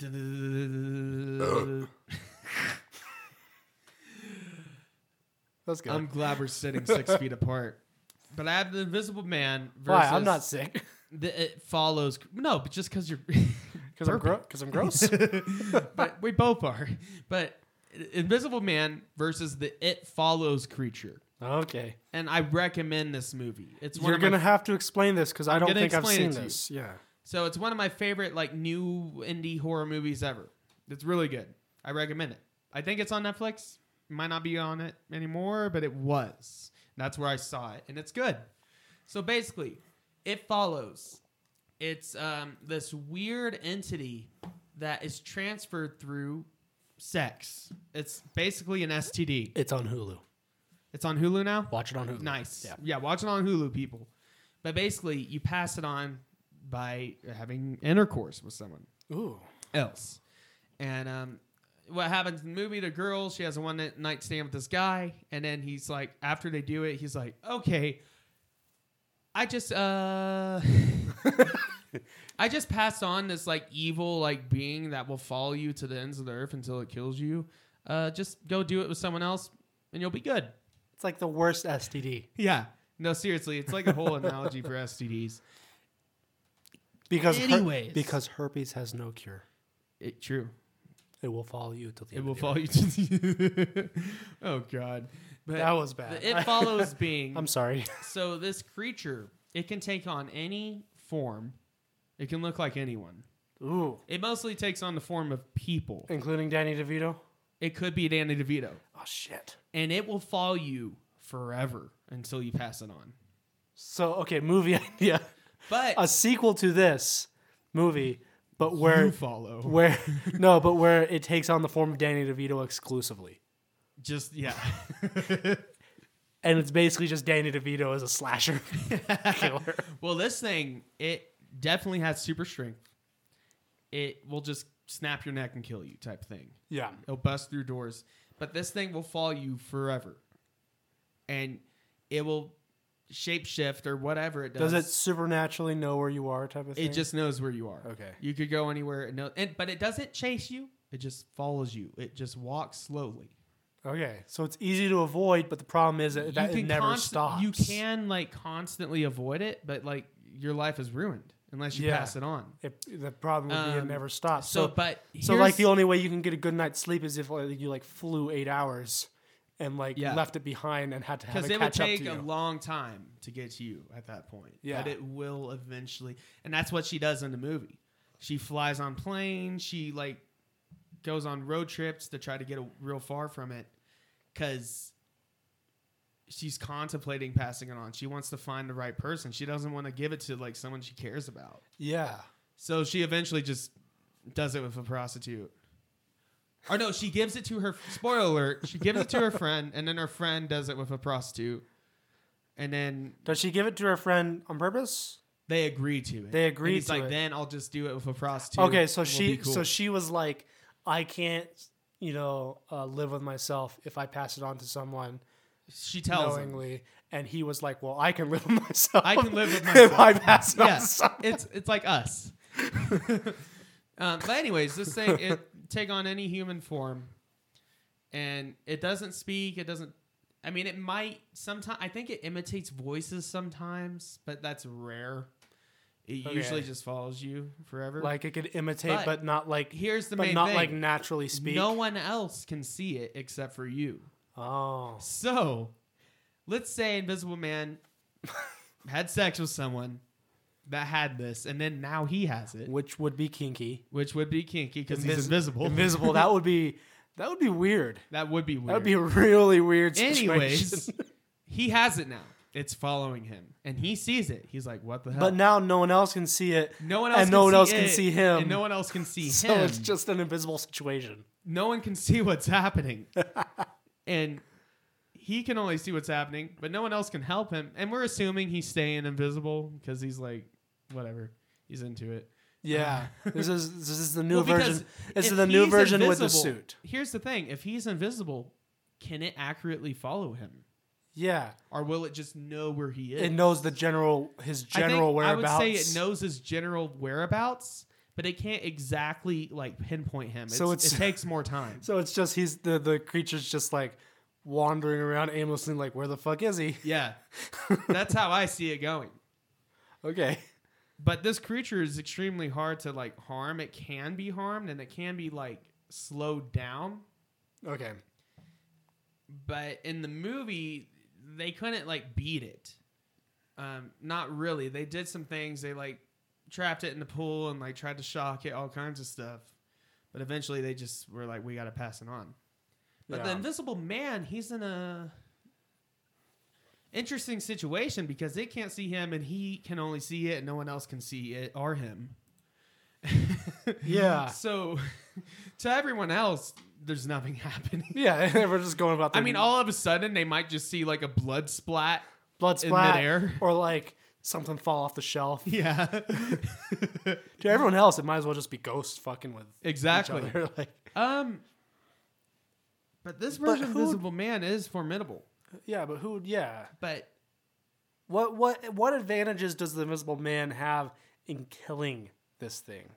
S2: That's good.
S1: I'm glad we're sitting six feet apart. But I have the Invisible Man versus.
S2: Why? I'm not sick
S1: The, it follows. No, but just because you're.
S2: because I'm, gro-
S1: Burping.
S2: 'cause I'm gross.
S1: but we both are. But Invisible Man versus the It Follows creature.
S2: okay,
S1: And I recommend this movie. It's one
S2: you're
S1: of my
S2: gonna have to explain this because I don't
S1: gonna
S2: think I've
S1: explain
S2: seen
S1: it to you.
S2: this. Yeah,
S1: So it's one of my favorite like new indie horror movies ever. It's really good. I recommend it. I think it's on Netflix. It might not be on it anymore, but it was. That's where I saw it, and it's good. So basically, it follows. It's um, this weird entity that is transferred through sex. It's basically an STD.
S2: it's on Hulu.
S1: It's on Hulu now.
S2: Watch it on Hulu.
S1: Nice.
S2: Yeah.
S1: Yeah. watch it on Hulu, people. But basically, you pass it on by having intercourse with someone
S2: Ooh.
S1: else. And um, what happens in the movie? The girl, she has a one night stand with this guy, and then he's like, after they do it, he's like, okay, I just uh, I just passed on this like evil like being that will follow you to the ends of the earth until it kills you. Uh, just go do it with someone else, and you'll be good.
S2: It's like the worst STD
S1: Yeah. No, seriously, it's like a whole analogy for STDs.
S2: because her-
S1: Anyways.
S2: because herpes has no cure.
S1: It, true.
S2: It will follow you till the
S1: It
S2: end
S1: will
S2: of the
S1: follow you. To oh God. But
S2: That was bad.
S1: the It follows being.
S2: I'm sorry.
S1: so this creature, it can take on any form. It can look like anyone.
S2: Ooh,
S1: It mostly takes on the form of people.
S2: including Danny DeVito.
S1: It could be Danny DeVito,
S2: Oh shit.
S1: and it will follow you forever until you pass it on.
S2: So okay, movie idea.
S1: But
S2: A sequel to this movie, but
S1: you
S2: where
S1: follow.
S2: where no, but where it takes on the form of Danny DeVito exclusively.
S1: Just yeah.
S2: And it's basically just Danny DeVito as a slasher killer.
S1: Well, this thing, it definitely has super strength. It will just snap your neck and kill you, type thing.
S2: Yeah.
S1: It'll bust through doors. But this thing will follow you forever. And it will shapeshift or whatever it does.
S2: Does it supernaturally know where you are type of thing?
S1: It just knows where you are.
S2: Okay.
S1: You could go anywhere and know and but it doesn't chase you. It just follows you. It just walks slowly.
S2: Okay. So it's easy to avoid, but the problem is that, that
S1: you
S2: it never
S1: const-
S2: stops.
S1: You can like constantly avoid it, but like your life is ruined unless you
S2: Yeah.
S1: pass it on.
S2: It, the problem would be it
S1: Um,
S2: never stops.
S1: So,
S2: So,
S1: but
S2: so like
S1: here's-
S2: the only way you can get a good night's sleep is if like, you like flew eight hours and like
S1: Yeah.
S2: left it behind and had to have
S1: because
S2: it
S1: it would
S2: catch up to
S1: take
S2: you.
S1: a long time to get to you at that point.
S2: Yeah.
S1: but it will eventually, and that's what she does in the movie. She flies on planes. She like goes on road trips to try to get a, real far from it, because she's contemplating passing it on. She wants to find the right person. She doesn't want to give it to like someone she cares about.
S2: yeah.
S1: So she eventually just does it with a prostitute. Or no, she gives it to her. Spoiler alert! She gives it to her friend, and then her friend does it with a prostitute, and then
S2: Does she give it to her friend on purpose?
S1: they agree to it.
S2: They
S1: And
S2: agree
S1: he's
S2: to
S1: like,
S2: it.
S1: then I'll just do it with a prostitute.
S2: Okay, so
S1: We'll be
S2: she
S1: cool."
S2: so she was like, I can't, you know, uh, live with myself if I pass it on to someone
S1: she tells him,
S2: knowingly. And he was like, Well, I can live with myself.
S1: I can live with
S2: if
S1: myself."
S2: I pass it on
S1: yeah,
S2: to someone.
S1: it's it's like us. um, but anyways, this thing it take on any human form, and it doesn't speak. It doesn't. I mean, it might sometimes. I think it imitates voices sometimes, but that's rare. It
S2: Okay.
S1: usually just follows you forever.
S2: Like it could imitate, but,
S1: But
S2: not like,
S1: here's the
S2: but
S1: main
S2: not
S1: thing:
S2: like naturally speak.
S1: no one else can see it except for you.
S2: Oh,
S1: So, let's say Invisible Man had sex with someone that had this, and then now he has it,
S2: which would be kinky.
S1: which would be kinky because he's
S2: Invis-
S1: invisible.
S2: Invisible. that would be that would be weird.
S1: that would be weird.
S2: That would be a really weird situation.
S1: Anyways, he has it now. It's following him, and he sees it. He's like, "What the hell?"
S2: but now no one else can see it.
S1: no one else,
S2: and
S1: can,
S2: no one
S1: see
S2: else can
S1: it,
S2: see him.
S1: and no one else can see
S2: so
S1: him.
S2: it's just an invisible situation.
S1: no one can see what's happening. and he can only see what's happening, but no one else can help him. And we're assuming he's staying invisible because he's like, whatever, he's into it.
S2: Yeah, this is this is the new
S1: Well, because
S2: version. This is
S1: if
S2: the new
S1: he's
S2: version with the
S1: invisible-
S2: suit.
S1: Here's the thing if he's invisible, can it accurately follow him?
S2: Yeah,
S1: Or will it just know where he is?
S2: it knows the general his
S1: I think
S2: general
S1: I would
S2: whereabouts.
S1: say it knows his general whereabouts, but it can't exactly like pinpoint him. It's,
S2: So
S1: it
S2: it's-
S1: takes more time.
S2: So it's just he's the the creature's just like wandering around aimlessly, like where the fuck is he?
S1: yeah, that's how I see it going.
S2: Okay.
S1: But this creature is extremely hard to like harm. It can be harmed and it can be like slowed down.
S2: Okay.
S1: But in the movie, they couldn't like beat it. Um, not really. They did some things. They like trapped it in the pool and like tried to shock it, all kinds of stuff. But eventually, they just were like, "We got to pass it on." But the
S2: Yeah.
S1: Invisible Man, he's in a interesting situation because they can't see him and he can only see it and no one else can see it or him.
S2: Yeah.
S1: So to everyone else, there's nothing happening.
S2: Yeah, we're just going about.
S1: I
S2: their
S1: mean, all of a sudden they might just see like a blood splat.
S2: blood
S1: in
S2: splat
S1: midair.
S2: or like something fall off the shelf.
S1: Yeah.
S2: To everyone else, it might as well just be ghosts fucking with
S1: exactly.
S2: each other. Like,
S1: Um but this
S2: But
S1: version of
S2: who-
S1: Invisible Man is formidable.
S2: yeah, but who? Yeah,
S1: But
S2: what what what advantages does the Invisible Man have in killing this thing?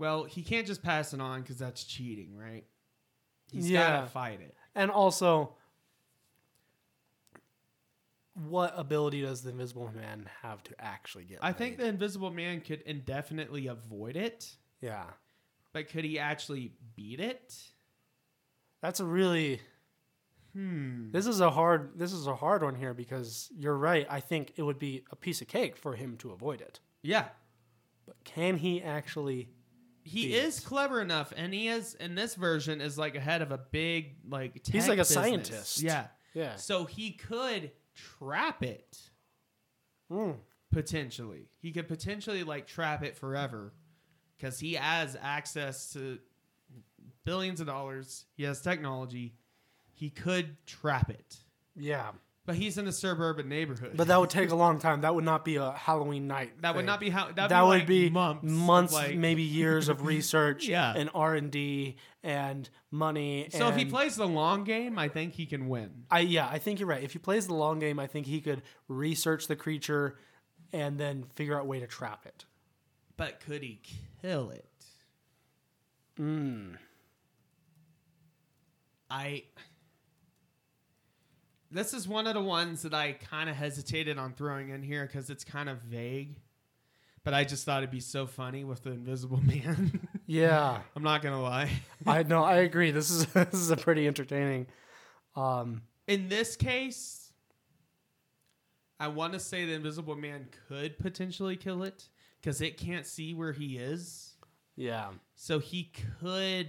S1: well, he can't just pass it on cuz that's cheating, right? He's got
S2: Yeah.
S1: to fight it.
S2: And also, what ability does the Invisible Man have to actually get?
S1: I think
S2: laid?
S1: the Invisible Man could indefinitely avoid it,
S2: yeah,
S1: but could he actually beat it?
S2: that's a really
S1: Hmm.
S2: this is a hard this is a hard one here because you're right. I think it would be a piece of cake for him to avoid it.
S1: Yeah.
S2: But can he actually?
S1: He
S2: Beat
S1: is clever enough, and he is in this version is like ahead of a big like. Tech
S2: He's like a
S1: business.
S2: scientist.
S1: Yeah.
S2: Yeah.
S1: So he could trap it
S2: Mm.
S1: potentially. He could potentially like trap it forever, because he has access to billions of dollars. He has technology. He could trap it,
S2: Yeah.
S1: but he's in a suburban neighborhood.
S2: But that would take a long time. That would not be a Halloween night.
S1: That would
S2: thing.
S1: not be how.
S2: That,
S1: That'd
S2: would
S1: like,
S2: be
S1: months,
S2: months,
S1: of, like-
S2: maybe years of research
S1: Yeah.
S2: and R and D and money.
S1: So if he
S2: and-
S1: plays the long game, I think he can win.
S2: I yeah, I think you're right. If he plays the long game, I think he could research the creature and then figure out a way to trap it.
S1: But could he kill it?
S2: Mm.
S1: I. This is one of the ones that I kind of hesitated on throwing in here because it's kind of vague. But I just thought it'd be so funny with the Invisible Man.
S2: Yeah,
S1: I'm not gonna lie.
S2: I no, I agree. This is this is a pretty entertaining. Um,
S1: In this case, I want to say the Invisible Man could potentially kill it because it can't see where he is.
S2: yeah,
S1: So he could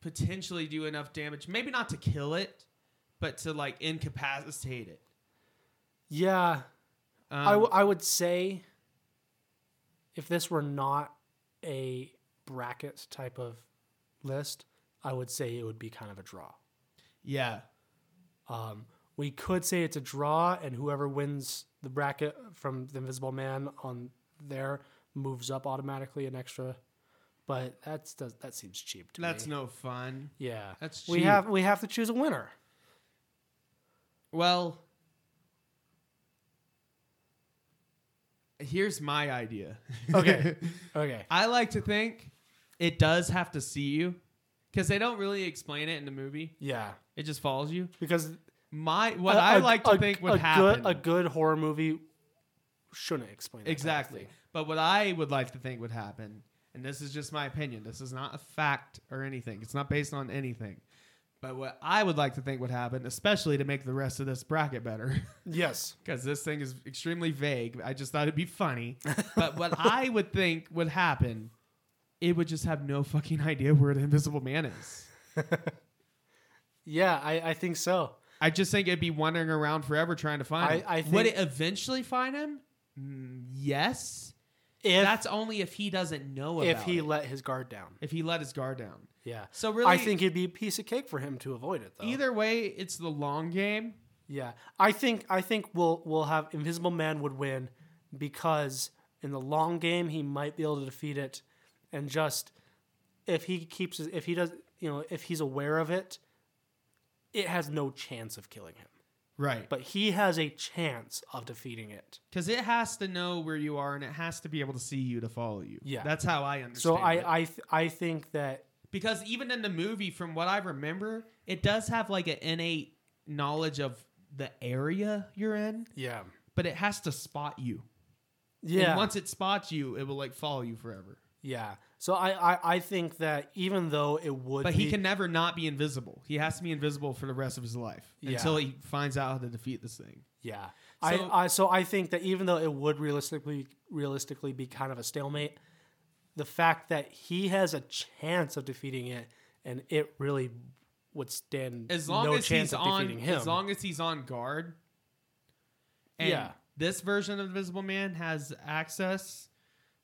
S1: potentially do enough damage, maybe not to kill it, but to like incapacitate it.
S2: yeah.
S1: Um,
S2: I I, w- I would say if this were not a bracket type of list, I would say it would be kind of a draw.
S1: yeah,
S2: Um, we could say it's a draw, and whoever wins the bracket from the Invisible Man on there moves up automatically an extra. But that's does that seems cheap to
S1: that's
S2: me.
S1: no fun.
S2: yeah,
S1: that's
S2: we
S1: cheap.
S2: have we have to choose a winner.
S1: Well, here's my idea.
S2: Okay. Okay,
S1: I like to think it does have to see you because they don't really explain it in the movie.
S2: yeah,
S1: It just follows you.
S2: because
S1: My what
S2: a-
S1: I
S2: a-
S1: like to
S2: a-
S1: think
S2: a
S1: would happen
S2: Good, a good horror movie shouldn't explain that type of
S1: Exactly.
S2: thing.
S1: But what I would like to think would happen, and this is just my opinion, this is not a fact or anything, it's not based on anything. But what I would like to think would happen, especially to make the rest of this bracket better,
S2: Yes.
S1: because this thing is extremely vague. I just thought it'd be funny. But what I would think would happen, it would just have no fucking idea where the invisible man is.
S2: Yeah, I, I think so.
S1: I just think it'd be wandering around forever trying to find
S2: I-
S1: him.
S2: I
S1: would
S2: think-
S1: it eventually find him? Mm, yes.
S2: If
S1: That's only if he doesn't know about
S2: if he
S1: it.
S2: let his guard down.
S1: if he let his guard down.
S2: Yeah.
S1: So really,
S2: I think it'd be a piece of cake for him to avoid it though.
S1: either way, it's the long game.
S2: Yeah, I think I think we'll we'll have Invisible Man would win because in the long game he might be able to defeat it, and just if he keeps his- if he does you know if he's aware of it, it has no chance of killing him.
S1: Right.
S2: but he has a chance of defeating it.
S1: Because it has to know where you are and it has to be able to see you to follow you.
S2: Yeah.
S1: That's how I understand.
S2: So
S1: it.
S2: I I th- I think that
S1: because even in the movie, from what I remember, it does have like an innate knowledge of the area you're in,
S2: yeah
S1: but it has to spot you. And
S2: yeah
S1: once it spots you, it will like follow you forever.
S2: yeah. So I, I I think that even though it would,
S1: But he
S2: be-
S1: can never not be invisible. He has to be invisible for the rest of his life
S2: Yeah.
S1: until he finds out how to defeat this thing.
S2: Yeah.
S1: So-
S2: I, I so I think that even though it would realistically realistically be kind of a stalemate, the fact that he has a chance of defeating it and it really would stand
S1: as long
S2: no
S1: as
S2: chance
S1: he's
S2: of
S1: on
S2: defeating him.
S1: as long as he's on guard. And
S2: Yeah.
S1: this version of Invisible Man has access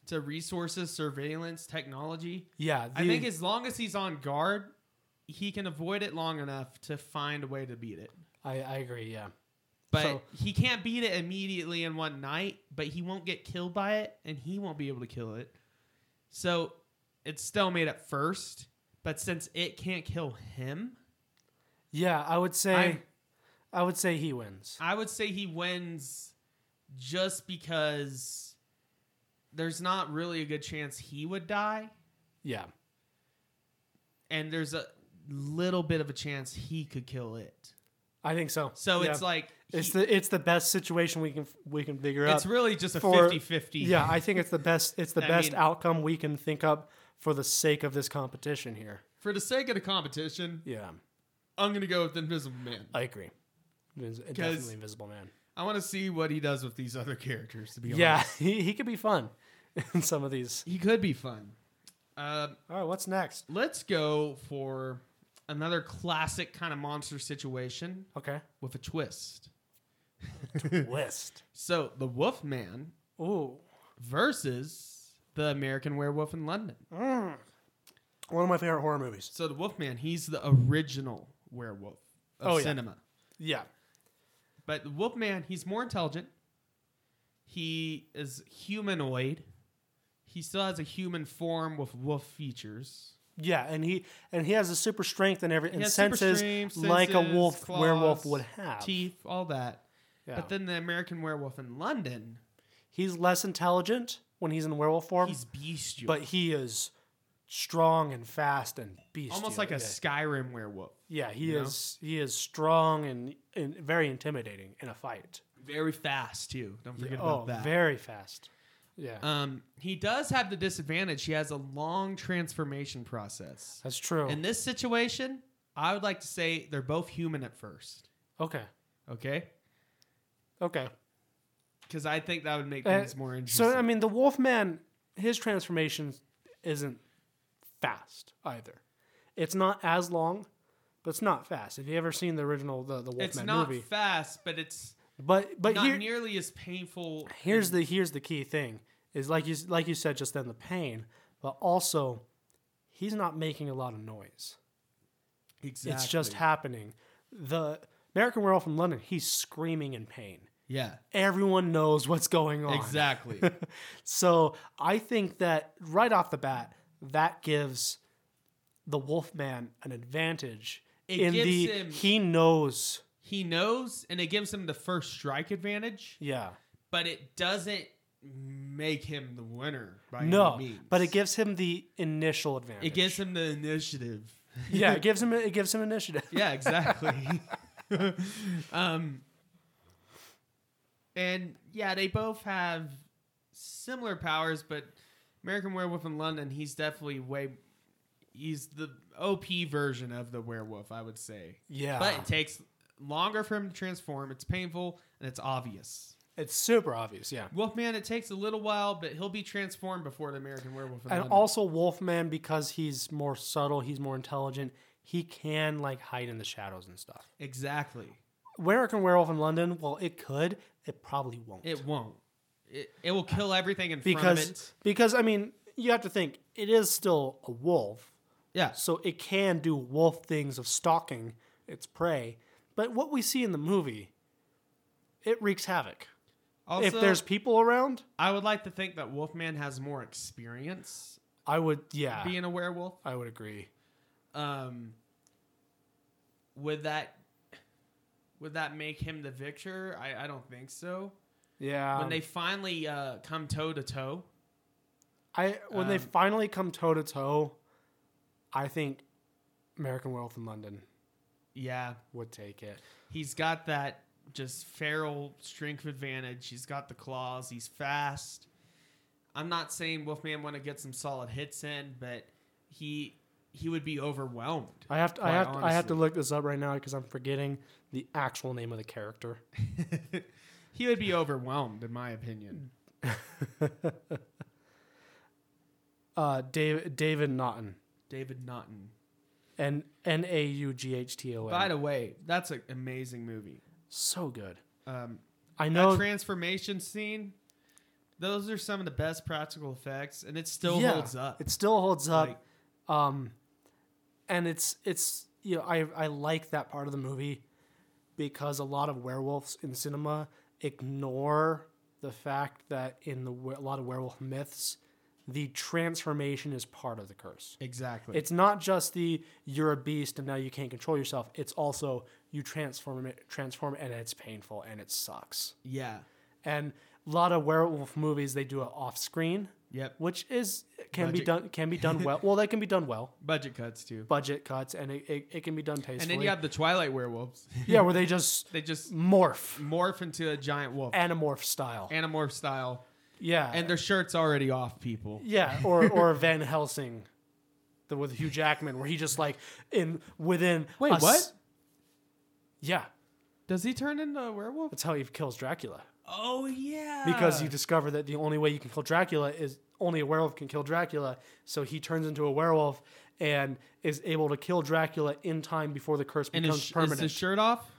S1: to resources, surveillance, technology.
S2: yeah,
S1: I
S2: the-
S1: think as long as he's on guard, he can avoid it long enough to find a way to beat it.
S2: I, I agree. Yeah,
S1: But
S2: So-
S1: he can't beat it immediately in one night, but he won't get killed by it and he won't be able to kill it. So it's stalemate at first, but since it can't kill him,
S2: yeah. I would say
S1: I'm-
S2: I would say he wins.
S1: I would say he wins just because there's not really a good chance he would die,
S2: Yeah,
S1: and there's a little bit of a chance he could kill it.
S2: I think so.
S1: So
S2: Yeah.
S1: it's like
S2: it's
S1: he-
S2: the it's the best situation we can we can figure out.
S1: it's really just a
S2: for-
S1: 50 50.
S2: Yeah, I think it's the best it's the
S1: I
S2: best
S1: mean-
S2: outcome we can think up for the sake of this competition here.
S1: For the sake of the competition,
S2: Yeah.
S1: I'm going to go with Invisible Man.
S2: I agree. Vis- definitely Invisible Man.
S1: I want to see what he does with these other characters, to be
S2: Yeah,
S1: honest.
S2: he, he could be fun in some of these.
S1: He could be fun. Um,
S2: All right, what's next?
S1: let's go for another classic kind of monster situation
S2: Okay.
S1: with a twist.
S2: List.
S1: So the Wolfman
S2: Ooh.
S1: versus the American Werewolf in London. Mm.
S2: One of my favorite horror movies.
S1: So the Wolfman, he's the original werewolf of
S2: Oh, yeah.
S1: cinema.
S2: Yeah.
S1: But the Wolfman, he's more intelligent. He is humanoid. He still has a human form with wolf features.
S2: Yeah, and he and he has the super strength and every and
S1: has super
S2: senses
S1: strength,
S2: like a
S1: senses,
S2: wolf
S1: claws,
S2: werewolf would have.
S1: Teeth, all that.
S2: Yeah.
S1: But then the American werewolf in London,
S2: he's less intelligent when he's in werewolf form,
S1: he's bestial.
S2: but he is strong and fast and beast.
S1: almost like a Skyrim werewolf.
S2: yeah. He
S1: you know?
S2: is he is strong and, and very intimidating in a fight.
S1: Very fast too. Don't forget
S2: oh,
S1: about that.
S2: very fast. Yeah,
S1: Um, he does have the disadvantage. He has a long transformation process.
S2: that's true.
S1: In this situation, I would like to say they're both human at first.
S2: okay,
S1: Okay,
S2: okay.
S1: because I think that would make
S2: Uh,
S1: things more interesting.
S2: So I mean, the Wolfman, his transformation isn't fast either. It's not as long, but it's not fast. Have you ever seen the original the the
S1: it's
S2: Wolfman
S1: not
S2: movie?
S1: fast, but it's
S2: But but
S1: not
S2: here
S1: nearly as painful.
S2: here's the here's the key thing is like you s- like you said just then the pain, but also he's not making a lot of noise.
S1: Exactly.
S2: It's just happening. The American Werewolf in London, he's screaming in pain.
S1: yeah,
S2: Everyone knows what's going on.
S1: exactly.
S2: So I think that right off the bat, that gives the Wolfman an advantage.
S1: It
S2: in
S1: gives
S2: the
S1: him-
S2: he knows.
S1: he knows, and it gives him the first strike advantage,
S2: Yeah.
S1: but it doesn't make him the winner by
S2: No,
S1: any means.
S2: but it gives him the initial advantage.
S1: it gives him the initiative.
S2: yeah, it gives him it gives him initiative.
S1: Yeah, exactly. um, and yeah, they both have similar powers, but American Werewolf in London, he's definitely way. He's the OP version of the werewolf, I would say.
S2: Yeah,
S1: But it takes longer for him to transform. It's painful and it's obvious.
S2: it's super obvious. Yeah,
S1: Wolfman, it takes a little while, but he'll be transformed before the American Werewolf in
S2: and
S1: London.
S2: also Wolfman because he's more subtle, he's more intelligent. He can like hide in the shadows and stuff.
S1: exactly.
S2: American Werewolf in London, well, it could, it probably won't.
S1: It won't. It, it will kill everything in front of it.
S2: because because I mean you have to think it is still a wolf,
S1: Yeah.
S2: so it can do wolf things of stalking its prey. But what we see in the movie, it wreaks havoc.
S1: Also,
S2: if there's people around,
S1: I would like to think that Wolfman has more experience
S2: I would yeah,
S1: being a werewolf.
S2: I would agree.
S1: Um, would that Would that make him the victor? I, I don't think so.
S2: Yeah.
S1: when they finally uh, come toe to toe,
S2: I when they
S1: um,
S2: finally come toe to toe, I think American Wealth in London
S1: yeah,
S2: would take it.
S1: he's got that just feral strength advantage. He's got the claws. He's fast. I'm not saying Wolfman want to get some solid hits in, but he he would be overwhelmed.
S2: I have to I
S1: Quite
S2: have I have to
S1: honestly.
S2: look this up right now because I'm forgetting the actual name of the character.
S1: he would be overwhelmed, in my opinion.
S2: Uh, David David Naughton.
S1: David Naughton.
S2: And N A U G H T O
S1: By
S2: N.
S1: the way, that's an amazing movie.
S2: So good.
S1: Um,
S2: I
S1: that
S2: know.
S1: transformation scene. Those are some of the best practical effects, and it still
S2: yeah,
S1: holds up.
S2: It still holds up.
S1: Like-
S2: um, and it's it's you know I I like that part of the movie because a lot of werewolves in cinema ignore the fact that in the we- a lot of werewolf myths, the transformation is part of the curse.
S1: Exactly.
S2: It's not just the you're a beast and now you can't control yourself. It's also you transform it, transform and it's painful and it sucks.
S1: yeah.
S2: And a lot of werewolf movies they do it off screen,
S1: Yep.
S2: which is can be
S1: Budget.
S2: done can be done well. Well, that can be done well.
S1: Budget cuts too.
S2: Budget cuts and it, it, it can be done tastefully.
S1: And then you have the Twilight werewolves.
S2: yeah, where they just
S1: they just
S2: morph
S1: morph into a giant wolf,
S2: animorph style.
S1: animorph style,
S2: yeah,
S1: and their shirts already off. People.
S2: Yeah, or or Van Helsing, the with Hugh Jackman, where he just like in within.
S1: Wait,
S2: a s-
S1: what?
S2: Yeah,
S1: Does he turn into a werewolf?
S2: that's how he kills Dracula
S1: Oh yeah.
S2: because you discover that the only way you can kill Dracula is only a werewolf can kill Dracula. So he turns into a werewolf and is able to kill Dracula in time before the curse
S1: and
S2: becomes
S1: his, sh- is
S2: permanent.
S1: his shirt off.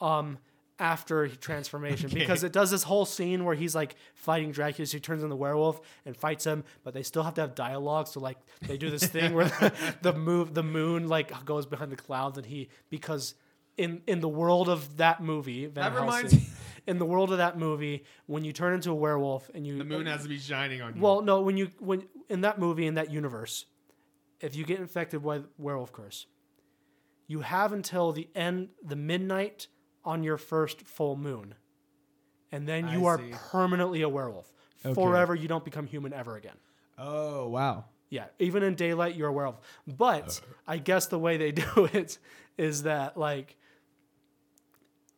S2: um after he- transformation
S1: Okay.
S2: because it does this whole scene where he's like fighting Dracula so he turns into the werewolf and fights him but they still have to have dialogue so like they do this thing where the, the move the moon like goes behind the clouds and he because in in the world of that movie Van
S1: That reminds-
S2: Helsing, in the world of that movie when you turn into a werewolf and you
S1: The moon has to be shining on you.
S2: well no when you when in that movie in that universe if you get infected by the werewolf curse you have until the end the midnight on your first full moon and then you
S1: I
S2: are
S1: see.
S2: permanently a werewolf
S1: Okay.
S2: forever you don't become human ever again
S1: oh wow.
S2: yeah, even in daylight, you're a werewolf. But I guess the way they do it is that, like,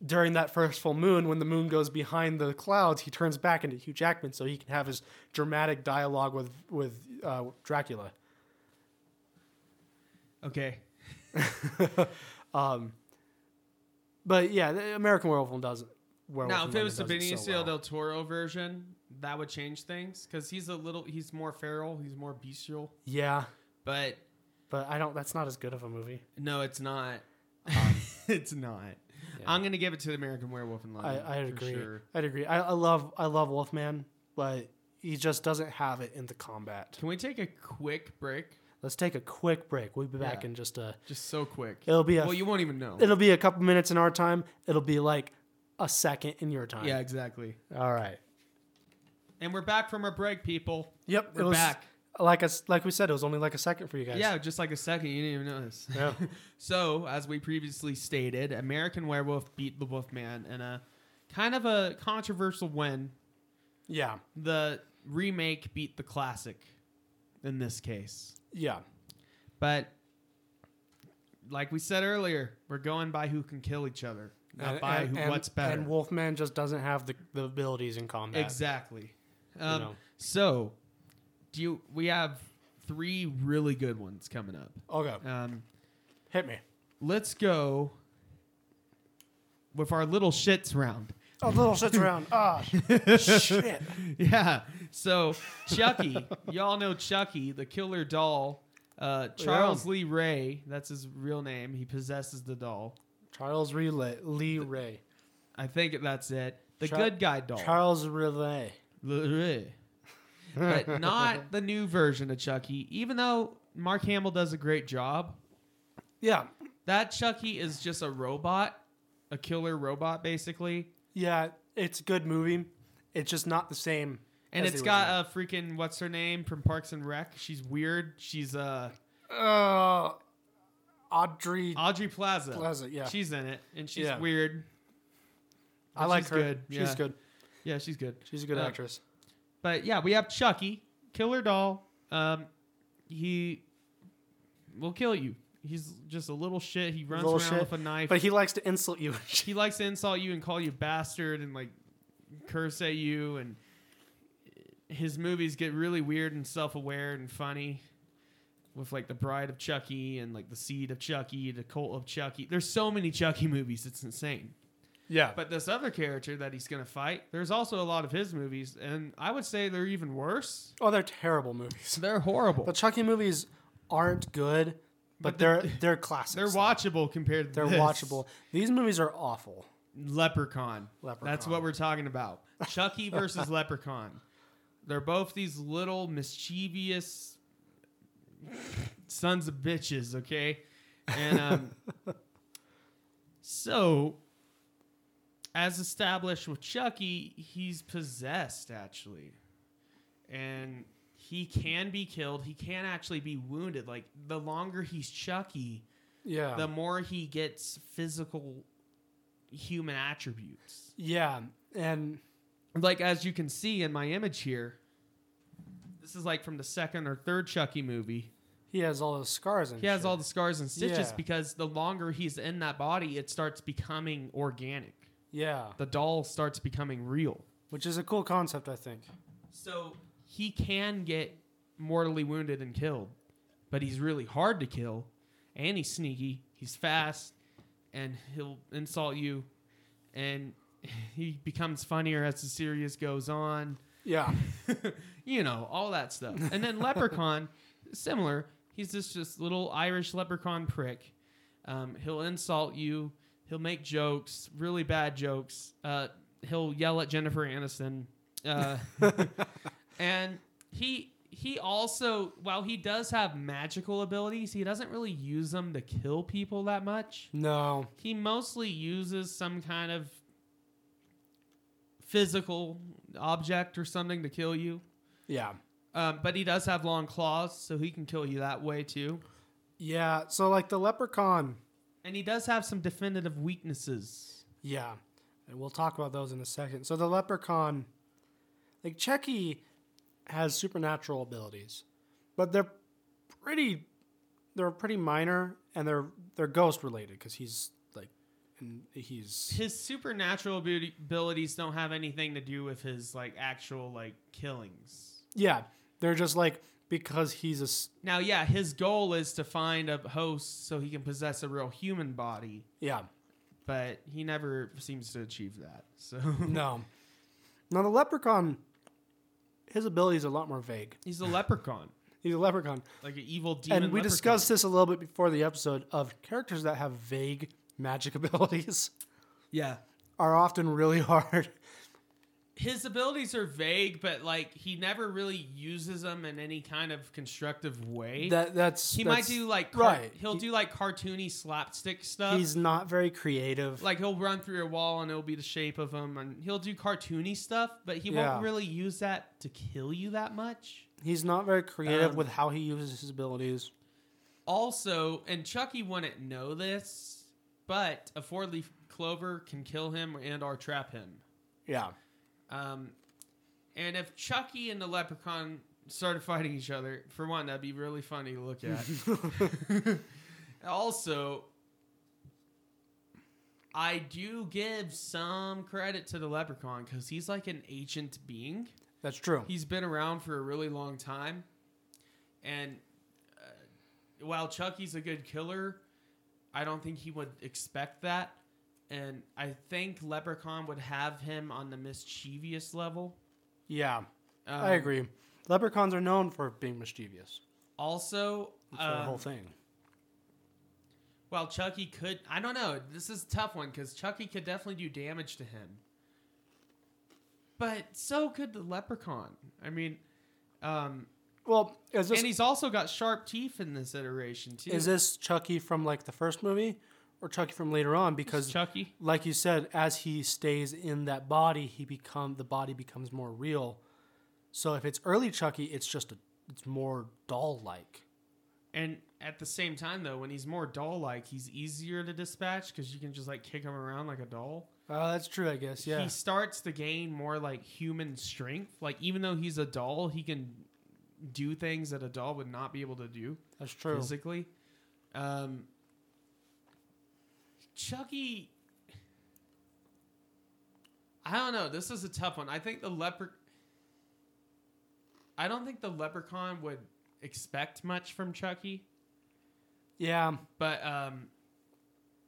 S2: during that first full moon, when the moon goes behind the clouds, he turns back into Hugh Jackman so he can have his dramatic dialogue with with uh, Dracula.
S1: Okay.
S2: Um, but yeah, the American Werewolf doesn't. Werewolf
S1: Now,
S2: in
S1: if it was the
S2: London does
S1: Benicio
S2: it so well.
S1: del Toro version, that would change things because he's a little, he's more feral, he's more bestial.
S2: yeah,
S1: But
S2: but I don't. That's not as good of a movie.
S1: no, it's not. Um, it's not.
S2: Yeah.
S1: I'm gonna give it to the American Werewolf in
S2: I,
S1: London.
S2: I
S1: for
S2: agree.
S1: sure.
S2: I'd agree. I, I love I love Wolfman, but he just doesn't have it in the combat.
S1: Can we take a quick break?
S2: Let's take a quick break. We'll be back
S1: Yeah.
S2: in just a.
S1: Just so quick.
S2: It'll be a.
S1: well, you won't even know.
S2: it'll be a couple minutes in our time. It'll be like a second in your time.
S1: Yeah, exactly.
S2: All right.
S1: And we're back from our break, people.
S2: Yep.
S1: We're
S2: it was,
S1: back.
S2: Like us, like we said, it was only like a second for you guys.
S1: Yeah, just like a second. You didn't even notice.
S2: Yeah.
S1: So, as we previously stated, American Werewolf beat the Wolfman in a kind of a controversial win
S2: yeah.
S1: the remake beat the classic in this case.
S2: Yeah.
S1: But like we said earlier, we're going by who can kill each other, not by who,
S2: and-
S1: what's better.
S2: And Wolfman just doesn't have the, the abilities in combat.
S1: exactly.
S2: you
S1: Um,
S2: know.
S1: So, do you, we have three really good ones coming up?
S2: Okay.
S1: Um,
S2: Hit me.
S1: let's go with our little shits round.
S2: Oh, little shit's around. Ah, shit.
S1: Yeah. So Chucky, y'all know Chucky, the killer doll. Uh, Charles Lee Ray, that's his real name. He possesses the doll.
S2: Charles Relay. Lee Ray.
S1: I think that's it. The
S2: Char-
S1: good guy doll.
S2: Charles Relay.
S1: Le Ray. But not the new version of Chucky. Even though Mark Hamill does a great job,
S2: Yeah.
S1: that Chucky is just a robot, a killer robot basically.
S2: Yeah. It's a good movie. It's just not the same.
S1: And
S2: as
S1: it's
S2: the
S1: got
S2: original.
S1: a freaking what's her name from Parks and Rec. She's weird. She's uh
S2: uh, Audrey
S1: Audrey Plaza.
S2: Plaza. Yeah,
S1: She's in it, and she's
S2: Yeah.
S1: weird.
S2: I like
S1: she's
S2: her.
S1: good,
S2: She's
S1: yeah.
S2: good.
S1: Yeah, she's good.
S2: She's a good
S1: Uh,
S2: actress.
S1: But yeah, we have Chucky, Killer Doll. Um, he will kill you. He's just a little shit. He runs
S2: Little
S1: around
S2: shit,
S1: with a knife.
S2: But he likes to insult you.
S1: he likes to insult you and call you bastard and like curse at you and his movies get really weird and self-aware and funny with like the bride of chucky and like the seed of chucky the cult of chucky there's so many chucky movies it's insane
S2: yeah.
S1: but this other character that he's gonna fight there's also a lot of his movies and i would say they're even worse
S2: Oh, they're terrible movies.
S1: they're horrible
S2: The Chucky movies aren't good,
S1: But
S2: but,
S1: the-
S2: they're they're classics.
S1: they're watchable compared to
S2: They're
S1: this.
S2: watchable. These movies are awful.
S1: Leprechaun. That's
S2: Leprechaun.
S1: what we're talking about. Chucky versus Leprechaun. They're both these little mischievous sons of bitches, okay? And um, so, as established with Chucky, he's possessed actually, and he can be killed. He can actually be wounded. Like the longer he's Chucky,
S2: Yeah.
S1: the more he gets physical human attributes.
S2: yeah. And
S1: Like as you can see in my image here, this is like from the second or third Chucky movie.
S2: he has all those scars and
S1: He has
S2: shit.
S1: all the scars and stitches
S2: Yeah.
S1: because the longer he's in that body, it starts becoming organic.
S2: Yeah.
S1: The doll starts becoming real.
S2: Which is a cool concept, I think.
S1: So he can get mortally wounded and killed, but he's really hard to kill, and he's sneaky. He's fast, and he'll insult you, and he becomes funnier as the series goes on.
S2: Yeah.
S1: you know all that stuff. And then Leprechaun, similar. He's this just little Irish leprechaun prick. Um, he'll insult you. He'll make jokes, really bad jokes. Uh, he'll yell at Jennifer Aniston. Uh, and he he also while he does have magical abilities he doesn't really use them to kill people that much
S2: No.
S1: he mostly uses some kind of physical object or something to kill you
S2: Yeah.
S1: um, but he does have long claws so he can kill you that way too
S2: Yeah. So like the leprechaun.
S1: and he does have some definitive weaknesses
S2: Yeah. And we'll talk about those in a second. So the leprechaun like Chucky has supernatural abilities, but they're pretty they're pretty minor and they're they're ghost related cuz he's like and he's
S1: his supernatural abu- abilities don't have anything to do with his like actual like killings
S2: yeah, they're just like because he's a s-
S1: Now, yeah, his goal is to find a host so he can possess a real human body,
S2: yeah.
S1: but he never seems to achieve that. So
S2: No. Now the leprechaun, his ability is a lot more vague.
S1: he's a leprechaun,
S2: He's a leprechaun,
S1: like an evil demon.
S2: and we
S1: leprechaun.
S2: discussed this a little bit before the episode of characters that have vague magic abilities
S1: Yeah,
S2: are often really hard.
S1: his abilities are vague, but like he never really uses them in any kind of constructive way.
S2: That that's
S1: he might
S2: that's-
S1: do like car-
S2: right.
S1: He'll
S2: He-
S1: do like cartoony slapstick stuff.
S2: He's not very creative.
S1: like he'll run through a wall and it'll be the shape of him, and he'll do cartoony stuff, but he
S2: Yeah.
S1: won't really use that to kill you that much.
S2: He's not very creative
S1: Um,
S2: with how he uses his abilities.
S1: Also, and Chucky wouldn't know this, but a four-leaf clover can kill him and/or trap him.
S2: Yeah.
S1: Um, and if Chucky and the leprechaun started fighting each other, for one, that'd be really funny to look at. also, I do give some credit to the leprechaun because he's like an ancient being
S2: That's true.
S1: he's been around for a really long time and uh, while chucky's a good killer i don't think he would expect that and i think leprechaun would have him on the mischievous level
S2: yeah.
S1: um,
S2: I agree. Leprechauns are known for being mischievous.
S1: Um, also
S2: That's their
S1: um,
S2: whole thing.
S1: Well, Chucky could. I don't know. This is a tough one because Chucky could definitely do damage to him. But so could the leprechaun. I mean, um,
S2: Well, is this
S1: and he's also got sharp teeth in this iteration too.
S2: Is this Chucky from like the first movie or Chucky from later on? Because
S1: Chucky?
S2: like you said, as he stays in that body, he become the body becomes more real. So if it's early Chucky, it's just a it's more doll like.
S1: And at the same time, though, when he's more doll like, he's easier to dispatch because you can just like kick him around like a doll.
S2: Oh, that's true, I guess. Yeah.
S1: he starts to gain more like human strength. Like even though he's a doll, he can do things that a doll would not be able to do
S2: that's true.
S1: physically. Um, Chucky, I don't know. This is a tough one. I think the leper. I don't think the leprechaun would expect much from Chucky,
S2: Yeah.
S1: but um,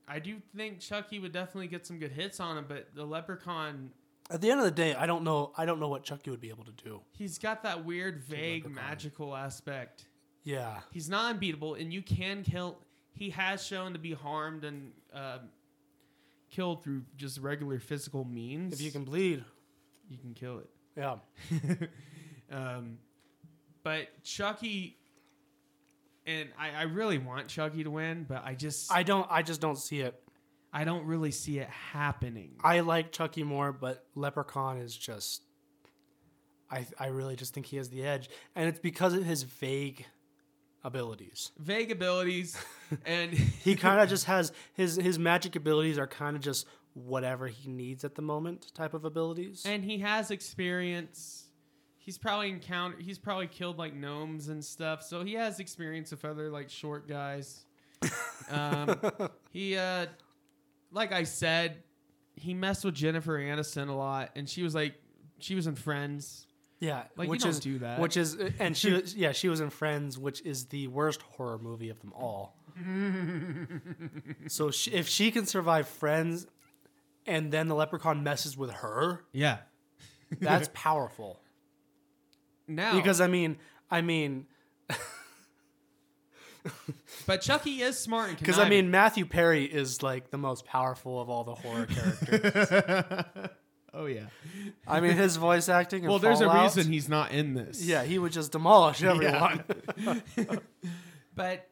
S1: I do think Chucky would definitely get some good hits on him. But the leprechaun
S2: At the end of the day, I don't know I don't know what Chucky would be able to do.
S1: He's got that weird, vague,
S2: leprechaun.
S1: magical aspect.
S2: Yeah.
S1: He's not unbeatable, and you can kill. He has shown to be harmed and um killed through just regular physical means.
S2: If you can bleed.
S1: you can kill it.
S2: Yeah.
S1: um, but Chucky, and I, I really want Chucky to win, but I just I,
S2: I don't I just don't see it.
S1: don't really see it happening.
S2: I like Chucky more, but Leprechaun is just I I really just think he has the edge. And it's because of his vague abilities.
S1: Vague abilities, and
S2: He kind of just has his his magic abilities are kind of just whatever he needs at the moment type of abilities.
S1: And he has experience. He's probably encountered. He's probably killed like gnomes and stuff. So he has experience with other like short guys. um, he, uh, like I said, he messed with Jennifer Aniston a lot, and she was like, she was in Friends.
S2: yeah,
S1: Like you
S2: which
S1: don't
S2: is
S1: do that.
S2: which is and she was- yeah, she was in Friends, which is the worst horror movie of them all. so she, if she can survive Friends and then the leprechaun messes with her,
S1: Yeah.
S2: that's powerful.
S1: Now,
S2: Because I mean, I mean,
S1: but Chucky is smart. and
S2: because I mean,
S1: conniving.
S2: Matthew Perry is like the most powerful of all the horror characters.
S1: oh yeah.
S2: I mean, his voice acting. in
S1: Well, there's a
S2: Fallout,
S1: reason he's not in this.
S2: Yeah, he would just demolish everyone.
S1: But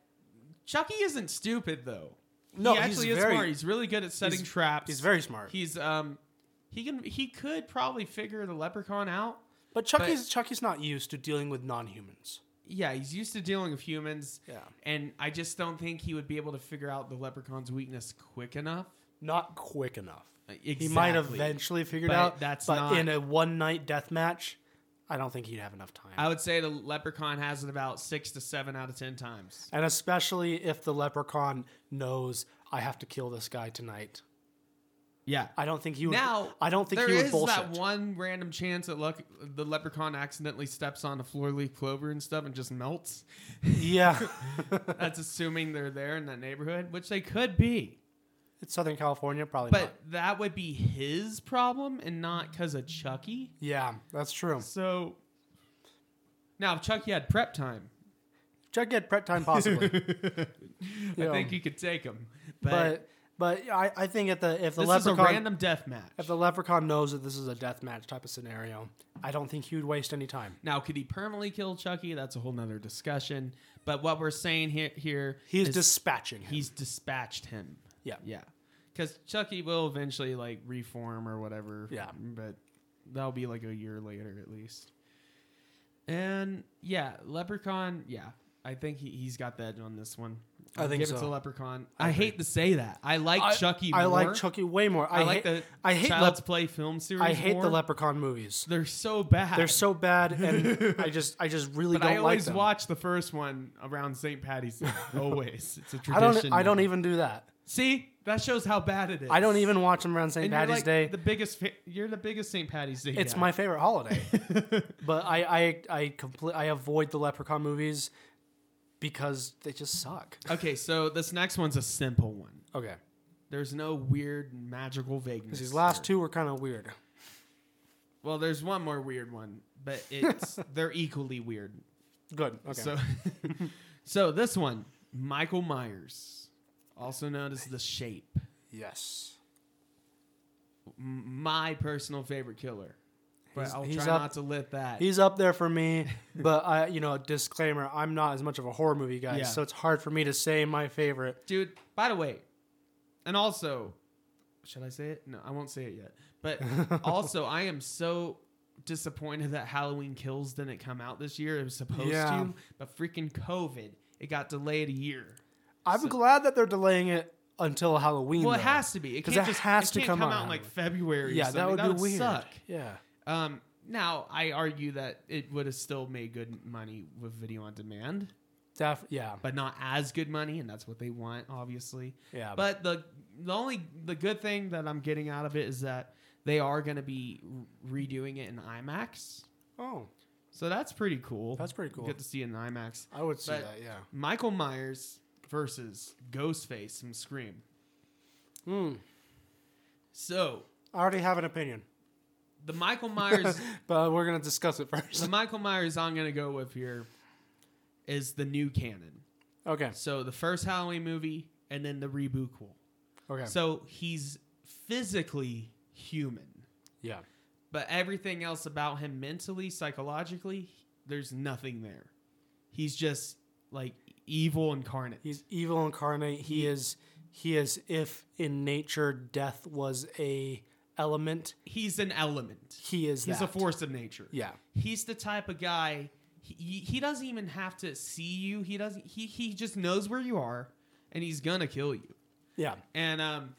S1: Chucky isn't stupid though.
S2: No,
S1: he
S2: he's
S1: actually is
S2: very-
S1: smart. He's really good at setting
S2: he's-
S1: traps.
S2: He's very smart.
S1: He's um he can he could probably figure the leprechaun out.
S2: but Chucky's Chucky's not used to dealing with non-humans.
S1: Yeah, he's used to dealing with humans.
S2: Yeah.
S1: And I just don't think he would be able to figure out the leprechaun's weakness quick enough.
S2: Not quick enough.
S1: Exactly.
S2: He might eventually figure it
S1: But
S2: out.
S1: that's
S2: but
S1: not-
S2: in a one-night death match, I don't think he'd have enough time.
S1: I would say the leprechaun has it about six to seven out of ten times.
S2: and especially if the leprechaun knows I have to kill this guy tonight.
S1: Yeah.
S2: I don't think he would.
S1: Now
S2: I don't think
S1: there
S2: he would
S1: is
S2: bullshit.
S1: that one random chance that luck, the leprechaun accidentally steps on a floor leaf clover and stuff and just melts.
S2: Yeah,
S1: That's assuming they're there in that neighborhood, which they could be.
S2: it's Southern California, probably.
S1: But
S2: not.
S1: that would be his problem and not because of Chucky.
S2: yeah, that's true.
S1: So now, if Chucky had prep time,
S2: Check it prep time possibly,
S1: I
S2: Yeah.
S1: think you could take him. But,
S2: but but I, I think if the if the
S1: this
S2: leprechaun
S1: is a random death match.
S2: if the leprechaun knows that this is a death match type of scenario, I don't think he would waste any time.
S1: now, could he permanently kill Chucky? That's a whole nother discussion. But what we're saying here, here
S2: He is
S1: is
S2: dispatching him.
S1: he's dispatched him.
S2: Yeah.
S1: yeah, because Chucky will eventually like reform or whatever.
S2: Yeah.
S1: but that'll be like a year later at least. And yeah, Leprechaun. Yeah, I think he he has got the edge on this one.
S2: I
S1: I'll
S2: think
S1: give it
S2: so.
S1: to Leprechaun. I, hate to say that. I like
S2: I,
S1: Chucky.
S2: I
S1: more.
S2: like Chucky way more.
S1: I, like
S2: hate,
S1: the
S2: I hate
S1: Child's
S2: lep-
S1: Play film series.
S2: I hate
S1: more.
S2: the leprechaun movies.
S1: They're so bad.
S2: They're so bad, and I just I just really
S1: But
S2: don't
S1: I
S2: like
S1: always
S2: them.
S1: watch the first one around St. Patty's. Day. always, it's a
S2: I
S1: tradition.
S2: don't I don't
S1: now.
S2: even do that.
S1: see. That shows how bad it is.
S2: I don't even watch them around St.
S1: And you're,
S2: Patty's
S1: like,
S2: Day.
S1: The biggest. Fa- you're the biggest St. Patty's Day.
S2: It's
S1: guy.
S2: my favorite holiday. but I I I complete I avoid the Leprechaun movies because they just suck.
S1: Okay, so this next one's a simple one.
S2: Okay.
S1: There's no weird magical vagueness.
S2: Cuz these last
S1: here.
S2: two were kind of weird.
S1: Well, there's one more weird one, but it's they're equally weird.
S2: Good. Okay.
S1: So, so this one, Michael Myers, also known as the Shape,
S2: yes.
S1: m- my personal favorite killer. But
S2: He's-
S1: I'll
S2: he's
S1: try
S2: up-
S1: not to let that.
S2: He's up there for me, but I you know, disclaimer, I'm not as much of a horror movie guy,
S1: Yeah.
S2: so it's hard for me to say my favorite.
S1: dude. By the way, and also, should I say it? No, I won't say it yet. But also, I am so disappointed that Halloween Kills didn't come out this year. It was supposed
S2: Yeah.
S1: to, but freaking COVID, it got delayed a year.
S2: I'm glad that they're delaying it. until Halloween.
S1: Well, it
S2: though.
S1: has to be. It
S2: 'Cause
S1: can't
S2: it
S1: just
S2: has
S1: it
S2: to
S1: can't
S2: come
S1: come
S2: out
S1: out in like
S2: Halloween.
S1: February. Or
S2: Yeah, that
S1: something.
S2: would be
S1: would
S2: weird.
S1: Suck.
S2: Yeah.
S1: Um, now I argue that it would have still made good money with video on demand,
S2: Def- yeah.
S1: but not as good money, and that's what they want, obviously.
S2: Yeah.
S1: But the the only the good thing that I'm getting out of it is that they are going to be re- redoing it in IMAX,
S2: oh,
S1: so that's pretty cool.
S2: That's pretty cool.
S1: Get to see it in IMAX.
S2: I would see
S1: But-
S2: that. Yeah.
S1: Michael Myers versus Ghostface from Scream.
S2: Mm.
S1: So
S2: I already have an opinion,
S1: the Michael Myers
S2: but we're gonna discuss it
S1: the
S2: first.
S1: Michael Myers I'm gonna go with here is the new canon.
S2: Okay.
S1: So the first Halloween movie and then the reboot cool.
S2: Okay.
S1: So he's physically human,
S2: yeah.
S1: but everything else about him mentally, psychologically, there's nothing there. He's just like evil incarnate.
S2: He's evil incarnate. He, is. He is. If in nature death was a element,
S1: He's an element.
S2: he is.
S1: He's
S2: that.
S1: a force of nature.
S2: Yeah.
S1: He's the type of guy he, he doesn't even have to see you. He doesn't he he just knows where you are and he's gonna kill you.
S2: Yeah.
S1: and um,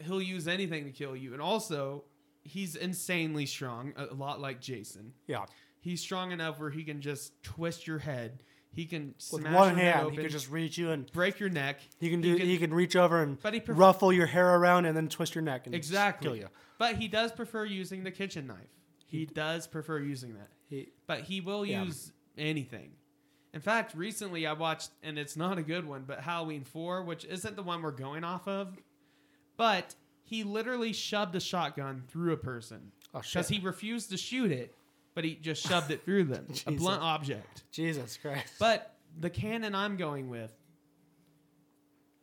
S1: he'll use anything to kill you. And also, he's insanely strong, a a lot like Jason.
S2: Yeah.
S1: He's strong enough where he can just twist your head. He can
S2: With
S1: smash
S2: one
S1: your head
S2: hand, he
S1: open,
S2: could just reach you and
S1: break your neck.
S2: he can do. He can, reach over and
S1: But he pref-
S2: ruffle your hair around and then twist your neck and just
S1: exactly
S2: kill you.
S1: But he does prefer using the kitchen knife. He, does prefer using that.
S2: He,
S1: But he will
S2: Yeah.
S1: use anything. In fact, recently I watched, and it's not a good one, but Halloween 4, which isn't the one we're going off of, but he literally shoved a shotgun through a person.
S2: oh
S1: because
S2: shit.
S1: he refused to shoot it, but he just shoved it through them, a
S2: Jesus.
S1: blunt object.
S2: Jesus Christ.
S1: But the cannon I'm going with,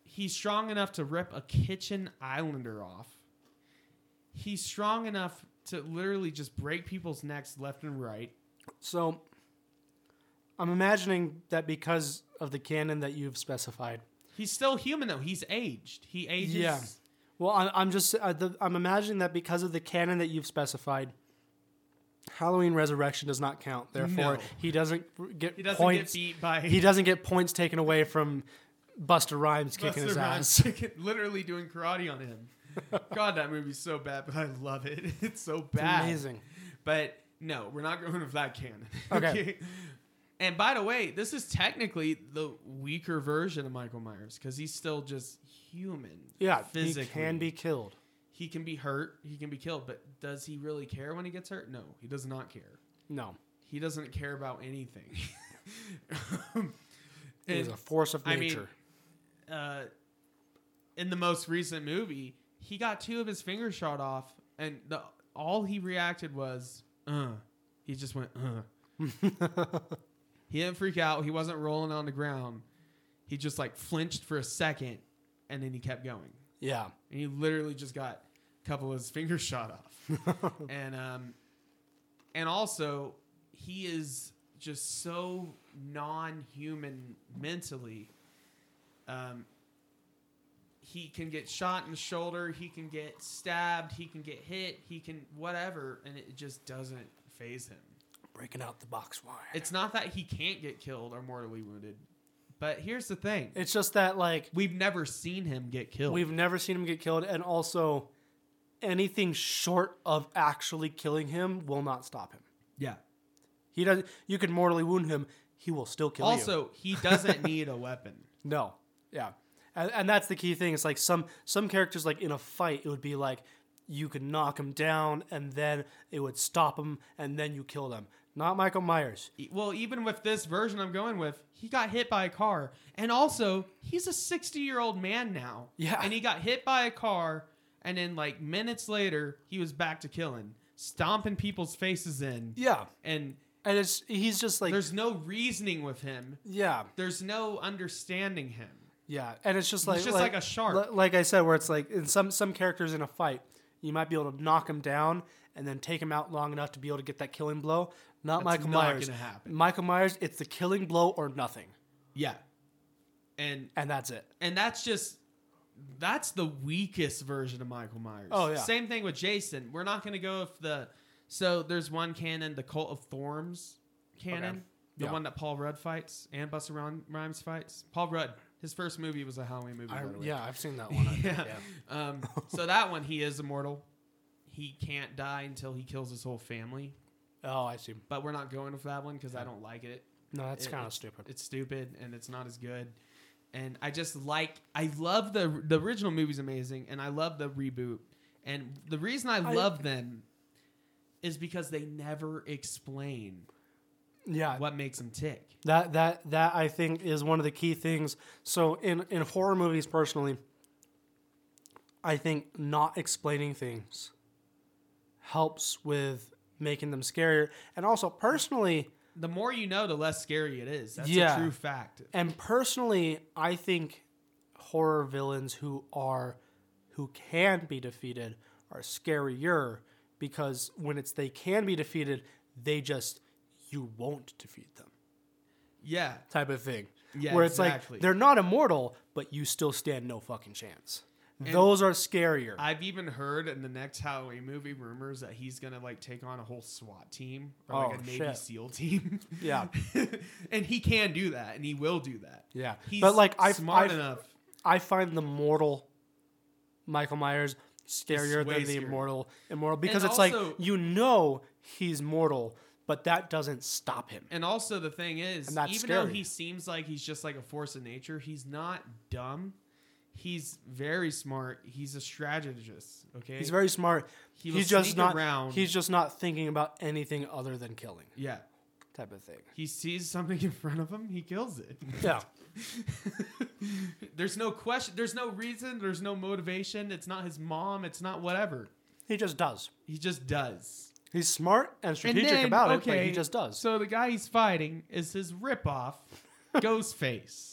S1: he's strong enough to rip a kitchen islander off. He's strong enough to literally just break people's necks left and right.
S2: So I'm imagining that because of the canon that you've specified.
S1: He's still human though. He's aged. He ages.
S2: Yeah. Well, I, I'm just I, the, I'm imagining that because of the canon that you've specified, Halloween Resurrection does not count. Therefore,
S1: No.
S2: he doesn't r- get
S1: He doesn't
S2: points.
S1: get beat by
S2: he doesn't get points taken away from Buster Rhymes kicking his
S1: Busta Rhymes
S2: ass.
S1: kicking- literally doing karate on him. God, that movie's so bad, but I love it. It's so bad.
S2: Amazing.
S1: But no, we're not going with that canon.
S2: Okay.
S1: And by the way, this is technically the weaker version of Michael Myers because he's still just human.
S2: Yeah,
S1: physically.
S2: he can be killed.
S1: He can be hurt. He can be killed. But does he really care when he gets hurt? No, he does not care.
S2: No,
S1: He doesn't care about anything.
S2: he is
S1: And-
S2: a force of
S1: I
S2: nature.
S1: mean, uh, in the most recent movie, he got two of his fingers shot off, and the all he reacted was, "Uh." He just went, "Uh." he didn't freak out. He wasn't rolling on the ground. He just like flinched for a second, and then he kept going.
S2: yeah,
S1: And he literally just got a couple of his fingers shot off. and um, and also he is just so non-human mentally. Um, he can get shot in the shoulder. He can get stabbed. He can get hit. He can whatever, and it just doesn't phase him.
S2: breaking out the box wine.
S1: It's not that he can't get killed or mortally wounded, but here's the thing:
S2: It's just that like
S1: we've never seen him get killed.
S2: We've never seen him get killed, and also anything short of actually killing him will not stop him.
S1: yeah.
S2: He does. You can mortally wound him; he will still kill you.
S1: Also, he doesn't need a weapon.
S2: no, yeah, and, and that's the key thing. It's like some some characters, like in a fight, it would be like you could knock him down, and then it would stop him, and then you kill them. Not Michael Myers.
S1: E- Well, even with this version I'm going with, he got hit by a car. And also, he's a 60 year old man now.
S2: Yeah.
S1: And he got hit by a car. And then, like, minutes later, he was back to killing, stomping people's faces in.
S2: Yeah,
S1: And
S2: and it's he's just like
S1: there's no reasoning with him,
S2: yeah.
S1: there's no understanding him.
S2: Yeah, and it's just like
S1: just like a shark.
S2: li- like I said, where it's like in some some characters in a fight, you might be able to knock him down and then take him out long enough to be able to get that killing blow. Not
S1: That's
S2: Michael
S1: not
S2: Myers.
S1: gonna happen.
S2: Michael Myers, it's the killing blow or nothing,
S1: Yeah. And
S2: and that's it.
S1: and that's just that's the weakest version of Michael Myers.
S2: Oh, yeah.
S1: Same thing with Jason. We're not gonna go if the so there's one canon, the Cult of Thorns canon, the
S2: Yeah.
S1: one that Paul Rudd fights and Buster Rhymes fights. Paul Rudd His first movie was a Halloween movie.
S2: I,
S1: by the way.
S2: yeah, I've seen that one. I think,
S1: yeah.
S2: yeah.
S1: Um, so that one, he is immortal. He can't die until he kills his whole family.
S2: Oh, I see.
S1: But we're not going with that one because I don't like it.
S2: No, that's
S1: It-
S2: kind of stupid.
S1: It's stupid and it's not as good. And I just like I love the the original movie's amazing and I love the reboot. And the reason I,
S2: I-
S1: love them is because they never explain
S2: yeah,
S1: what makes them tick.
S2: That that that I think is one of the key things. So in in horror movies personally, I think not explaining things helps with making them scarier. And also personally,
S1: The more you know, the less scary it is. That's
S2: Yeah.
S1: a true fact.
S2: and personally, I think horror villains who are who can be defeated are scarier because when it's they can be defeated, they just you won't defeat them.
S1: Yeah.
S2: type of thing.
S1: Yeah,
S2: where it's
S1: exactly.
S2: like they're not immortal, but you still stand no fucking chance. Those are scarier.
S1: I've even heard in the next Halloween movie rumors that he's gonna like take on a whole SWAT team or like
S2: Oh,
S1: a Navy
S2: shit.
S1: SEAL team.
S2: Yeah.
S1: and he can do that, and he will do that.
S2: yeah,
S1: He's
S2: but like I,
S1: smart
S2: I,
S1: enough.
S2: I find the mortal Michael Myers scarier
S1: way
S2: than the
S1: scarier.
S2: immortal immortal because
S1: And
S2: it's
S1: also-
S2: like you know he's mortal, but that doesn't stop him.
S1: And also the thing is,
S2: And
S1: even
S2: that's
S1: though
S2: scary.
S1: he seems like he's just like a force of nature, he's not dumb. He's very smart. He's a strategist. Okay.
S2: He's very smart.
S1: He will
S2: he's just
S1: sneak
S2: not.
S1: around.
S2: He's just not thinking about anything other than killing,
S1: yeah.
S2: type of thing.
S1: He sees something in front of him, he kills it.
S2: Yeah,
S1: there's no question. There's no reason. There's no motivation. It's not his mom. It's not whatever.
S2: he just does.
S1: He just does.
S2: He's smart and strategic
S1: then,
S2: about it, but he just does.
S1: So the guy he's fighting is his ripoff, Ghostface.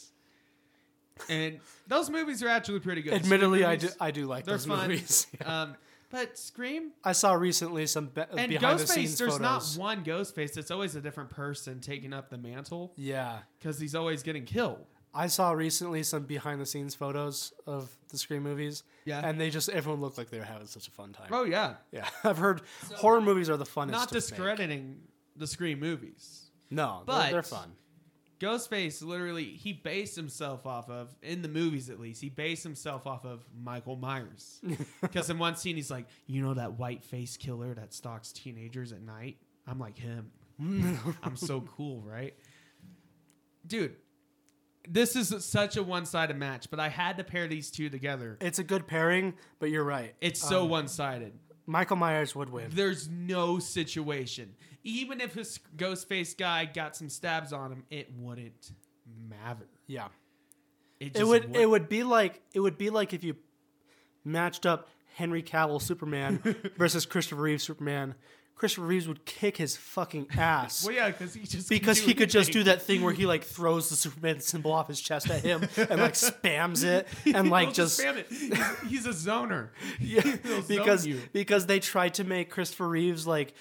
S1: And those movies are actually pretty good.
S2: Admittedly,
S1: Scream
S2: I do.
S1: movies,
S2: I do like
S1: They're
S2: those
S1: fun.
S2: movies.
S1: Um, but Scream
S2: I saw recently some be-
S1: and
S2: behind the
S1: Ghostface,
S2: scenes
S1: there's
S2: photos.
S1: not one Ghostface. It's always a different person taking up the mantle
S2: yeah,
S1: because he's always getting killed.
S2: I saw recently some behind the scenes photos of the Scream movies.
S1: Yeah.
S2: and they just everyone looked like they were having such a fun time.
S1: Oh yeah,
S2: Yeah, I've heard horror movies are the funnest.
S1: not
S2: to make.
S1: discrediting the Scream movies.
S2: No,
S1: but-
S2: they're, they're fun.
S1: Ghostface literally he based himself off of in the movies at least he based himself off of Michael Myers because in one scene he's like you know that white face killer that stalks teenagers at night I'm like him I'm so cool right dude this is such a one sided match but I had to pair these two together
S2: It's a good pairing, but you're right.
S1: it's so
S2: Um,
S1: one sided
S2: Michael Myers would win.
S1: there's no situation even if his Ghostface guy got some stabs on him it wouldn't matter.
S2: yeah,
S1: just
S2: it would.
S1: wouldn't.
S2: It would be like it would be like if you matched up Henry Cavill Superman versus Christopher Reeve Superman. Christopher Reeves would kick his fucking ass.
S1: Well, yeah, because he just
S2: because
S1: can
S2: he could just do
S1: anything.
S2: that thing where he like throws the Superman symbol off his chest at him and like spams it and like
S1: He'll
S2: just
S1: spam it. He's, he's a zoner.
S2: yeah,
S1: He'll zone
S2: because
S1: you.
S2: because they tried to make Christopher Reeves like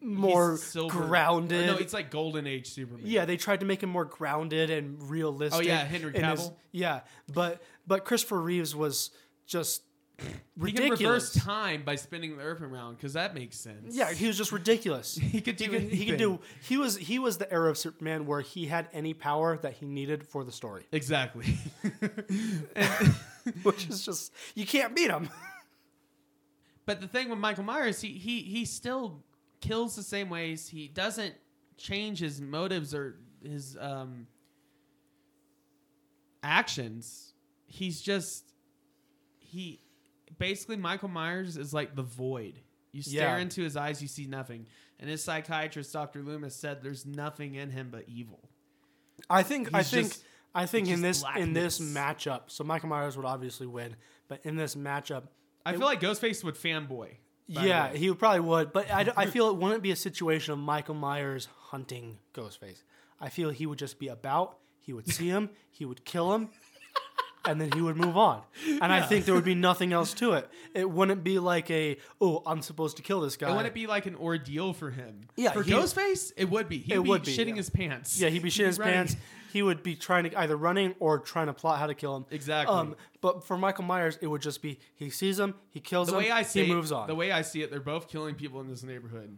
S1: He's
S2: more
S1: silver.
S2: grounded.
S1: No, it's like Golden Age Superman.
S2: yeah, they tried to make him more grounded and realistic.
S1: Oh, Henry
S2: in his-
S1: Cavill.
S2: yeah, but but Christopher Reeves was just
S1: he can reverse
S2: ridiculous.
S1: time by spinning the Earth around because that makes sense.
S2: Yeah, he was just ridiculous.
S1: he could do.
S2: He could, he could
S1: anything.
S2: do. He was he was the era of Superman where he had any power that he needed for the story.
S1: exactly.
S2: which is just you can't beat him.
S1: But the thing with Michael Myers, he he he still kills the same ways. He doesn't change his motives or his um actions. He's just he basically Michael Myers is like the void. You stare
S2: Yeah.
S1: into his eyes, you see nothing. And his psychiatrist, Dr. Loomis, said there's nothing in him but evil.
S2: I think I
S1: He's
S2: think
S1: just-
S2: I think
S1: he's
S2: in this
S1: just
S2: in this
S1: blackness.
S2: matchup, so Michael Myers would obviously win, but in this matchup,
S1: I feel like Ghostface would fanboy. by the
S2: yeah,
S1: way.
S2: he probably would. But I, d- I feel it wouldn't be a situation of Michael Myers hunting Ghostface. I feel he would just be about. He would see him. He would kill him. And then he would move on, and I think there would be nothing else to it. It wouldn't be like a oh, I'm supposed to kill this guy.
S1: It wouldn't be like an ordeal for him.
S2: Yeah,
S1: For
S2: he-
S1: Ghostface, it would be. He'd
S2: It
S1: be
S2: would be,
S1: shitting
S2: yeah.
S1: his pants.
S2: Yeah, he'd be shitting his
S1: running.
S2: pants. He would be trying to either running or trying to plot how to kill him.
S1: Exactly.
S2: Um, but for Michael Myers, it would just be he sees him, he kills
S1: the
S2: him,
S1: way I see
S2: he moves
S1: it,
S2: on.
S1: The way I see it, they're both killing people in this neighborhood.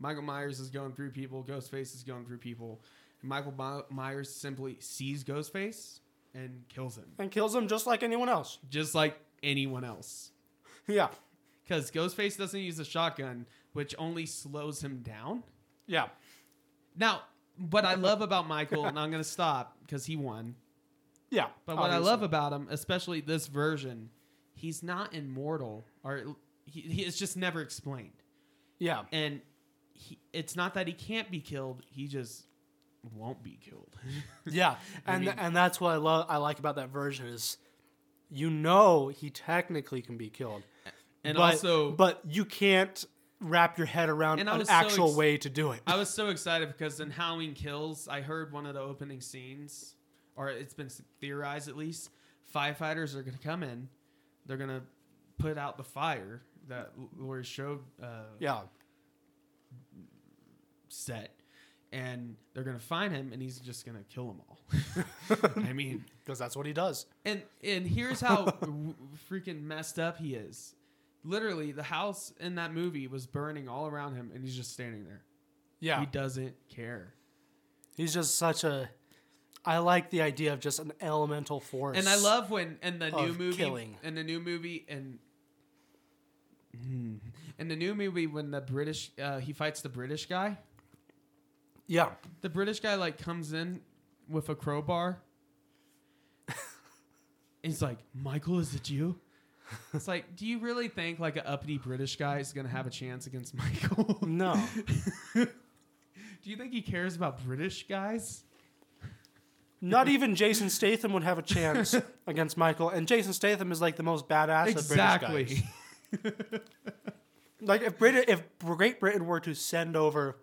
S1: Michael Myers is going through people. Ghostface is going through people. Michael My- Myers simply sees Ghostface and kills him,
S2: and kills him just like anyone else.
S1: just like anyone else.
S2: Yeah,
S1: Because Ghostface doesn't use a shotgun, which only slows him down.
S2: yeah.
S1: Now, what I love about Michael, and I'm going to stop because he won.
S2: Yeah.
S1: But what I love
S2: obviously.
S1: about him, especially this version, he's not immortal, or he, he it's just never explained.
S2: Yeah.
S1: And he, it's not that he can't be killed; he just won't be killed.
S2: Yeah.
S1: I
S2: And
S1: mean-
S2: and that's what I love I like about that version is you know he technically can be killed.
S1: and
S2: but,
S1: also,
S2: but you can't wrap your head around
S1: And I
S2: an
S1: was so
S2: actual
S1: ex-
S2: way to do it.
S1: I was so excited because in Halloween Kills, I heard one of the opening scenes, or it's been theorized at least, firefighters are going to come in, they're going to put out the fire that Lori showed. Uh,
S2: yeah.
S1: set and they're gonna find him and he's just gonna kill them all i mean
S2: Because that's what he does.
S1: and and here's how w- freaking messed up he is literally the house in that movie was burning all around him and he's just standing there
S2: Yeah.
S1: he doesn't care
S2: He's just such a I like the idea of just an elemental force.
S1: and i love when in the new
S2: Of
S1: movie
S2: killing.
S1: in the new movie and in the new movie when the british uh, he fights the british guy
S2: Yeah.
S1: the British guy like comes in with a crowbar. He's like, Michael, is it you? It's like, do you really think like an uppity British guy is gonna have a chance against Michael?
S2: No.
S1: do you think he cares about British guys?
S2: Not even Jason Statham would have a chance against Michael. And Jason Statham is like the most badass of British guys.
S1: exactly.
S2: Like if Brit- if Great Britain were to send over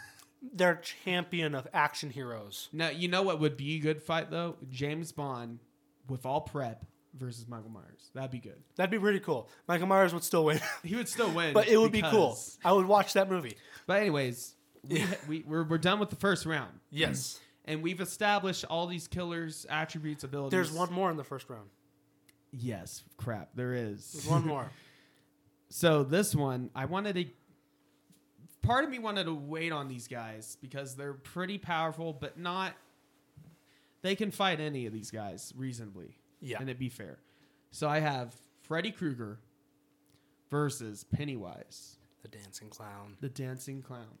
S2: their champion of action heroes,
S1: Now you know what would be a good fight though? James Bond with all prep versus Michael Myers. That'd be good.
S2: that'd be pretty cool. Michael Myers would still win,
S1: He would still win,
S2: but it would be cool.
S1: because-
S2: I would watch that movie.
S1: But anyways, we, we we're, we're done with the first round.
S2: Yes.
S1: and we've established all these killers' attributes, abilities.
S2: There's one more in the first round.
S1: Yes, crap. There
S2: There's
S1: is.
S2: one more.
S1: so this one, I wanted to. Part of me wanted to wait on these guys because they're pretty powerful, but not. They can fight any of these guys reasonably,
S2: Yeah.
S1: and it'd be fair. So I have Freddy Krueger versus Pennywise,
S2: The dancing clown.
S1: the dancing clown.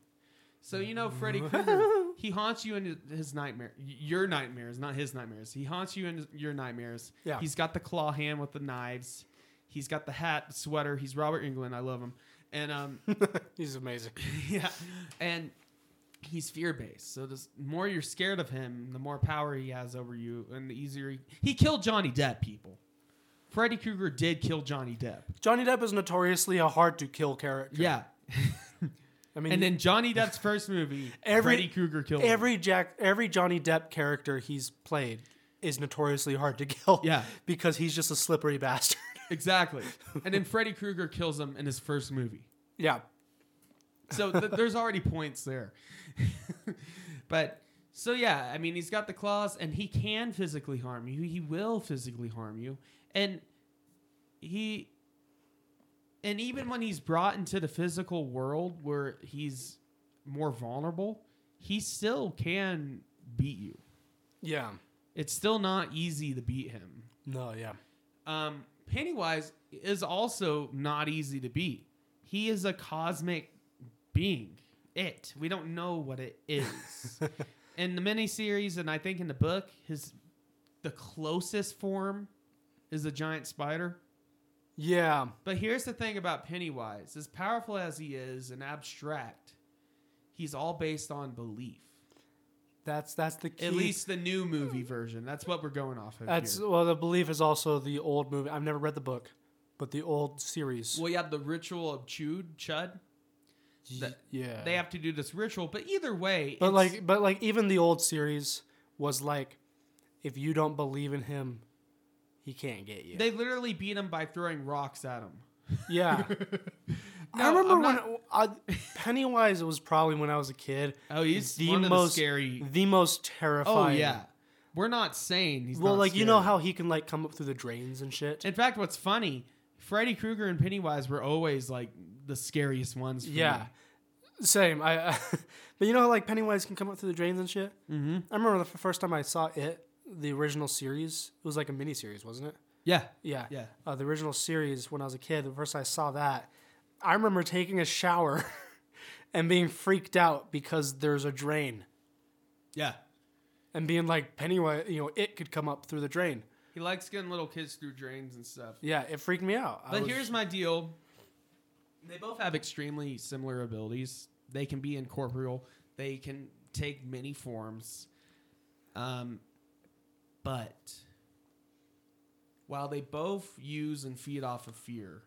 S1: So you know Freddy Krueger, he haunts you in his nightmare, y- your nightmares, not his nightmares. He haunts you in his- your nightmares.
S2: Yeah.
S1: He's got the claw hand with the knives. He's got the hat, the sweater. He's Robert England. I love him. And um,
S2: He's amazing.
S1: yeah, and he's fear based. So the s- more you're scared of him, the more power he has over you, and the easier he, he killed Johnny Depp. People, Freddy Krueger did kill Johnny Depp.
S2: Johnny Depp is notoriously a hard to kill character.
S1: Yeah.
S2: I mean,
S1: And then Johnny Depp's first movie,
S2: Every-
S1: Freddy Krueger killed him.
S2: every Jack, every Johnny Depp character he's played is notoriously hard to kill.
S1: Yeah.
S2: because he's just a slippery bastard.
S1: Exactly. And then Freddy Krueger kills him in his first movie.
S2: yeah,
S1: So th- there's already points there. but so yeah, I mean he's got the claws and he can physically harm you. He will physically harm you. And he and even when he's brought into the physical world where he's more vulnerable, he still can beat you.
S2: yeah,
S1: It's still not easy to beat him.
S2: no, yeah.
S1: Um, Pennywise is also not easy to beat. He is a cosmic being. It. We don't know what it is. in the miniseries, and I think in the book, his the closest form is a giant spider.
S2: Yeah,
S1: But here's the thing about Pennywise: as powerful as he is and abstract, he's all based on belief.
S2: that's that's the key.
S1: At least the new movie version. That's what we're going off of.
S2: that's
S1: here.
S2: well. The belief is also the old movie. I've never read the book, but the old series.
S1: well, you have the ritual of Chud, Chud.
S2: Y-
S1: the-
S2: yeah,
S1: they have to do this ritual. But either way,
S2: But
S1: it's-
S2: like, but like, even the old series was like, if you don't believe in him, he can't get you.
S1: they literally beat him by throwing rocks at him.
S2: yeah. I
S1: No,
S2: remember
S1: I'm
S2: when I, Pennywise was probably when I was a kid.
S1: Oh, he's
S2: The
S1: one of the
S2: most-
S1: scary.
S2: The most
S1: Oh
S2: terrifying.
S1: yeah, we're not saying he's
S2: Well,
S1: not
S2: like you know
S1: scary.
S2: how he can like come up through the drains and shit.
S1: In fact, what's funny, Freddy Krueger and Pennywise were always like the scariest ones. For
S2: yeah. Same. uh, I. I but you know how like Pennywise can come up through the drains and shit.
S1: me. Mhm.
S2: I remember the f- first time I saw it. the original series. It was like a mini series, wasn't it?
S1: Yeah.
S2: Yeah.
S1: Yeah.
S2: Uh, the original series, when I was a kid, the first I saw that, I remember taking a shower and being freaked out because there's a drain
S1: Yeah.
S2: and being like, Pennywise, you know, it could come up through the drain.
S1: He likes getting little kids through drains and stuff.
S2: Yeah, it freaked me out. I
S1: But
S2: was-
S1: here's my deal. They both have extremely similar abilities. They can be incorporeal. They can take many forms. Um, but while they both use and feed off of fear,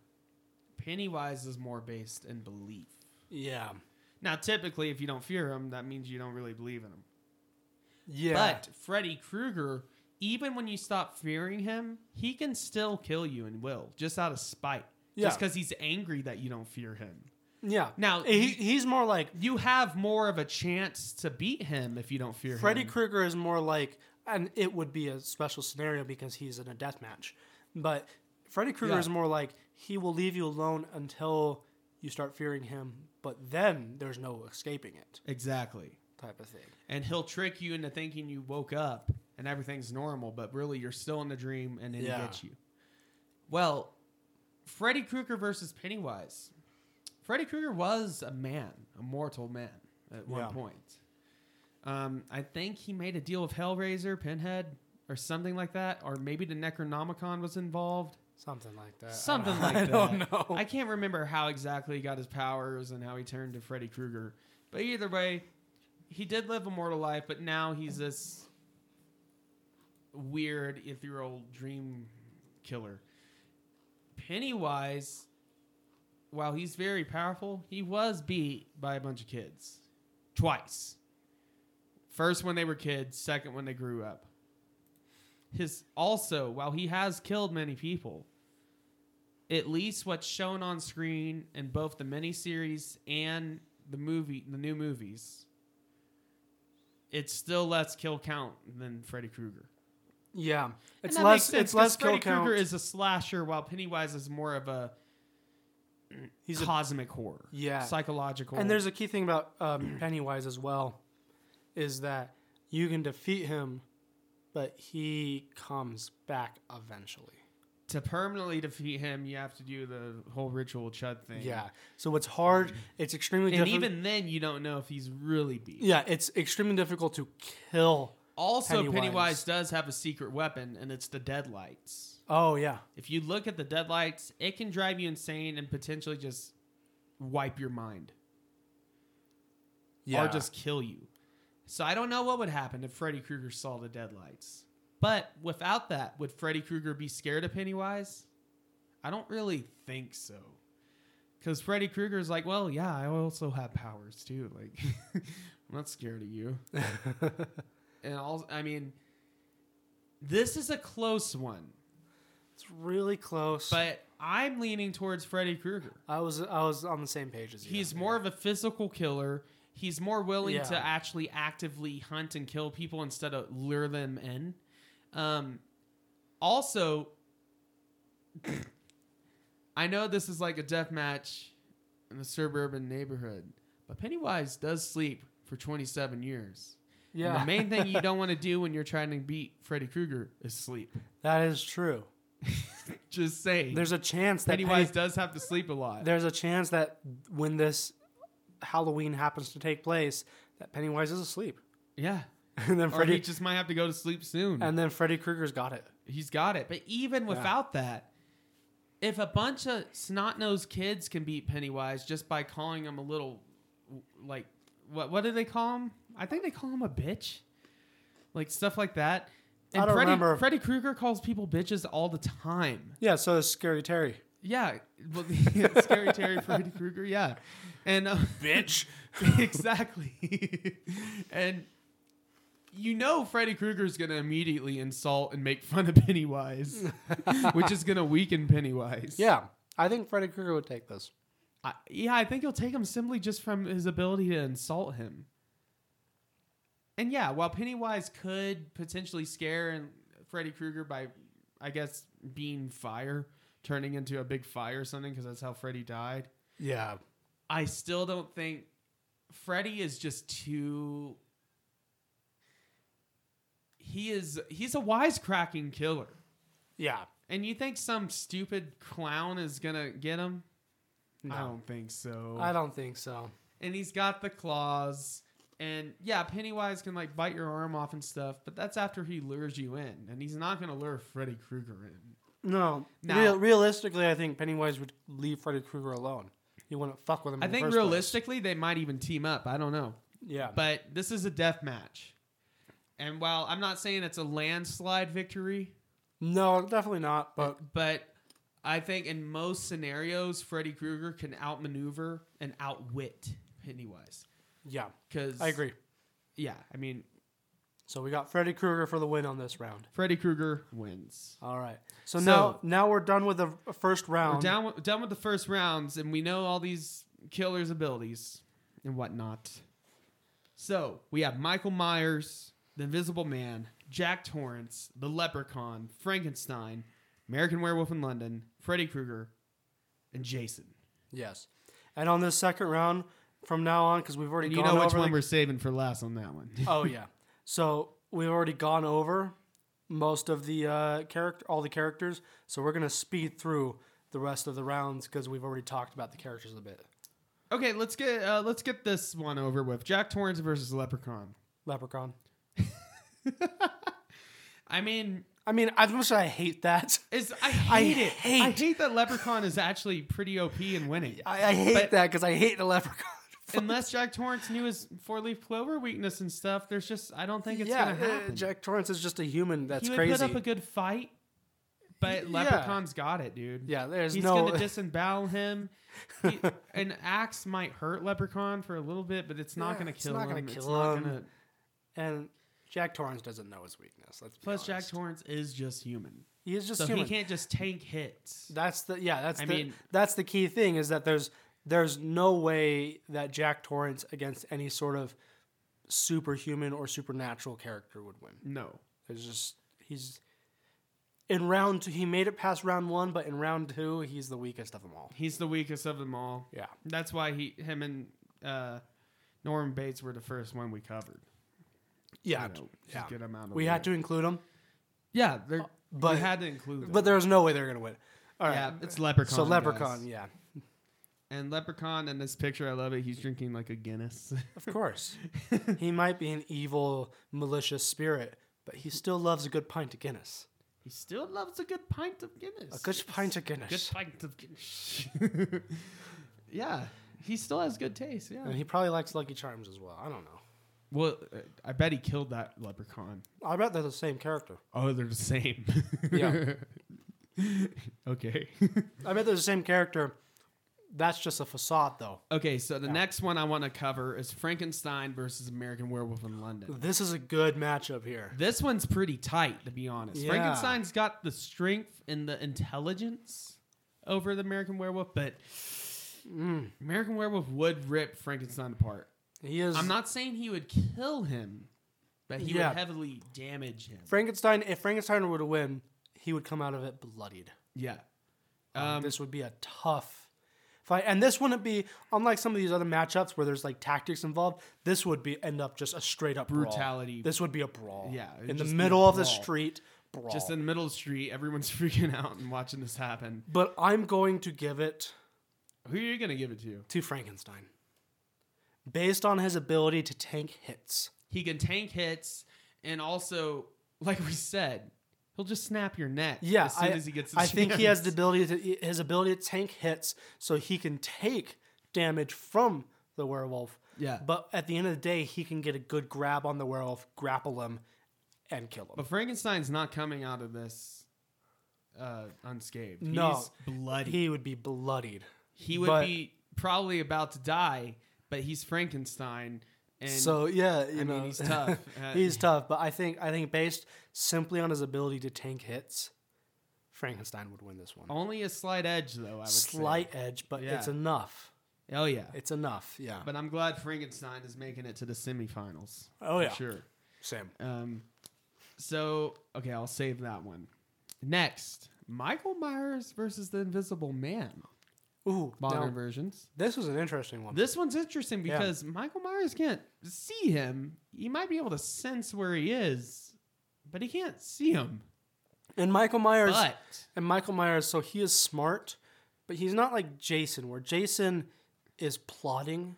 S1: Pennywise is more based in belief.
S2: yeah,
S1: Now, typically, if you don't fear him, that means you don't really believe in him.
S2: yeah,
S1: But Freddy Krueger, even when you stop fearing him, he can still kill you and will just out of spite. Just
S2: Yeah.
S1: because he's angry that you don't fear him.
S2: yeah.
S1: Now,
S2: he, he's more like
S1: You have more of a chance to beat him if you don't fear
S2: Freddy
S1: him.
S2: Krueger is more like, and it would be a special scenario because he's in a death match. But Freddy Krueger
S1: Yeah.
S2: is more like he will leave you alone until you start fearing him, but then there's no escaping it,
S1: exactly.
S2: type of thing.
S1: And he'll trick you into thinking you woke up and everything's normal, but really you're still in the dream and then
S2: Yeah.
S1: he gets you. Well, Freddy Krueger versus Pennywise. Freddy Krueger was a man, a mortal man at one
S2: Yeah.
S1: point. Um, I think he made a deal with Hellraiser, Pinhead, or something like that, or maybe the Necronomicon was involved.
S2: Something like that. I
S1: Something
S2: don't-
S1: like
S2: I
S1: that.
S2: don't know.
S1: I can't remember how exactly he got his powers and how he turned to Freddy Krueger. But either way, he did live a mortal life, but now he's this weird ethereal dream killer. Pennywise, while he's very powerful, he was beat by a bunch of kids twice. First when they were kids, second when they grew up. His also, while he has killed many people, at least what's shown on screen in both the miniseries and the movie, the new movies, it's still less kill count than Freddy Krueger.
S2: yeah,
S1: And
S2: it's
S1: that makes
S2: less.
S1: sense
S2: It's less
S1: 'cause
S2: kill
S1: Freddy
S2: count.
S1: Krueger is a slasher, while Pennywise is more of a
S2: He's a-
S1: cosmic horror,
S2: Yeah.
S1: psychological.
S2: And there's a key thing about um, Pennywise as well, is that you can defeat him, but he comes back eventually.
S1: to permanently defeat him, you have to do the whole ritual chud thing.
S2: Yeah. So it's hard. It's extremely
S1: and
S2: difficult.
S1: even then, you don't know if he's really beat.
S2: yeah, it's extremely difficult to kill.
S1: Also,
S2: Pennywise.
S1: Pennywise. does have a secret weapon, and it's the deadlights.
S2: Oh yeah,
S1: If you look at the deadlights, it can drive you insane and potentially just wipe your mind
S2: yeah.
S1: or just kill you. So I don't know what would happen if Freddy Krueger saw the deadlights. But without that, would Freddy Krueger be scared of Pennywise? I don't really think so. Because Freddy Krueger's like, well, yeah, I also have powers too. Like, I'm not scared of you. and also, I mean, this is a close one,
S2: it's really close.
S1: but I'm leaning towards Freddy Krueger.
S2: I was I was on the same page as you.
S1: He's more of a physical killer. He's more willing to
S2: Yeah.
S1: actually actively hunt and kill people instead of lure them in. Um, also, I know this is like a death match in the suburban neighborhood, but Pennywise does sleep for 27 years. And
S2: yeah.
S1: the main thing you don't want to do when you're trying to beat Freddy Krueger is sleep.
S2: that is true.
S1: Just saying.
S2: There's a chance that
S1: Pennywise
S2: Penny-
S1: does have to sleep a lot.
S2: there's a chance that when this Halloween happens to take place, that Pennywise is asleep,
S1: Yeah.
S2: and then
S1: Or he
S2: Freddy
S1: just might have to go to sleep soon.
S2: and then Freddy Krueger's got it.
S1: He's got it. But even without that, if a bunch of snot nosed kids can beat Pennywise just by calling him a little, like, what what do they call him? I think they call him a bitch, like stuff like that.
S2: I
S1: And
S2: don't
S1: Freddy,
S2: remember.
S1: Freddy Krueger calls people bitches all the time.
S2: Yeah. So is Scary Terry.
S1: Yeah, well, scary Terry Freddy Krueger. Yeah, and uh,
S2: Bitch.
S1: exactly. and you know Freddy Krueger's going to immediately insult and make fun of Pennywise, which is going to weaken Pennywise.
S2: Yeah, I think Freddy Krueger would take this.
S1: I, yeah, I think he'll take him simply just from his ability to insult him. And yeah, while Pennywise could potentially scare and Freddy Krueger by, I guess, being fire, turning into a big fire or something, because that's how Freddy died.
S2: Yeah.
S1: I still don't think Freddy is just too. he is he's a wisecracking killer.
S2: Yeah.
S1: And you think some stupid clown is gonna get him? I
S2: No.
S1: don't think so.
S2: I don't think so.
S1: and he's got the claws. And yeah, Pennywise can like bite your arm off and stuff, but that's after he lures you in, and he's not gonna lure Freddy Krueger in.
S2: No.
S1: Now-
S2: Real, realistically, I think Pennywise would leave Freddy Krueger alone. He wouldn't fuck with him.
S1: I
S2: in the
S1: think
S2: first place.
S1: realistically they might even team up. I don't know,
S2: Yeah.
S1: but this is a death match, and while I'm not saying it's a landslide victory,
S2: no, definitely not. But
S1: but I think in most scenarios Freddy Krueger can outmaneuver and outwit Pennywise.
S2: yeah,
S1: Because
S2: I agree.
S1: Yeah, I mean
S2: So we got Freddy Krueger for the win on this round.
S1: Freddy Krueger wins.
S2: All right. So,
S1: So-
S2: now now we're done with the first round.
S1: We're down with, done with the first rounds, and we know all these killers' abilities and whatnot. So we have Michael Myers, the Invisible Man, Jack Torrance, the Leprechaun, Frankenstein, American Werewolf in London, Freddy Krueger, and Jason.
S2: Yes. And on this second round, from now on, because we've already
S1: And you
S2: gone
S1: know which
S2: over
S1: one
S2: the-
S1: we're saving for last on that one.
S2: oh yeah. So we've already gone over most of the uh, character, all the characters. So we're gonna speed through the rest of the rounds because we've already talked about the characters a bit.
S1: okay, let's get uh, let's get this one over with. Jack Torrance versus Leprechaun.
S2: Leprechaun.
S1: I mean,
S2: I mean, as much as I hate that,
S1: it's, I hate it. I
S2: hate-
S1: hate that Leprechaun is actually pretty OP and winning.
S2: I, I hate
S1: But-
S2: that because I hate the Leprechaun.
S1: unless Jack Torrance knew his four leaf clover weakness and stuff, there's just I don't think it's
S2: yeah,
S1: gonna
S2: uh,
S1: happen.
S2: Jack Torrance is just a human. That's
S1: he would
S2: crazy.
S1: put up a good fight, but
S2: Yeah.
S1: Leprechaun's got it, dude.
S2: yeah, there's
S1: he's
S2: no.
S1: gonna disembowel him. He- an axe might hurt Leprechaun for a little bit, but it's not
S2: Yeah,
S1: gonna
S2: it's
S1: kill
S2: not
S1: him.
S2: gonna
S1: it's
S2: kill
S1: not
S2: him.
S1: gonna.
S2: and Jack Torrance doesn't know his weakness. Let's be
S1: Plus, Jack
S2: honest.
S1: Torrance is just human,
S2: he is just
S1: so
S2: human.
S1: he can't just tank hits.
S2: That's the yeah. That's
S1: I
S2: the
S1: mean-
S2: that's the key thing is that there's there's no way that Jack Torrance against any sort of superhuman or supernatural character would win.
S1: No,
S2: There's just he's in round two, he made it past round one, but in round two he's the weakest of them all.
S1: he's the weakest of them all.
S2: Yeah,
S1: That's why he, him, and uh, Norman Bates were the first one we covered. you
S2: yeah,
S1: know, just
S2: yeah.
S1: get him out of the
S2: We
S1: way.
S2: had to include him,
S1: Yeah, they're, but
S2: Uh, but-
S1: we had to include. Them.
S2: but there's no way they're gonna win. All right,
S1: yeah, it's leprechaun.
S2: so
S1: guys.
S2: Leprechaun, yeah,
S1: and leprechaun in this picture, I love it. He's drinking like a Guinness.
S2: of course. he might be an evil, malicious spirit, but he still loves a good pint of Guinness.
S1: he still loves a good pint of Guinness.
S2: A good pint of
S1: Good
S2: Guinness.
S1: pint of Guinness. yeah, he still has good taste. Yeah.
S2: And he probably likes Lucky Charms as well. I don't know.
S1: well, uh, I bet he killed that leprechaun.
S2: I bet they're the same character.
S1: Oh, they're the same.
S2: Yeah.
S1: okay.
S2: I bet they're the same character. That's just a facade, though.
S1: okay, so the next one I want to cover is Frankenstein versus American Werewolf in London.
S2: This is a good matchup here.
S1: This one's pretty tight, to be honest.
S2: Yeah.
S1: Frankenstein's got the strength and the intelligence over the American Werewolf, but
S2: Mm.
S1: American Werewolf would rip Frankenstein apart.
S2: He is.
S1: I'm not saying he would kill him, but he
S2: Yeah.
S1: would heavily damage him.
S2: Frankenstein. If Frankenstein were to win, he would come out of it bloodied.
S1: yeah.
S2: Um,
S1: Um,
S2: this would be a tough fight, and this wouldn't be unlike some of these other matchups where there's like tactics involved. This would be end up just a straight up brawl.
S1: Brutality.
S2: This would be a brawl.
S1: Yeah, it'd
S2: in the
S1: just be a
S2: middle of the
S1: brawl.
S2: street. Brawl.
S1: Just in the middle of the street, everyone's freaking out and watching this happen.
S2: but I'm going to give it
S1: Who are you going to give it to?
S2: to Frankenstein. Based on his ability to tank hits.
S1: He can tank hits, and also, like we said, he'll just snap your neck
S2: Yeah,
S1: as soon
S2: I,
S1: as he gets a
S2: I think he
S1: chance.
S2: has the ability to his ability to tank hits, so he can take damage from the werewolf.
S1: Yeah.
S2: But at the end of the day, he can get a good grab on the werewolf, grapple him, and kill him.
S1: But Frankenstein's not coming out of this uh, unscathed.
S2: No.
S1: He's bloody. He,
S2: He would be bloodied.
S1: would
S2: but-
S1: be probably about to die, but he's Frankenstein. And
S2: so yeah, you
S1: I
S2: know
S1: mean, he's tough. Uh,
S2: he's tough, but I think I think based simply on his ability to tank hits, Frankenstein would win this one.
S1: only a slight edge, though, I Oh, would
S2: Slight edge, but it's
S1: Yeah.
S2: enough.
S1: say. Oh, yeah.
S2: It's enough. Yeah.
S1: But I'm glad Frankenstein is making it to the semifinals.
S2: Oh,
S1: for
S2: yeah.
S1: Sure.
S2: Same.
S1: Um, so, okay, I'll save that one. Next, Michael Myers versus the Invisible Man.
S2: Ooh,
S1: Modern
S2: now,
S1: versions.
S2: this was an interesting one.
S1: This one's interesting because Michael Myers can't see him. He might be able to sense where he is, but he can't see him.
S2: And Michael Myers
S1: But
S2: and Michael Myers, so he is smart, but he's not like Jason, where Jason is plotting.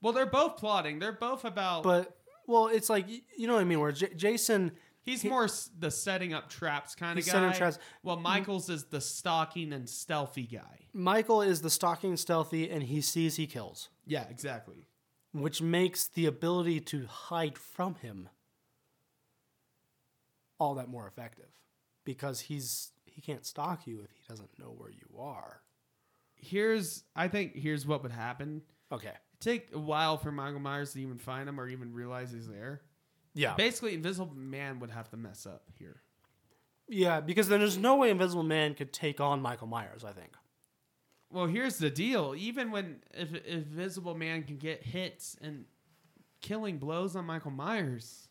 S1: well, they're both plotting. They're both about.
S2: But well, it's like y- you know what I mean. Where J- Jason,
S1: he's
S2: he-
S1: more s- the setting up traps kind of
S2: He's
S1: guy.
S2: setting up traps. Mm-hmm.
S1: Well, Michaels is the stalking and stealthy guy.
S2: Michael is the stalking stealthy, and he sees he kills,
S1: Yeah, exactly.
S2: which makes the ability to hide from him all that more effective, because he's he can't stalk you if he doesn't know where you are.
S1: Here's I think here's what would happen.
S2: Okay.
S1: It'd take a while for Michael Myers to even find him or even realize he's there.
S2: Yeah.
S1: Basically, Invisible Man would have to mess up here.
S2: Yeah, because then there's no way Invisible Man could take on Michael Myers. I think.
S1: Well, here's the deal. Even when if if Invisible Man can get hits and killing blows on Michael Myers,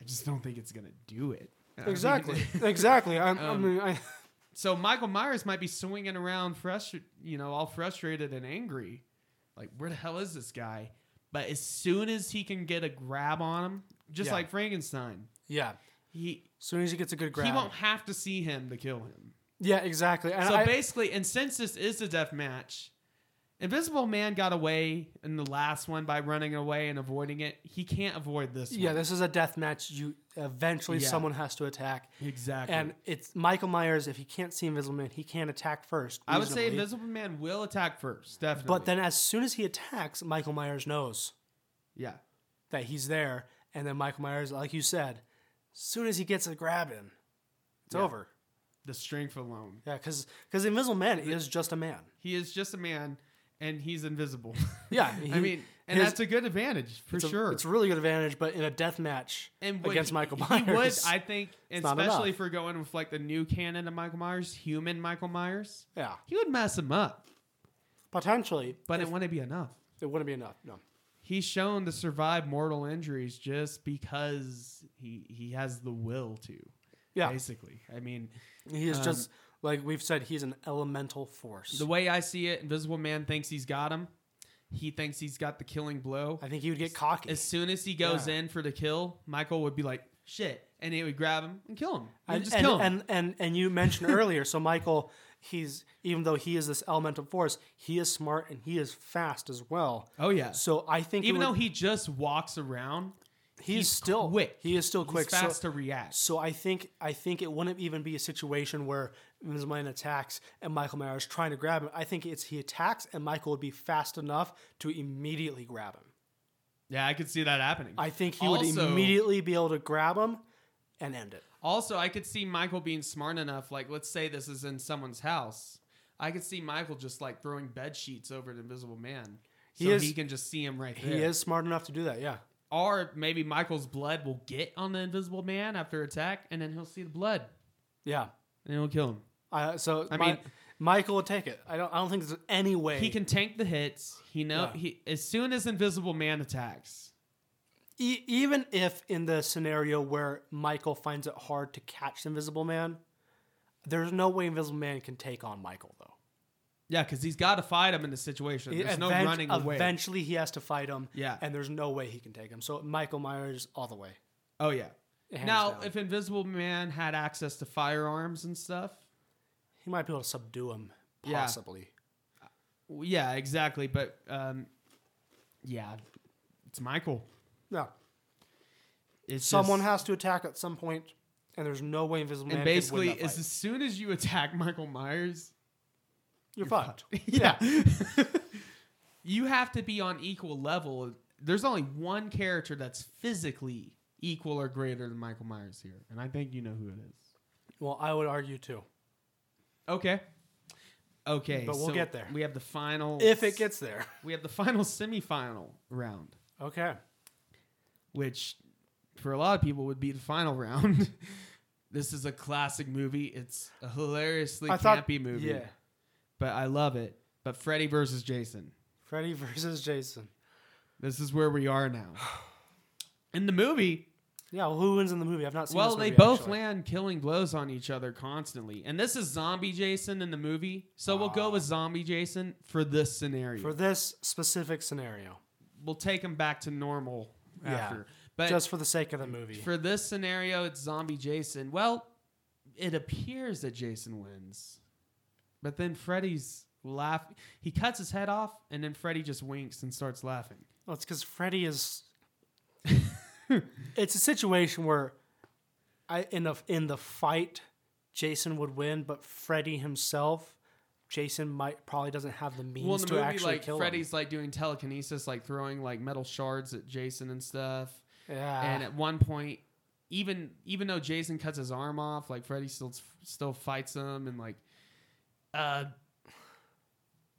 S1: I just don't think it's gonna do it. I don't think
S2: Exactly.
S1: it-
S2: exactly. I, I
S1: Um,
S2: mean, I,
S1: so Michael Myers might be swinging around, frustrated, you know, all frustrated and angry, like where the hell is this guy? But as soon as he can get a grab on him, just
S2: Yeah.
S1: like Frankenstein,
S2: yeah.
S1: he
S2: As soon as he gets a good grab.
S1: he won't have to see him to kill him.
S2: Yeah, exactly. And
S1: so
S2: I,
S1: basically, and since this is a death match, Invisible Man got away in the last one by running away and avoiding it. He can't avoid this
S2: yeah,
S1: one.
S2: this is a death match. You eventually
S1: Yeah.
S2: someone has to attack,
S1: Yeah, exactly.
S2: and it's Michael Myers. If he can't see Invisible Man, he can't attack first.
S1: I would say
S2: reasonably.
S1: Invisible Man will attack first, definitely.
S2: but then as soon as he attacks, Michael Myers knows
S1: yeah,
S2: that he's there, and then Michael Myers, like you said, as soon as he gets a grab in, it's
S1: Yeah.
S2: over.
S1: the strength alone.
S2: Yeah, because because Invisible Man is just a man.
S1: He is just a man, and he's invisible.
S2: Yeah,
S1: I
S2: he-
S1: mean, and
S2: his-
S1: that's a good advantage for
S2: it's a-
S1: sure.
S2: it's a really good advantage, but in a death match
S1: and would
S2: against
S1: he-
S2: Michael
S1: he
S2: Myers,
S1: would, I think,
S2: not enough.
S1: especially if we're going with like the new canon of Michael Myers, human Michael Myers,
S2: yeah,
S1: he would mess him up.
S2: potentially,
S1: But it wouldn't be enough.
S2: it wouldn't be enough. No.
S1: he's shown to survive mortal injuries just because he he has the will to.
S2: Yeah.
S1: Basically. I mean,
S2: He is
S1: Um,
S2: just like we've said. He's an elemental force.
S1: the way I see it, Invisible Man thinks he's got him. He thinks he's got the killing blow.
S2: I think he would get cocky.
S1: As soon as he goes
S2: Yeah.
S1: in for the kill, Michael would be like, shit. And he would grab him and kill him. And
S2: and,
S1: just
S2: and,
S1: kill him.
S2: and and and you mentioned earlier. So Michael, he's even though he is this elemental force, he is smart and he is fast as well.
S1: oh, yeah.
S2: So I think it
S1: Even
S2: would-
S1: though he just walks around,
S2: he's, still
S1: quick.
S2: he is still quick.
S1: he's
S2: so-
S1: fast to react.
S2: So I think I think it wouldn't even be a situation where Invisible Man attacks and Michael Myers is trying to grab him. I think it's he attacks and Michael would be fast enough to immediately grab him.
S1: Yeah, I could see that happening.
S2: I think he would
S1: Also-
S2: immediately be able to grab him and end it.
S1: Also, I could see Michael being smart enough. Like, let's say this is in someone's house. I could see Michael just like throwing bed sheets over an invisible man, so
S2: He
S1: he,
S2: is-
S1: can just see him right there.
S2: He is smart enough to do that. Yeah.
S1: Or maybe Michael's blood will get on the invisible man after attack, and then he'll see the blood
S2: Yeah.
S1: and it'll kill him.
S2: I so
S1: I
S2: Mi-
S1: mean-
S2: Michael would take it. I don't. I don't think there's any way
S1: He can tank the hits. He know
S2: Yeah.
S1: he as soon as invisible man attacks.
S2: E- even if in the scenario where Michael finds it hard to catch the Invisible Man, there's no way Invisible Man can take on Michael though.
S1: Yeah, because he's got to fight him in the situation. There's no
S2: Event-
S1: running away.
S2: Eventually, he has to fight him.
S1: Yeah.
S2: and there's no way he can take him. So Michael Myers all the way.
S1: Oh yeah.
S2: hands
S1: Now,
S2: down.
S1: if Invisible Man had access to firearms and stuff,
S2: He might be able to subdue him
S1: Yeah.
S2: possibly.
S1: Well, Yeah, exactly. But um, yeah, it's Michael.
S2: No,
S1: It's
S2: someone
S1: just-
S2: has to attack at some point, and there's no way Invisible Man.
S1: and
S2: could win
S1: basically
S2: that
S1: as
S2: fight.
S1: soon as you attack Michael Myers,
S2: you're fucked.
S1: yeah, you have to be on equal level. There's only one character that's physically equal or greater than Michael Myers here, and I think you know who it is.
S2: Well, I would argue too.
S1: Okay. Okay,
S2: But we'll
S1: so
S2: get there.
S1: We have the final.
S2: If it gets there,
S1: we have the final semifinal round.
S2: okay.
S1: which for a lot of people would be the final round. this is a classic movie. It's a hilariously
S2: I
S1: campy
S2: thought-
S1: movie,
S2: Yeah,
S1: but I love it. But Freddy versus Jason.
S2: Freddy versus Jason.
S1: This is where we are now. In the movie,
S2: Yeah, well, who wins in the movie? I've not seen.
S1: well,
S2: this
S1: they
S2: movie,
S1: both
S2: actually.
S1: land killing blows on each other constantly. And this is zombie Jason in the movie. So we'll go
S2: Ah.
S1: with zombie Jason for this scenario.
S2: for this specific scenario.
S1: we'll take him back to normal
S2: Yeah.
S1: after. But
S2: just for the sake of the movie.
S1: for this scenario, it's zombie Jason. Well, it appears that Jason wins, but then Freddy's laugh. He cuts his head off, and then Freddy just winks and starts laughing.
S2: Well, it's because Freddy is. it's a situation where, I in a, in the fight, Jason would win, but Freddy himself, Jason might probably doesn't have the means
S1: well, in the
S2: to
S1: movie,
S2: actually
S1: like
S2: kill
S1: Freddy's like doing telekinesis, like throwing like metal shards at Jason and stuff.
S2: him. Yeah,
S1: And at one point, even even though Jason cuts his arm off, like Freddy still still fights him, and like, uh,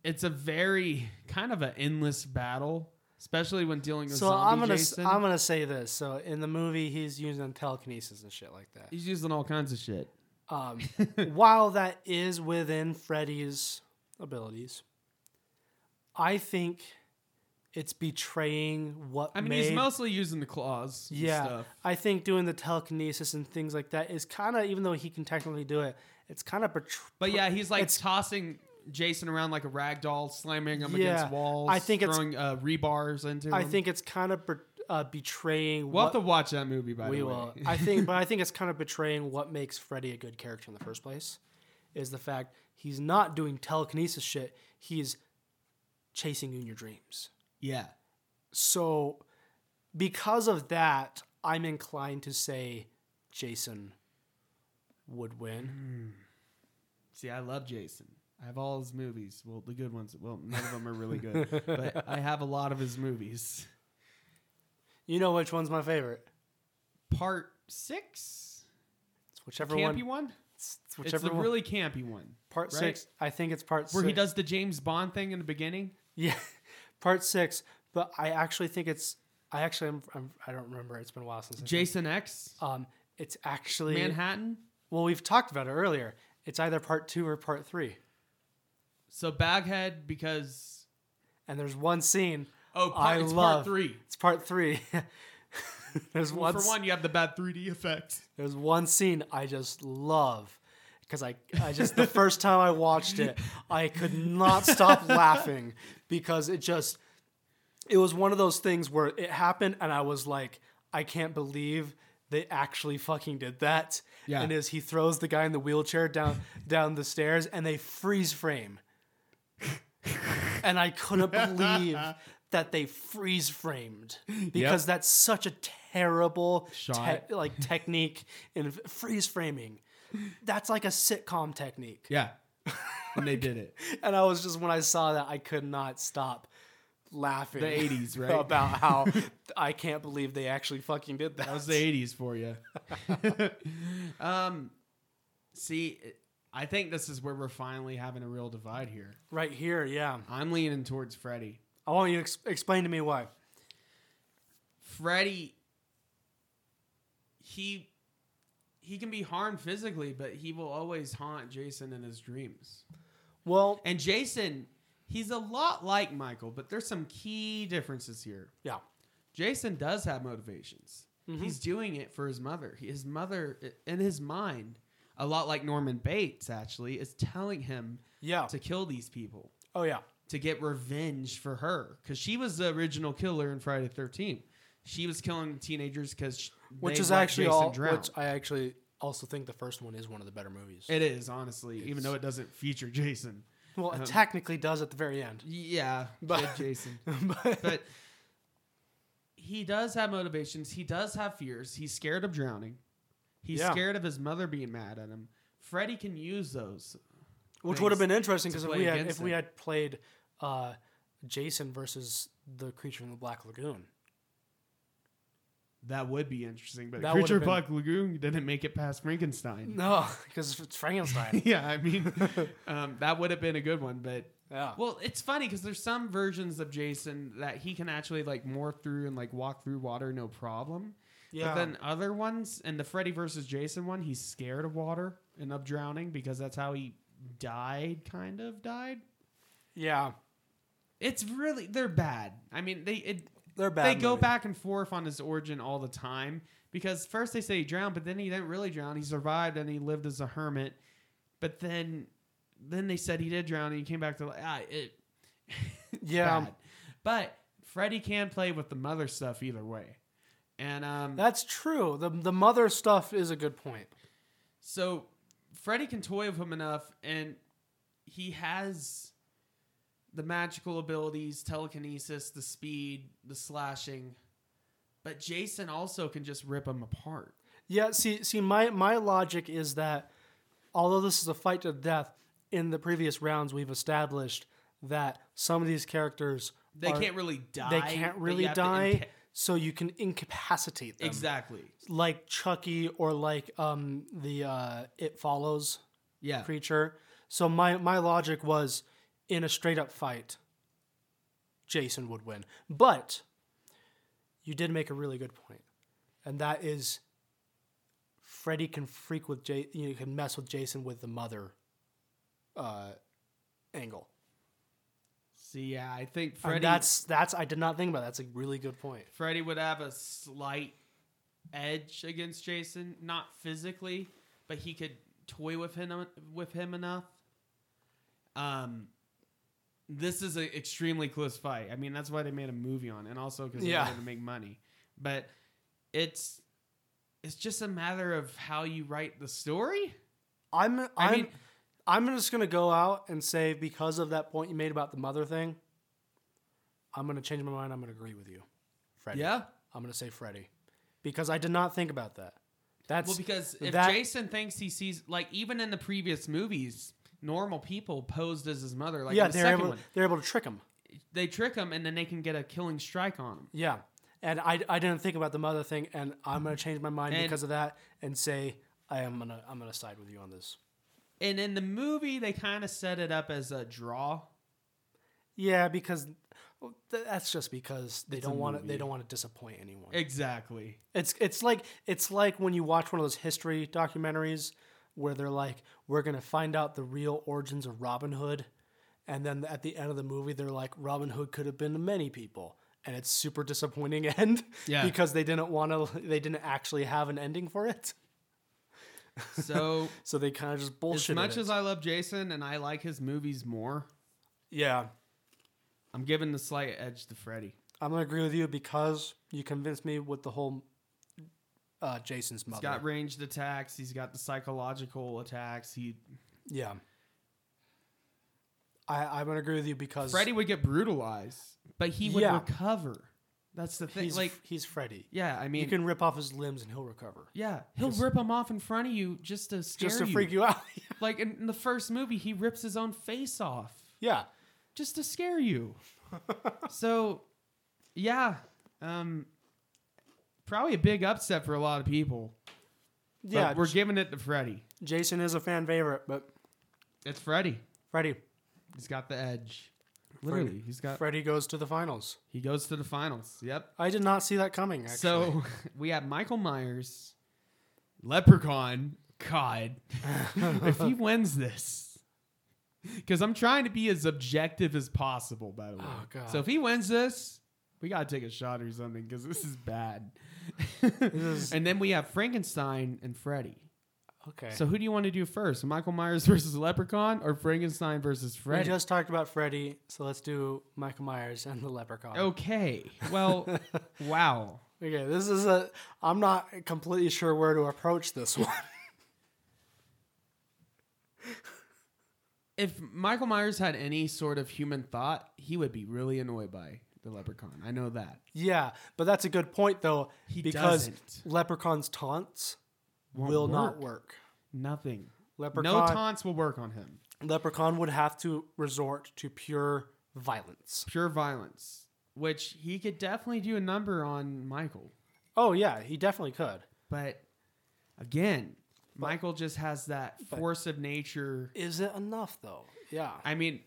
S1: it's a very kind of an endless battle, especially when dealing with
S2: so
S1: zombie
S2: I'm gonna s-
S1: Jason.
S2: I'm gonna say this. So in the movie, he's using telekinesis and shit like that.
S1: He's using all kinds of shit.
S2: Um, while that is within Freddy's abilities, I think it's betraying what
S1: I mean,
S2: made
S1: he's mostly using the claws. and
S2: Yeah,
S1: stuff.
S2: I think doing the telekinesis and things like that is kind of, even though he can technically do it, it's kind of betr-
S1: But yeah, he's like
S2: It's-
S1: tossing Jason around like a rag doll, slamming him
S2: Yeah,
S1: against walls.
S2: I think it's-
S1: throwing uh, rebars into.
S2: I
S1: him.
S2: think it's kind of bet- uh, betraying
S1: we'll
S2: what
S1: have to watch that movie. By
S2: we
S1: the way,
S2: will. I think, but I think it's kind of betraying what makes Freddy a good character in the first place, is the fact he's not doing telekinesis shit. He's chasing you in your dreams.
S1: yeah,
S2: So, because of that, I'm inclined to say Jason would
S1: Mm.
S2: win.
S1: See, I love Jason. I have all his movies. Well, the good ones. Well, none of them are really good, but I have a lot of his movies.
S2: You know which one's my favorite?
S1: Part six,
S2: It's whichever
S1: campy
S2: one.
S1: one.
S2: It's it's
S1: It's
S2: whichever
S1: the
S2: one.
S1: really campy one.
S2: part
S1: right?
S2: six. I think it's part
S1: where
S2: six.
S1: he does the James Bond thing in the beginning.
S2: Yeah, part six. But I actually think it's. I actually I'm, I'm, I don't remember. It's been a while since. I-
S1: Jason X,
S2: um, it's actually
S1: Manhattan.
S2: well, we've talked about it earlier. It's either part two or part three,
S1: So Baghead because
S2: and there's one scene.
S1: oh, part,
S2: I
S1: it's
S2: love
S1: part three.
S2: It's part three. there's
S1: Well,
S2: one.
S1: for
S2: s-
S1: one, you have the bad 3D effect.
S2: There's one scene I just love because I, I just the first time I watched it, I could not stop laughing because it just it was one of those things where it happened and I was like, I can't believe they actually fucking did that.
S1: Yeah.
S2: And as he throws the guy in the wheelchair down down the stairs and they freeze frame. and I couldn't believe that they freeze framed because that's such a terrible
S1: Shot.
S2: te- like technique in f- freeze framing. That's like a sitcom technique.
S1: Yeah, and they did it.
S2: And I was just when I saw that I could not stop laughing.
S1: The 80s, right?
S2: about how I can't believe they actually fucking did that.
S1: That was the eighties for you. um, see, I think this is where we're finally having a real divide here.
S2: right here, yeah.
S1: I'm leaning towards Freddy.
S2: I want you to ex- explain to me why.
S1: Freddy, he he can be harmed physically, but he will always haunt Jason in his dreams.
S2: Well,
S1: And Jason, he's a lot like Michael, but there's some key differences here.
S2: yeah. Mm-hmm.
S1: Jason does have motivations. He's doing it for his mother. He- His mother, i- in his mind, a lot like Norman Bates, actually, is telling him
S2: Yeah.
S1: to kill these people
S2: Oh yeah.
S1: to get revenge for her because she was the original killer in Friday the Thirteenth. She was killing teenagers because
S2: Which is actually
S1: Jason
S2: all
S1: drown.
S2: which I actually also think the first one is one of the better movies.
S1: it is honestly, even though it doesn't feature Jason.
S2: well, it technically does at the very end.
S1: Yeah,
S2: But-
S1: but Uh-huh. Jason.
S2: but,
S1: but he does have motivations. He does have fears. He's scared of drowning. He's
S2: Yeah.
S1: scared of his mother being mad at him. Freddy can use those.
S2: Which would have
S1: things
S2: been interesting because
S1: to
S2: if
S1: play
S2: we had
S1: against
S2: if we
S1: it.
S2: had played uh, Jason versus the creature from the Black Lagoon,
S1: That would be interesting. But
S2: That would
S1: Creature
S2: have been-
S1: Black Lagoon didn't make it past Frankenstein.
S2: no, because it's Frankenstein.
S1: yeah, I mean, um, that would have been a good one. But
S2: yeah,
S1: well, it's funny because there's some versions of Jason that he can actually like morph through and like walk through water no problem.
S2: yeah.
S1: But then other ones, and the Freddy versus Jason one, he's scared of water and of drowning because that's how he died, kind of died.
S2: yeah,
S1: It's really they're bad. I mean, they it,
S2: they're bad.
S1: they go
S2: movies.
S1: back and forth on his origin all the time because first they say he drowned, but then he didn't really drown. He survived and he lived as a hermit. But then then they said he did drown and he came back to life. Ah, it
S2: Yeah,
S1: bad. But Freddy can play with the mother stuff either way. And um,
S2: That's true. The the mother stuff is a good point.
S1: So Freddy can toy with him enough, and he has the magical abilities, telekinesis, the speed, the slashing. But Jason also can just rip him apart.
S2: Yeah, see see my my logic is that although this is a fight to the death, in the previous rounds we've established that some of these characters
S1: They
S2: are-
S1: can't really die.
S2: they
S1: but
S2: can't
S1: you
S2: really
S1: have to
S2: die,
S1: inca-
S2: so you can incapacitate them.
S1: exactly.
S2: Like Chucky or like um the uh It Follows
S1: Yeah.
S2: creature. So my my logic was in a straight up fight, Jason would win. But you did make a really good point, and that is Freddy can freak with Jay. You know, can mess with Jason with the mother uh, angle.
S1: See, yeah, I think
S2: And
S1: Freddy.
S2: that's that's I did not think about. That. That's a really good point.
S1: Freddy would have a slight edge against Jason, not physically, but he could toy with him with him enough. Um, this is an extremely close fight. I mean, that's why they made a movie on, it, and also because they
S2: Yeah.
S1: wanted to make money. But it's it's just a matter of how you write the story.
S2: I'm I'm I
S1: mean-
S2: am just gonna go out and say because of that point you made about the mother thing, I'm gonna change my mind. I'm gonna agree with you, Freddy.
S1: Yeah.
S2: I'm gonna say Freddy, because I did not think about that. That's
S1: Well, because if
S2: that-
S1: Jason thinks he sees, like, even in the previous movies, normal people posed as his mother. Like,
S2: yeah,
S1: in the
S2: they're
S1: second
S2: able
S1: one.
S2: they're able to trick him.
S1: they trick him and then they can get a killing strike on him.
S2: Yeah, and I, I didn't think about the mother thing, and I'm gonna change my mind
S1: And-
S2: because of that and say I am gonna I'm gonna side with you on this.
S1: And in the movie, they kind of set it up as a draw.
S2: Yeah, because well, th- that's just because they
S1: a
S2: don't want to they
S1: movie.
S2: don't want to disappoint anyone.
S1: Exactly.
S2: It's it's like it's like when you watch one of those history documentaries where they're like, we're gonna find out the real origins of Robin Hood, and then at the end of the movie they're like, Robin Hood could have been many people, and it's super disappointing end
S1: Yeah.
S2: because they didn't want to, they didn't actually have an ending for it,
S1: So
S2: so they kind of just
S1: as
S2: bullshit.
S1: much as I love Jason and I like his movies more,
S2: yeah,
S1: I'm giving the slight edge to Freddy.
S2: I'm gonna agree with you because you convinced me with the whole uh, Jason's
S1: He's
S2: mother.
S1: got ranged attacks. He's got the psychological attacks. He
S2: yeah. I, I'm gonna agree with you because
S1: Freddy would get brutalized, but he would
S2: Yeah.
S1: recover. That's the thing.
S2: he's
S1: like,
S2: he's Freddy.
S1: yeah, I mean,
S2: you can rip off his limbs and he'll recover.
S1: yeah, he'll rip him off in front of you just to scare
S2: Just to freak you out.
S1: Like in, in the first movie, he rips his own face off.
S2: yeah.
S1: just to scare you. so, yeah, um, probably a big upset for a lot of people. but
S2: Yeah.
S1: we're giving it to Freddy.
S2: Jason is a fan favorite, but
S1: It's Freddy.
S2: Freddy.
S1: He's got the edge. Literally, he's got.
S2: Freddy goes to the finals.
S1: He goes to the finals. Yep.
S2: I did not see that coming, actually.
S1: So we have Michael Myers, Leprechaun. God, if he wins this, because I'm trying to be as objective as possible. By the way,
S2: Oh, God.
S1: so if he wins this, we gotta take a shot or something because this is bad.
S2: is-
S1: and then we have Frankenstein and Freddy.
S2: okay.
S1: So who do you want to do first, Michael Myers versus Leprechaun or Frankenstein versus
S2: we
S1: Freddy?
S2: just talked about Freddy, so let's do Michael Myers and the Leprechaun.
S1: Oh. okay. Well, wow.
S2: Okay, this is a. I'm not completely sure where to approach this one.
S1: if Michael Myers had any sort of human thought, he would be really annoyed by the leprechaun. I know that.
S2: yeah, but that's a good point though,
S1: He
S2: because
S1: doesn't.
S2: Leprechaun's taunts
S1: Won't
S2: will not work.
S1: Nothing.
S2: Leprechaun.
S1: No taunts will work on him.
S2: Leprechaun would have to resort to pure violence.
S1: Pure violence, which he could definitely do a number on Michael.
S2: Oh yeah, he definitely could.
S1: But again, Michael just has that force of nature.
S2: Is it enough though? Yeah.
S1: I mean,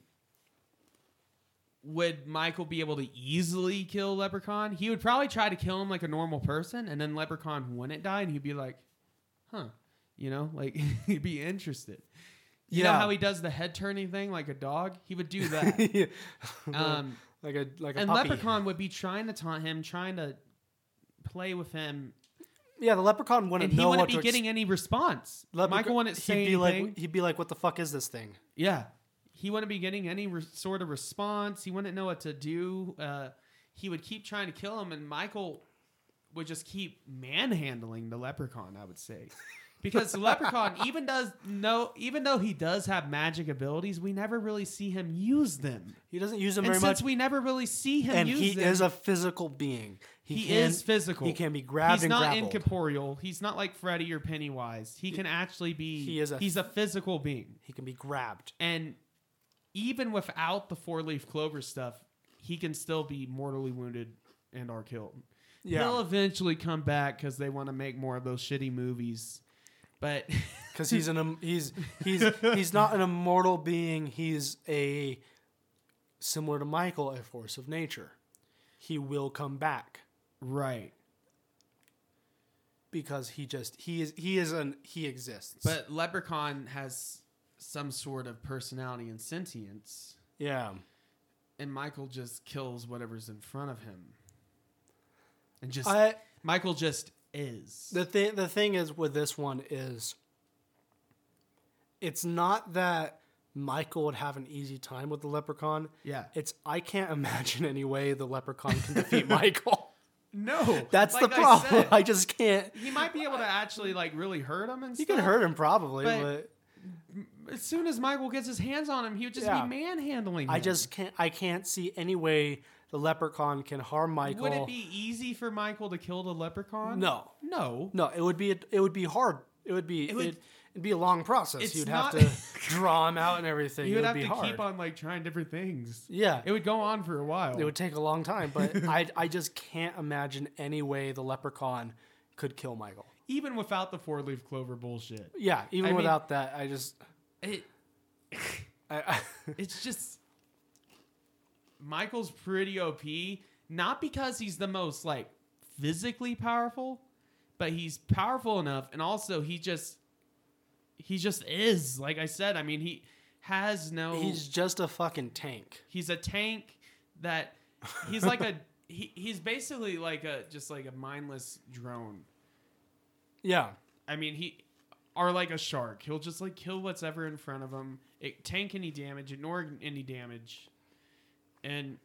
S1: would Michael be able to easily kill Leprechaun? He would probably try to kill him like a normal person, and then Leprechaun wouldn't die, and he'd be like, huh. You know, like he'd be interested. You know
S2: Yeah.
S1: how he does the head turning thing like a dog? He would do that. um,
S2: like a like a
S1: and
S2: puppy.
S1: Leprechaun would be trying to taunt him, trying to play with him,
S2: yeah, the leprechaun wouldn't
S1: and he
S2: know
S1: wouldn't
S2: what
S1: be
S2: to ex-
S1: getting any response.
S2: Leprecha-
S1: Michael wouldn't
S2: he'd
S1: say
S2: be
S1: anything.
S2: like he'd be like, "What the fuck is this thing?"
S1: Yeah. He wouldn't be getting any re- sort of response. He wouldn't know what to do. Uh, he would keep trying to kill him, and Michael would just keep manhandling the leprechaun. I would say, because the leprechaun even does no, even though he does have magic abilities, we never really see him use them.
S2: He doesn't use them
S1: and
S2: very
S1: since
S2: much.
S1: we never really see him
S2: and
S1: use
S2: he
S1: them,
S2: is a physical being. He,
S1: he
S2: can-
S1: is physical.
S2: He can be grabbed
S1: He's
S2: and
S1: not
S2: grappled.
S1: incorporeal. He's not like Freddy or Pennywise. He can actually be.
S2: He is a-
S1: he's a physical being,
S2: he can be grabbed.
S1: and even without the four leaf clover stuff, he can still be mortally wounded and are killed.
S4: Yeah.
S1: He'll eventually come back because they want to make more of those shitty movies. But
S2: because he's an im- he's he's he's not an immortal being. He's a similar to Michael, a force of nature. He will come back
S1: right,
S2: because he just he is he is an he exists.
S1: but Leprechaun has some sort of personality and sentience,
S2: yeah,
S1: and Michael just kills whatever's in front of him, and just
S2: I
S1: Michael just is.
S2: the thing the thing is with this one is it's not that Michael would have an easy time with the leprechaun.
S1: Yeah.
S2: It's I can't imagine any way the leprechaun can defeat Michael.
S1: No,
S2: That's the problem. I just can't.
S1: he might be able to actually like really hurt him and
S2: You
S1: stuff.
S2: can hurt him probably,
S1: But-
S2: but
S1: As soon as Michael gets his hands on him, he would just
S2: Yeah.
S1: be manhandling.
S2: I
S1: him.
S2: just can't. I can't see any way the leprechaun can harm Michael.
S1: would it be easy for Michael to kill the leprechaun?
S2: No,
S1: no.
S2: no. It would be. It would be hard. It would be. It
S1: would-
S2: would, it'd be a long process.
S1: It's
S2: You'd
S1: not-
S2: have to draw him out and everything.
S1: You
S2: it
S1: would
S2: would
S1: have
S2: be
S1: to
S2: hard.
S1: keep on like trying different things.
S2: Yeah,
S1: It would go on for a while.
S2: it would take a long time. But I, I just can't imagine any way the leprechaun could kill Michael.
S1: even without the four leaf clover bullshit.
S2: Yeah, even
S1: I mean-
S2: without that, I just.
S1: It
S2: I,
S1: it's just Michael's pretty OP, not because he's the most like physically powerful, but he's powerful enough and also he just he just is. Like I said, I mean he has no
S2: he's just a fucking tank.
S1: he's a tank that he's like a he, he's basically like a just like a mindless drone.
S2: Yeah,
S1: I mean, he are like a shark. He'll just like kill what's ever in front of him. It, tank any damage, ignore any damage, and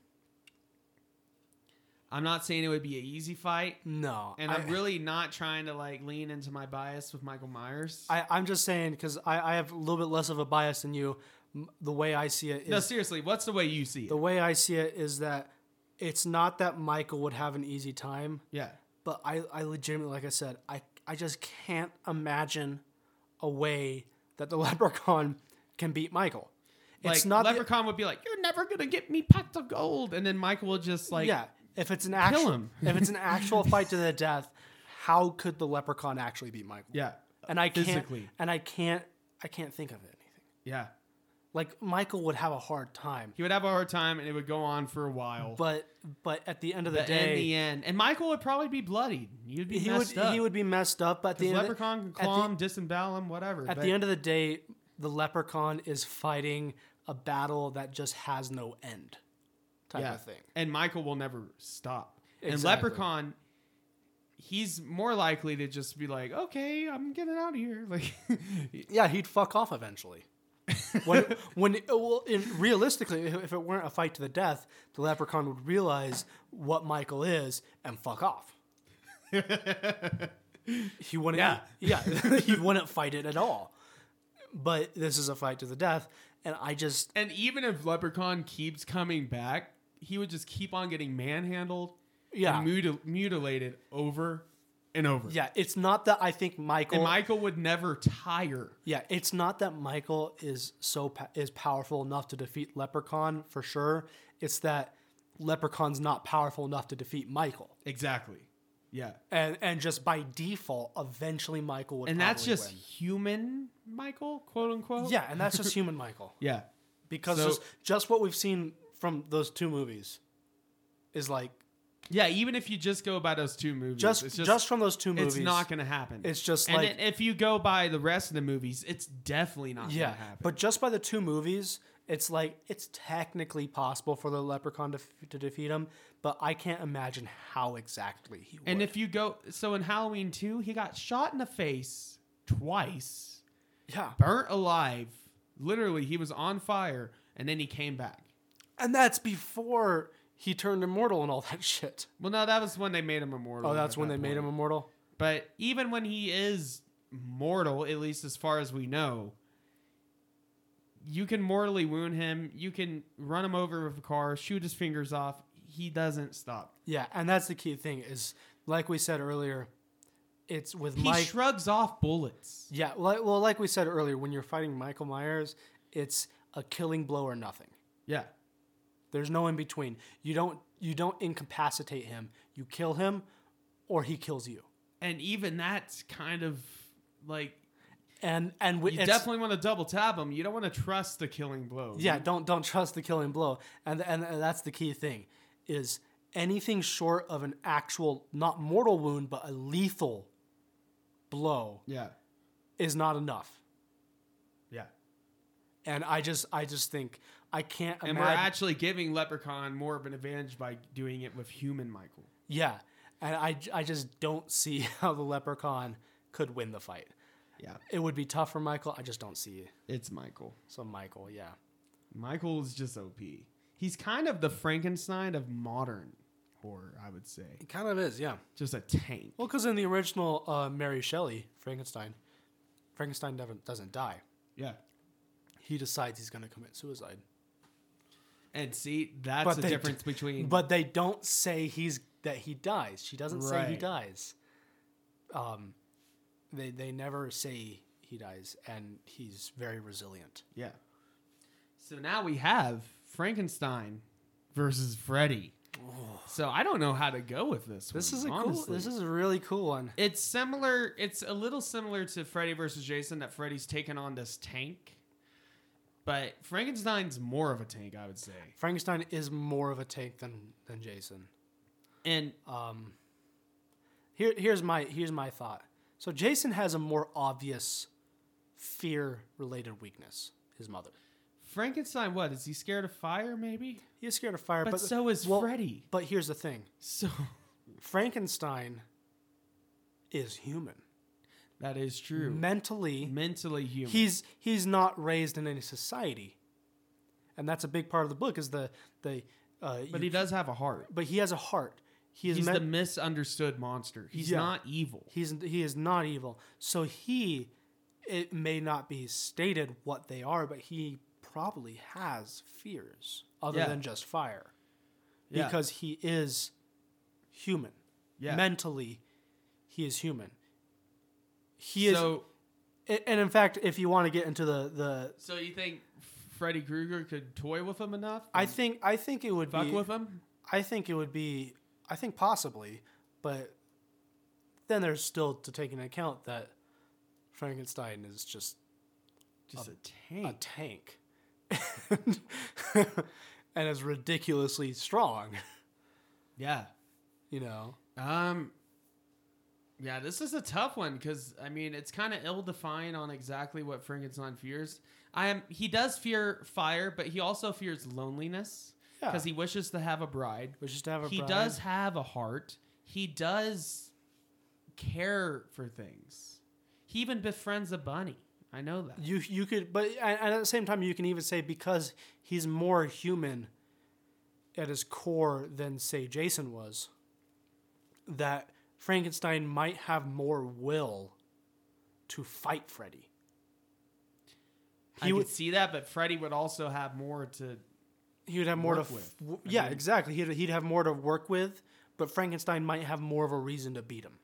S1: I'm not saying it would be an easy fight.
S2: no.
S1: And
S2: I-
S1: I, am really not trying to like lean into my bias with Michael Myers.
S2: I, I'm just saying because I, I have a little bit less of a bias than you. M- The way I see it is
S1: no, seriously, what's the way you see it?
S2: the way I see it is that it's not that Michael would have an easy time,
S1: yeah,
S2: but I, I legitimately, like I said, I, I just can't imagine a way that the leprechaun can beat Michael.
S1: like
S2: It's not that-
S1: Leprechaun would be like, "You're never gonna get me packed of gold," and then Michael will just like,
S2: yeah. If it's an actual,
S1: him.
S2: if it's an actual fight to the death, how could the leprechaun actually beat Michael?
S1: yeah,
S2: and I can't,
S1: physically.
S2: and I can't, I can't think of anything.
S1: yeah.
S2: Like Michael would have a hard time,
S1: He would have a hard time, and it would go on for a while.
S2: but but at the end of the
S1: But
S2: day,
S1: in the end, and Michael would probably be bloodied. You'd be
S2: he
S1: messed
S2: would
S1: up.
S2: he would be messed up. But at the
S1: Because
S2: end, of the-
S1: leprechaun can
S2: at the-
S1: claw him, disembowel him, whatever.
S2: At the end of the day, the leprechaun is fighting a battle that just has no end type of thing.
S1: And Michael will never stop. And
S2: Exactly.
S1: leprechaun, he's more likely to just be like, "Okay, I'm getting out of here." Like,
S2: Yeah, he'd fuck off eventually. when, when well, in, realistically, if if it weren't a fight to the death, the leprechaun would realize what Michael is and fuck off. he wouldn't.
S1: Yeah.
S2: yeah, he wouldn't fight it at all. But this is a fight to the death, and I just
S1: and even if leprechaun keeps coming back, he would just keep on getting manhandled,
S2: Yeah.
S1: and muti- mutilated over and over.
S2: yeah, it's not that I think Michael.
S1: and Michael would never tire.
S2: Yeah, it's not that Michael is so pa- is powerful enough to defeat Leprechaun for sure. It's that Leprechaun's not powerful enough to defeat Michael,
S1: Exactly. Yeah.
S2: and and just by default, eventually Michael would.
S1: And that's
S2: probably
S1: just
S2: win.
S1: human Michael, quote unquote.
S2: yeah, and that's just human Michael
S1: Yeah.
S2: because
S1: So-
S2: just, just what we've seen from those two movies is like
S1: Yeah, even if you just go by those two movies,
S2: just
S1: it's
S2: just, from those two movies.
S1: it's not going to happen.
S2: It's just
S1: and
S2: like-
S1: then if you go by the rest of the movies, it's definitely not
S2: yeah,
S1: going to happen.
S2: but just by the two movies, it's like it's technically possible for the Leprechaun to, f- to defeat him, but I can't imagine how exactly he.
S1: and
S2: would.
S1: if you go, so in Halloween two, he got shot in the face twice,
S2: yeah,
S1: burnt alive. Literally, he was on fire, and then he came back.
S2: And that's before he turned immortal and all that shit.
S1: Well, no, that was when they made him immortal.
S2: Oh, that's
S1: at
S2: when
S1: that
S2: they made
S1: point.
S2: him immortal.
S1: But even when he is mortal, at least as far as we know, you can mortally wound him. You can run him over with a car, shoot his fingers off. He doesn't stop.
S2: Yeah, and that's the key thing is, like we said earlier, it's with
S1: He
S2: Mike.
S1: shrugs off bullets.
S2: yeah, like, well, like we said earlier, when you're fighting Michael Myers, it's a killing blow or nothing.
S1: Yeah.
S2: There's no in between. You don't you don't incapacitate him. You kill him, or he kills you.
S1: And even that's kind of like
S2: And and we,
S1: you
S2: it's-
S1: definitely want to double tap him. You don't want to trust the killing blow.
S2: yeah, don't don't trust the killing blow. And and, and that's the key thing is anything short of an actual not mortal wound but a lethal blow
S1: Yeah.
S2: is not enough.
S1: Yeah.
S2: And I just I just think I can't
S1: And
S2: imagine.
S1: we're actually giving Leprechaun more of an advantage by doing it with human Michael.
S2: yeah, and I I just don't see how the leprechaun could win the fight.
S1: Yeah.
S2: It would be tough for Michael. I just don't see
S1: It's Michael.
S2: so Michael. Yeah,
S1: Michael is just OP. He's kind of the Frankenstein of modern horror, I would say.
S2: it kind of is. Yeah.
S1: Just a tank.
S2: Well, because in the original uh, Mary Shelley Frankenstein, Frankenstein never, doesn't die.
S1: Yeah.
S2: He decides he's going to commit suicide.
S1: And see, that's
S2: But
S1: the
S2: they-
S1: difference between
S2: But they don't say he's that he dies. She doesn't say he
S1: Right.
S2: dies. Um, they they never say he dies, and he's very resilient.
S1: Yeah. So now we have Frankenstein versus Freddy. So I don't know how to go with this.
S2: This
S1: one,
S2: is a cool.
S1: honestly.
S2: This is a really cool one.
S1: It's similar. It's a little similar to Freddy versus Jason that Freddy's taken on this tank, but Frankenstein's more of a tank, I would say.
S2: Frankenstein is more of a tank than than Jason.
S1: And
S2: Um, here here's my here's my thought. So Jason has a more obvious fear related weakness. His mother.
S1: Frankenstein, what is he scared of fire? Maybe,
S2: He is scared of fire,
S1: but,
S2: but,
S1: so is
S2: well,
S1: Freddy.
S2: But here's the thing:
S1: So
S2: Frankenstein is human.
S1: that is true.
S2: Mentally,
S1: Mentally human.
S2: he's he's not raised in any society, and that's a big part of the book. Is the the uh,
S1: but
S2: you-
S1: he does have a heart.
S2: but he has a heart. He is
S1: He's
S2: men-
S1: the misunderstood monster. He's
S2: Yeah.
S1: not evil.
S2: He's he is not evil. So he, it may not be stated what they are, but he probably has fears other
S1: Yeah.
S2: than just fire,
S1: Yeah.
S2: because he is human.
S1: Yeah.
S2: Mentally, he is human. He is,
S1: so
S2: a- and in fact, if you want to get into the the,
S1: so you think Freddy Krueger could toy with him enough?
S2: I think I think it would
S1: Mm. fuck
S2: be,
S1: with him.
S2: I think it would be. I think possibly, but then there's still to take into account that Frankenstein is just
S1: Just a,
S2: a
S1: tank.
S2: tank, and is ridiculously strong.
S1: yeah.
S2: You know.
S1: Um. Yeah, this is a tough one because I mean it's kind of ill-defined on exactly what Frankenstein fears. I am he does fear fire, but he also fears loneliness because he wishes to have a bride.
S2: was just to have a
S1: he
S2: bride.
S1: does have a heart. He does care for things. He even befriends a bunny. I know that.
S2: You you could, but and and at the same time, you can even say because he's more human at his core than say Jason was. That Frankenstein might have more will to fight Freddy.
S1: I
S2: He
S1: could
S2: would
S1: see that, but Freddy would also have more to.
S2: he would have more to
S1: work
S2: f-
S1: with.
S2: w- yeah exactly he'd, he'd have more to work with, but Frankenstein might have more of a reason to beat him.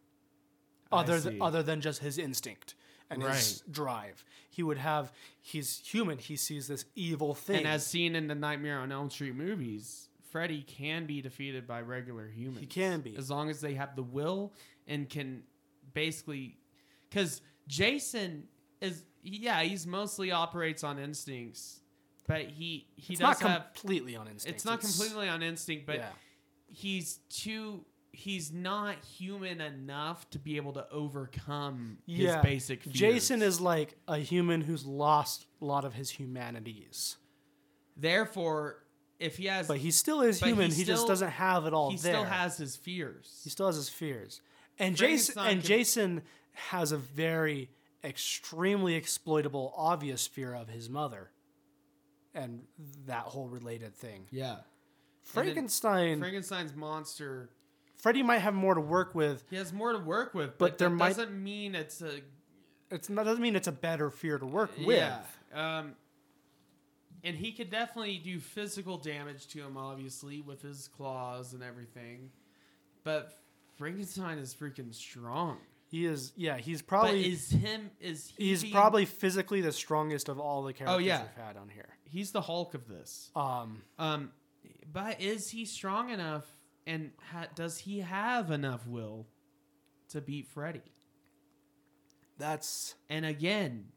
S1: I
S2: other
S1: see.
S2: than other than just his instinct and his drive. He would have he's human. He sees this evil thing.
S1: And as seen in the Nightmare on Elm Street movies, Freddy can be defeated by regular humans.
S2: He can be.
S1: As long as they have the will and can basically. Because Jason is. Yeah, he's mostly operates on instincts, but he, he
S2: it's
S1: does
S2: not
S1: have.
S2: completely on instinct.
S1: It's not completely on instinct, but
S2: yeah.
S1: he's too he's not human enough to be able to overcome
S2: Yeah.
S1: his basic fears.
S2: Jason is like a human who's lost a lot of his humanities,
S1: therefore if he has
S2: but he still is
S1: But he
S2: human. He, just
S1: still-
S2: doesn't have it all
S1: he
S2: there.
S1: still has his fears.
S2: he still has his fears. And Jason
S1: Frankenstein
S2: and
S1: could-
S2: Jason has a very extremely exploitable, obvious fear of his mother, and that whole related thing.
S1: yeah.
S2: Frankenstein,
S1: Frankenstein's monster.
S2: Freddy might have more to work with.
S1: He has more to work with, but,
S2: But there
S1: that
S2: might-
S1: doesn't mean it's a
S2: It's not doesn't mean it's a better fear to work with.
S1: Yeah. Um, and he could definitely do physical damage to him, obviously, with his claws and everything. But Frankenstein is freaking strong.
S2: He is. Yeah, he's
S1: But
S2: probably
S1: is him is he
S2: he's
S1: being- Oh,
S2: probably physically the strongest of all the characters
S1: yeah.
S2: we've had on here.
S1: he's the Hulk of this.
S2: Um,
S1: Um, but is he strong enough? And ha- does he have enough will to beat Freddy?
S2: that's
S1: And again,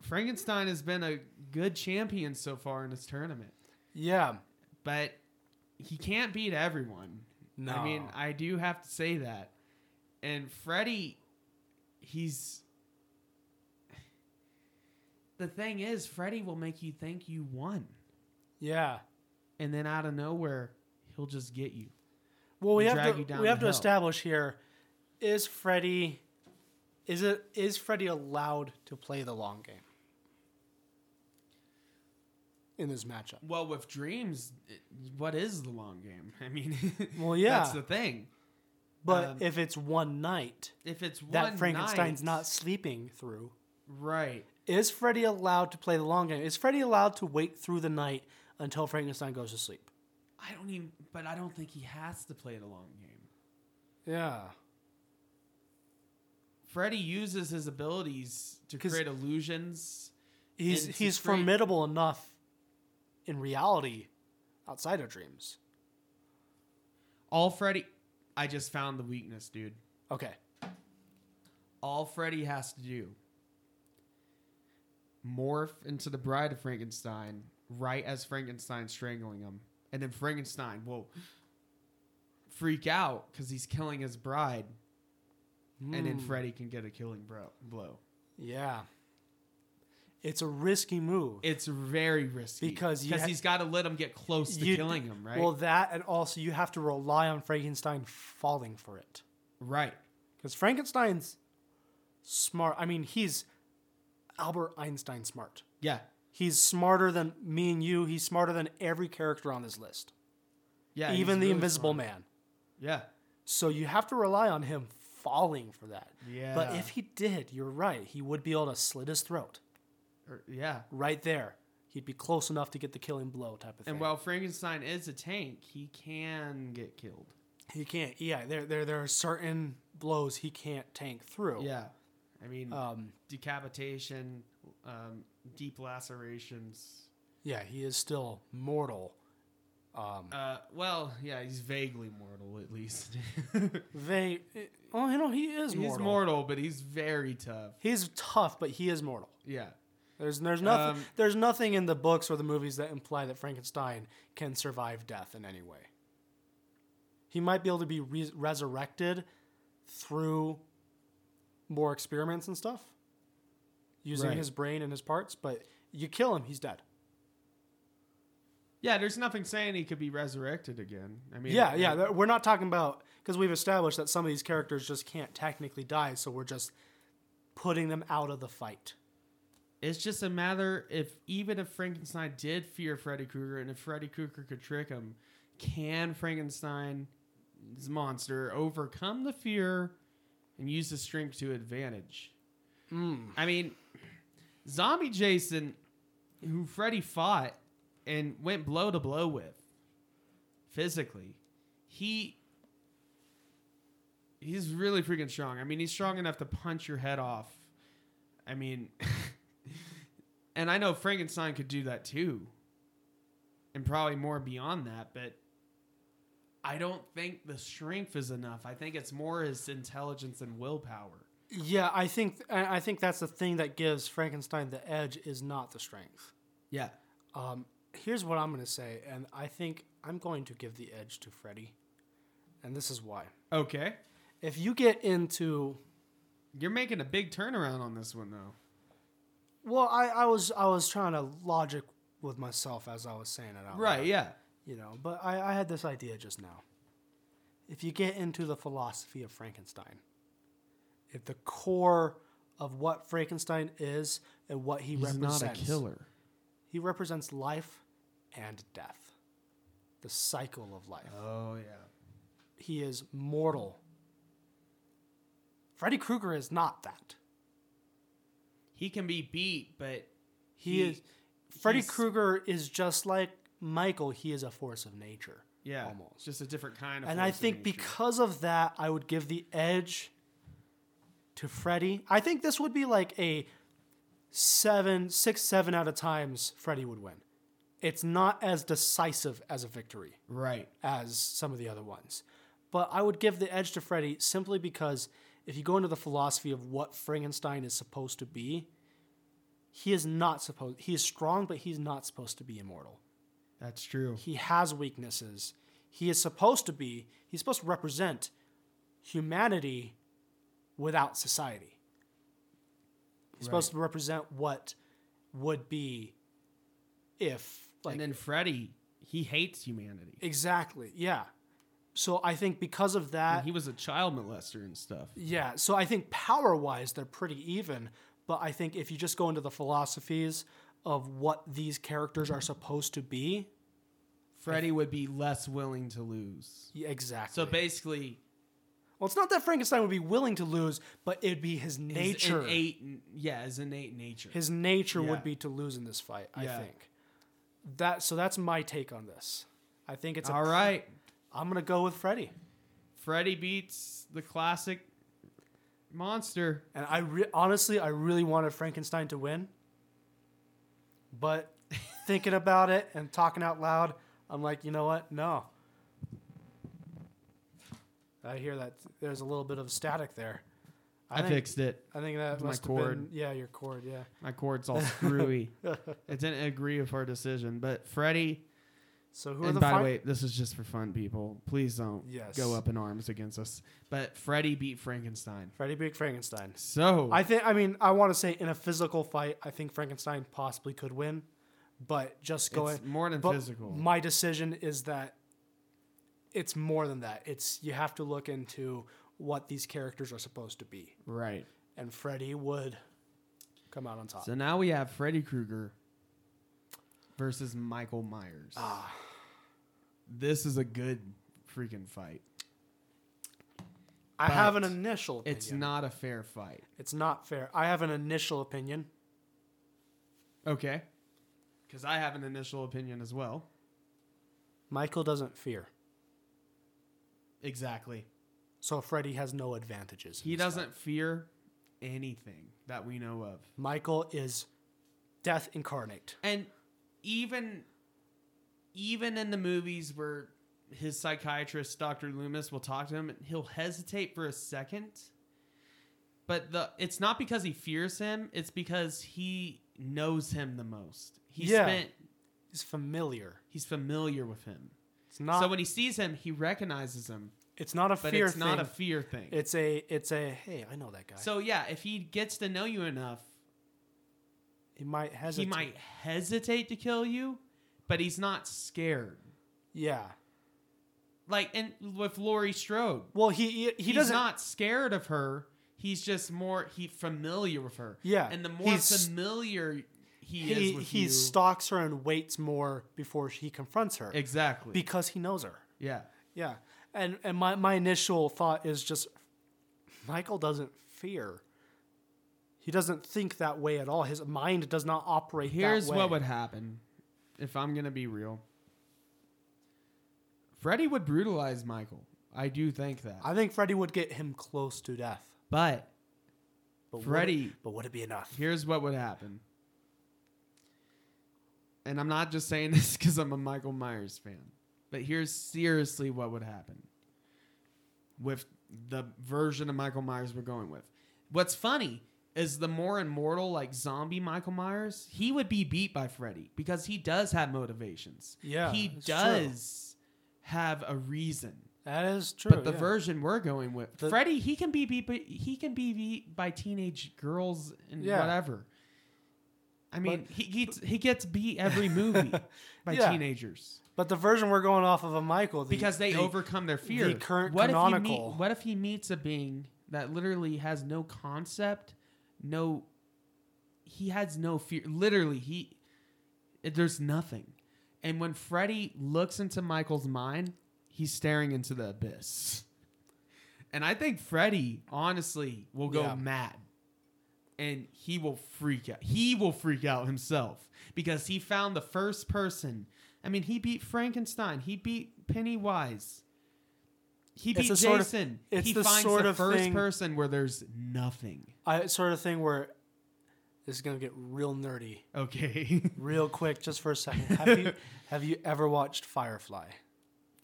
S1: Frankenstein has been a good champion so far in this tournament.
S2: yeah.
S1: but he can't beat everyone.
S2: No,
S1: I mean, I do have to say that. And Freddy, he's. The thing is, Freddy will make you think you won.
S2: yeah.
S1: And then out of nowhere, he'll just get you.
S2: Well, we
S1: and
S2: have
S1: drag
S2: to
S1: you down
S2: we
S1: to
S2: have to
S1: hell.
S2: establish here: is Freddy, is it is Freddy allowed to play the long game in this matchup?
S1: Well, with dreams, it- what is the long game? I mean,
S2: Well, yeah.
S1: that's the thing.
S2: But
S1: Um,
S2: if it's one night
S1: If it's one
S2: that Frankenstein's
S1: night-
S2: not sleeping through,
S1: right.
S2: is Freddy allowed to play the long game? Is Freddy allowed to wait through the night until Frankenstein goes to sleep?
S1: I don't even, but I don't think he has to play the long game.
S2: Yeah,
S1: Freddy uses his abilities to
S2: 'Cause-
S1: create illusions.
S2: he's
S1: And to
S2: he's
S1: create-
S2: formidable enough in reality, outside of dreams.
S1: All Freddy, I just found the weakness, dude.
S2: Okay,
S1: All Freddy has to do morph into the bride of Frankenstein right as Frankenstein's strangling him. And then Frankenstein will freak out because he's killing his bride. And
S2: Hmm.
S1: then Freddy can get a killing bro- blow.
S2: yeah, it's a risky move.
S1: It's very risky.
S2: Because you
S1: because
S2: ha-
S1: he's got to let him get close to
S2: You-
S1: killing him, right?
S2: Well, that and also you have to rely on Frankenstein falling for it.
S1: right.
S2: Because Frankenstein's smart. I mean, he's Albert Einstein smart.
S1: Yeah.
S2: He's smarter than me and you. He's smarter than every character on this list,
S1: Yeah. he's
S2: even the
S1: really
S2: Invisible
S1: smart.
S2: Man.
S1: Yeah.
S2: So you have to rely on him falling for that. But
S1: Yeah.
S2: if he did, you're right. He would be able to slit his throat
S1: Or- Er, yeah.
S2: right there. He'd be close enough to get the killing blow type of thing.
S1: And while Frankenstein is a tank, he can get killed.
S2: he can't. Yeah, there, there, there are certain blows he can't tank through.
S1: Yeah. I mean,
S2: Um,
S1: decapitation, um, deep lacerations.
S2: yeah, he is still mortal. Um,
S1: Uh, well, yeah, he's vaguely mortal, at least.
S2: they, oh, you know, he is
S1: he's
S2: mortal.
S1: mortal. but he's very tough.
S2: He's tough, but he is mortal.
S1: Yeah.
S2: There's there's nothing
S1: Um,
S2: there's nothing in the books or the movies that imply that Frankenstein can survive death in any way. He might be able to be re- resurrected through more experiments and stuff using
S1: Right.
S2: his brain and his parts, but you kill him, he's dead.
S1: Yeah, there's nothing saying he could be resurrected again. I mean,
S2: Yeah, yeah,
S1: like,
S2: th- we're not talking about because we've established that some of these characters just can't technically die, so we're just putting them out of the fight.
S1: It's just a matter if even if Frankenstein did fear Freddy Krueger and if Freddy Krueger could trick him, can Frankenstein's monster overcome the fear and use the strength to advantage? I mean, Zombie Jason, who Freddy fought and went blow to blow with physically, he he's really freaking strong. I mean, he's strong enough to punch your head off. I mean, and I know Frankenstein could do that too, and probably more beyond that, but. I don't think the strength is enough. I think it's more his intelligence and willpower.
S2: Yeah, I think I I think that's the thing that gives Frankenstein the edge is not the strength.
S1: Yeah.
S2: Um, here's what I'm going to say, and I think I'm going to give the edge to Freddy. And this is why.
S1: Okay.
S2: If you get into
S1: You're making a big turnaround on this one, though.
S2: well, I, I was I was trying to logic with myself as I was saying it out. loud,
S1: yeah.
S2: You know, but I, I had this idea just now. If you get into the philosophy of Frankenstein, if the core of what Frankenstein is and what he represents, he represents life and death. the cycle of life.
S1: Oh yeah.
S2: He is mortal. Freddy Krueger is not that.
S1: He can be beat, but
S2: He,
S1: He-
S2: is Freddy
S1: he's-
S2: Krueger is just like Michael, he is a force of nature.
S1: yeah,
S2: Almost.
S1: just a different kind of.
S2: and I
S1: force of
S2: think
S1: nature.
S2: because of that, I would give the edge to Freddy. I think this would be like a seven, six, seven out of times Freddy would win. It's not as decisive as a victory
S1: right,
S2: as some of the other ones. But I would give the edge to Freddy simply because if you go into the philosophy of what Frankenstein is supposed to be, he is not supposed he is strong, but he's not supposed to be immortal
S1: that's true.
S2: he has weaknesses. He is supposed to be, he's supposed to represent humanity without society. He's supposed to represent what would be if, like,
S1: and then Freddy, he hates humanity.
S2: exactly, yeah. So I think because of that,
S1: And he was a child molester and stuff.
S2: Yeah, so I think power wise, they're pretty even. But I think if you just go into the philosophies of what these characters are supposed to be,
S1: Freddy would be less willing to lose.
S2: yeah, exactly.
S1: So basically,
S2: Well, it's not that Frankenstein would be willing to lose, but it'd be his nature.
S1: his
S2: His,
S1: innate, yeah, his innate nature.
S2: nature
S1: Yeah.
S2: would be to lose in this fight. I
S1: Yeah.
S2: think that. So that's my take on this. I think it's a-
S1: All right,
S2: I'm gonna go with Freddy,
S1: Freddy beats the classic monster.
S2: and I re- honestly, I really wanted Frankenstein to win, but thinking about it and talking out loud, I'm like, you know what? No. I hear that there's a little bit of static there.
S1: I,
S2: think,
S1: fixed it.
S2: I think that
S1: my
S2: must have been
S1: cord.
S2: yeah your cord yeah.
S1: My cord's all screwy. it didn't agree with our decision, but Freddy.
S2: So who are
S1: and
S2: the
S1: by
S2: fin-
S1: the way, this is just for fun, people. Please don't
S2: Yes.
S1: go up in arms against us. But Freddy beat Frankenstein.
S2: Freddy beat Frankenstein.
S1: So
S2: I think. I mean, I want to say in a physical fight, I think Frankenstein possibly could win, but just going.
S1: it's more than
S2: but
S1: physical.
S2: My decision is that it's more than that. It's you have to look into what these characters are supposed to be,
S1: right.
S2: and Freddy would come out on top.
S1: So now we have Freddy Krueger versus Michael Myers.
S2: Uh, Ah,
S1: This is a good freaking fight.
S2: I have an
S1: but
S2: initial. Opinion.
S1: It's not a fair fight.
S2: It's not fair. I have an initial opinion.
S1: Okay. Because I have an initial opinion as well.
S2: Michael doesn't fear,
S1: Exactly.
S2: so Freddy has no advantages. in
S1: He
S2: this fight.
S1: doesn't fear anything that we know of.
S2: Michael is death incarnate.
S1: And even even in the movies where his psychiatrist Dr. Loomis will talk to him, he'll hesitate for a second. But the it's not because he fears him, it's because he knows him the most. He
S2: Yeah.
S1: spent
S2: He's familiar.
S1: he's familiar with him.
S2: It's not.
S1: so when he sees him, he recognizes him,
S2: it's not a
S1: but
S2: fear
S1: it's not a
S2: thing.
S1: fear thing.
S2: it's a. It's a. Hey, I know that guy.
S1: so yeah, if he gets to know you enough,
S2: he might hesitate.
S1: he might hesitate to kill you, but he's not scared.
S2: Yeah.
S1: Like and with Laurie Strode,
S2: Well, he he,
S1: he's
S2: doesn't.
S1: not scared of her. He's just more he familiar with her.
S2: Yeah,
S1: and the more
S2: he's-
S1: familiar he,
S2: he
S1: is with
S2: he
S1: you,
S2: stalks her and waits more before he confronts her
S1: exactly.
S2: because he knows her.
S1: yeah,
S2: Yeah. And and my my initial thought is just Michael doesn't fear. He doesn't think that way at all. His mind does not operate
S1: here's
S2: that way.
S1: what would happen if I'm gonna be real. Freddy would brutalize Michael. I do think that,
S2: I think Freddy would get him close to death.
S1: but
S2: But would it-
S1: Freddy-
S2: but would it be enough?
S1: here's what would happen. And I'm not just saying this because I'm a Michael Myers fan, but here's seriously what would happen with the version of Michael Myers we're going with. What's funny is the more immortal, like zombie Michael Myers, he would be beat by Freddy because he does have motivations.
S2: Yeah,
S1: He
S2: it's true.
S1: does have a reason.
S2: That is true.
S1: But the
S2: yeah.
S1: version we're going with,
S2: The-
S1: Freddy, he can be beat, by- he can be beat by teenage girls and
S2: Yeah.
S1: whatever. I mean, he gets he gets beat every movie by
S2: Yeah.
S1: teenagers
S2: But the version we're going off of a Michael the-
S1: because they
S2: the-
S1: overcome their fear.
S2: the current
S1: what If he
S2: canonical-
S1: meet, what if he meets a being that literally has no concept, no, he has no fear. Literally, he there's nothing, And when Freddy looks into Michael's mind, he's staring into the abyss. And I think Freddy, honestly, will go
S2: Yeah.
S1: mad. And he will freak out. He will freak out himself because he found the first person. I mean, he beat Frankenstein. He beat Pennywise. He
S2: It's
S1: beat
S2: the
S1: Jason.
S2: sort of- it's
S1: he
S2: the
S1: finds
S2: sort
S1: the
S2: of
S1: first
S2: thing-
S1: person where there's nothing.
S2: I sort of thing where this is gonna get real nerdy,
S1: Okay.
S2: real quick, just for a second. Have you have you ever watched Firefly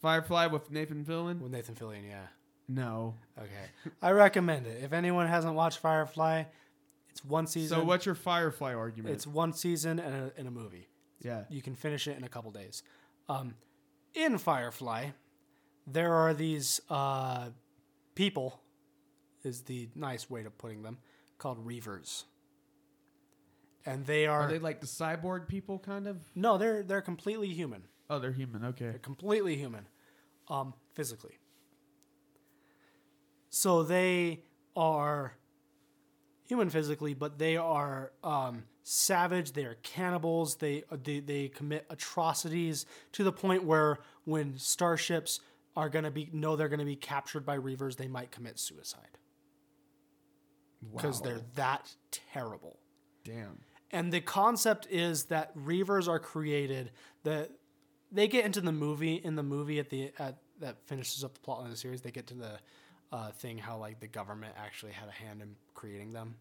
S1: Firefly with Nathan Fillion?
S2: with Nathan Fillion? Yeah.
S1: No.
S2: Okay. I recommend it. If anyone hasn't watched Firefly, it's one season.
S1: So what's your Firefly argument?
S2: It's one season and a, and a movie.
S1: yeah.
S2: You can finish it in a couple days. Um, in Firefly, there are these uh, people, is the nice way to putting them, called Reavers. And they are,
S1: Are they like the cyborg people, kind of?
S2: no, they're they're completely human.
S1: Oh, they're human. Okay.
S2: They're completely human, um, physically. So they are human physically, but they are um, savage. They are cannibals. They, uh, they they commit atrocities to the point where when starships are gonna be know they're gonna be captured by reavers, they might commit suicide because they're that terrible
S1: damn.
S2: and the concept is that reavers are created that they get into the movie in the movie at the at that finishes up the plot line of the series they get to the uh, thing how like the government actually had a hand in creating them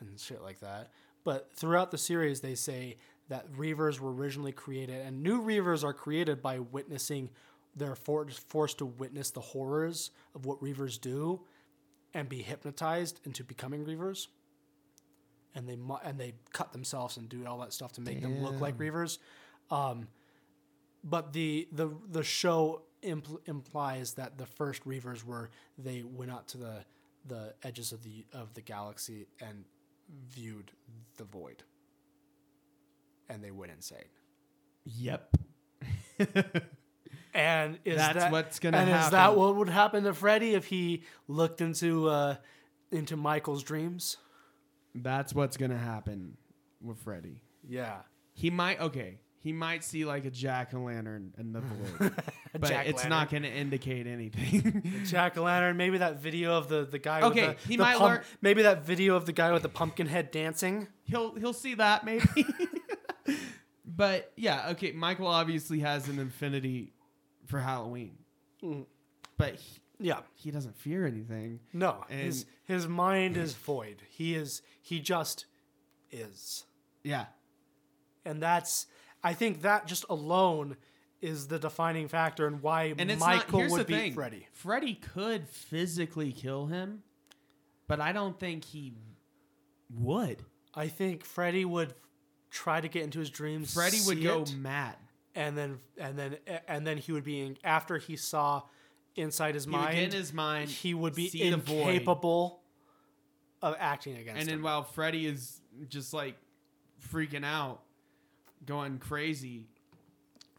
S2: and shit like that but throughout the series they say that reavers were originally created and new reavers are created by witnessing they're for- forced to witness the horrors of what reavers do and be hypnotized into becoming reavers and they mu- and they cut themselves and do all that stuff to make them look like reavers. Um, but the the the show impl- implies that the first reavers were they went out to the the edges of the of the galaxy and viewed the void, and they went insane.
S1: Yep.
S2: And is
S1: That's
S2: that,
S1: what's gonna
S2: and is that
S1: happen.
S2: what would happen to Freddy if he looked into uh, into Michael's dreams?
S1: That's what's gonna happen with Freddy.
S2: Yeah,
S1: He might. Okay. He might see like a jack o' lantern in the void, but it's not gonna indicate anything.
S2: jack o' lantern. Maybe that video of the the guy.
S1: Okay,
S2: with the,
S1: he
S2: the
S1: might
S2: pump-
S1: learn-
S2: Maybe that video of the guy with the pumpkin head dancing.
S1: he'll he'll see that maybe. but yeah, okay. Michael obviously has an infinity for Halloween,
S2: Hmm.
S1: but he,
S2: Yeah,
S1: he doesn't fear anything.
S2: no, his
S1: And-
S2: his mind is void. He is he just is,
S1: Yeah.
S2: and that's I think that just alone is the defining factor in why
S1: And it's not,
S2: Michael
S1: here's
S2: would
S1: the
S2: be
S1: thing.
S2: Freddy.
S1: Freddy could physically kill him, but I don't think he would.
S2: I think Freddy would try to get into his dreams.
S1: Freddy would
S2: see
S1: go
S2: it,
S1: mad.
S2: and then and then and then he would be in, after he saw inside his
S1: He
S2: mind.
S1: would get in his mind.
S2: he would be
S1: see the void,
S2: incapable of acting against
S1: and then
S2: him.
S1: while Freddy is just like freaking out, going crazy,